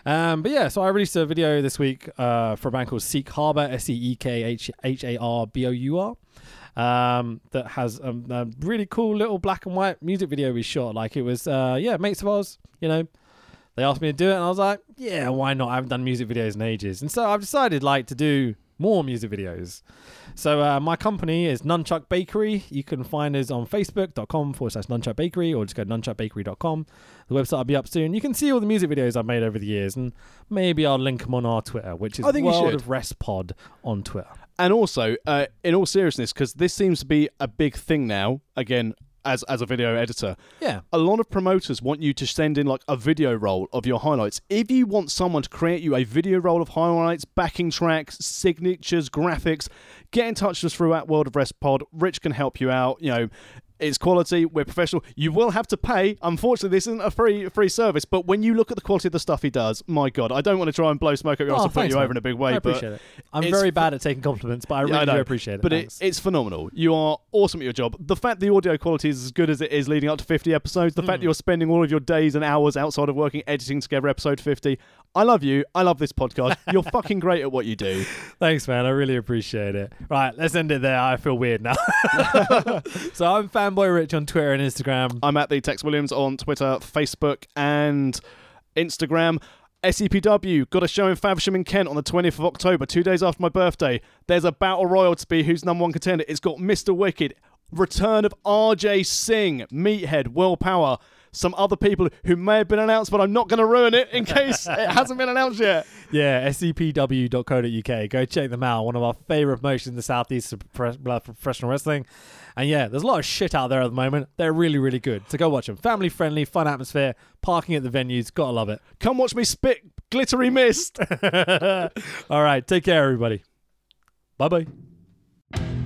S2: um, but yeah so i released a video this week uh, for a band called seek harbor E s-e-e-k-h-h-a-r-b-o-u-r um, that has a, a really cool little black and white music video we shot. Like it was, uh, yeah, mates of ours, you know. They asked me to do it, and I was like, yeah, why not? I haven't done music videos in ages, and so I've decided like to do more music videos. So uh, my company is Nunchuck Bakery. You can find us on Facebook.com forward slash Nunchuck Bakery, or just go to nunchuckbakery.com. The website will be up soon. You can see all the music videos I've made over the years, and maybe I'll link them on our Twitter, which is
S3: I think you
S2: World
S3: should.
S2: of Rest Pod on Twitter.
S3: And also, uh, in all seriousness, because this seems to be a big thing now. Again, as as a video editor,
S2: Yeah.
S3: a lot of promoters want you to send in like a video roll of your highlights. If you want someone to create you a video roll of highlights, backing tracks, signatures, graphics, get in touch with us through at World of Rest Pod. Rich can help you out. You know, it's quality. We're professional. You will have to pay. Unfortunately, this isn't a free free service. But when you look at the quality of the stuff he does, my God, I don't want to try and blow smoke up your
S2: Oh,
S3: ass and put
S2: thanks,
S3: you
S2: man.
S3: over in a big way.
S2: I
S3: but
S2: appreciate it. I'm
S3: it's
S2: very bad at taking compliments, but I really
S3: yeah,
S2: do
S3: know.
S2: appreciate it.
S3: But
S2: Thanks.
S3: it's phenomenal. You are awesome at your job. The fact the audio quality is as good as it is leading up to 50 episodes, the
S2: Hmm.
S3: fact that you're spending all of your days and hours outside of working editing together episode 50. I love you. I love this
S2: [LAUGHS]
S3: podcast. You're fucking great at what you do.
S2: Thanks, man. I really appreciate it. Right, let's end it there. I feel weird now. so I'm fanboy rich on Twitter and Instagram.
S3: I'm at the Tex Williams on Twitter, Facebook, and Instagram. SEPW got a show in Faversham in Kent on the 20th of October, two days after my birthday. There's a battle royal to be who's number one contender. It's got Mr. Wicked, return of RJ Singh, Meathead, Willpower, some other people who may have been announced, but I'm not going to ruin it in case it hasn't been announced yet.
S2: Yeah, E sepw.co.uk. Go check them out. One of our favorite promotions in the southeast of pro- uh, professional wrestling. And yeah, there's a lot of shit out there at the moment. They're really, really good. So go watch them. Family friendly, fun atmosphere, parking at the venues. Gotta love it.
S3: Come watch me spit glittery mist.
S2: All right, take care, everybody. Bye bye.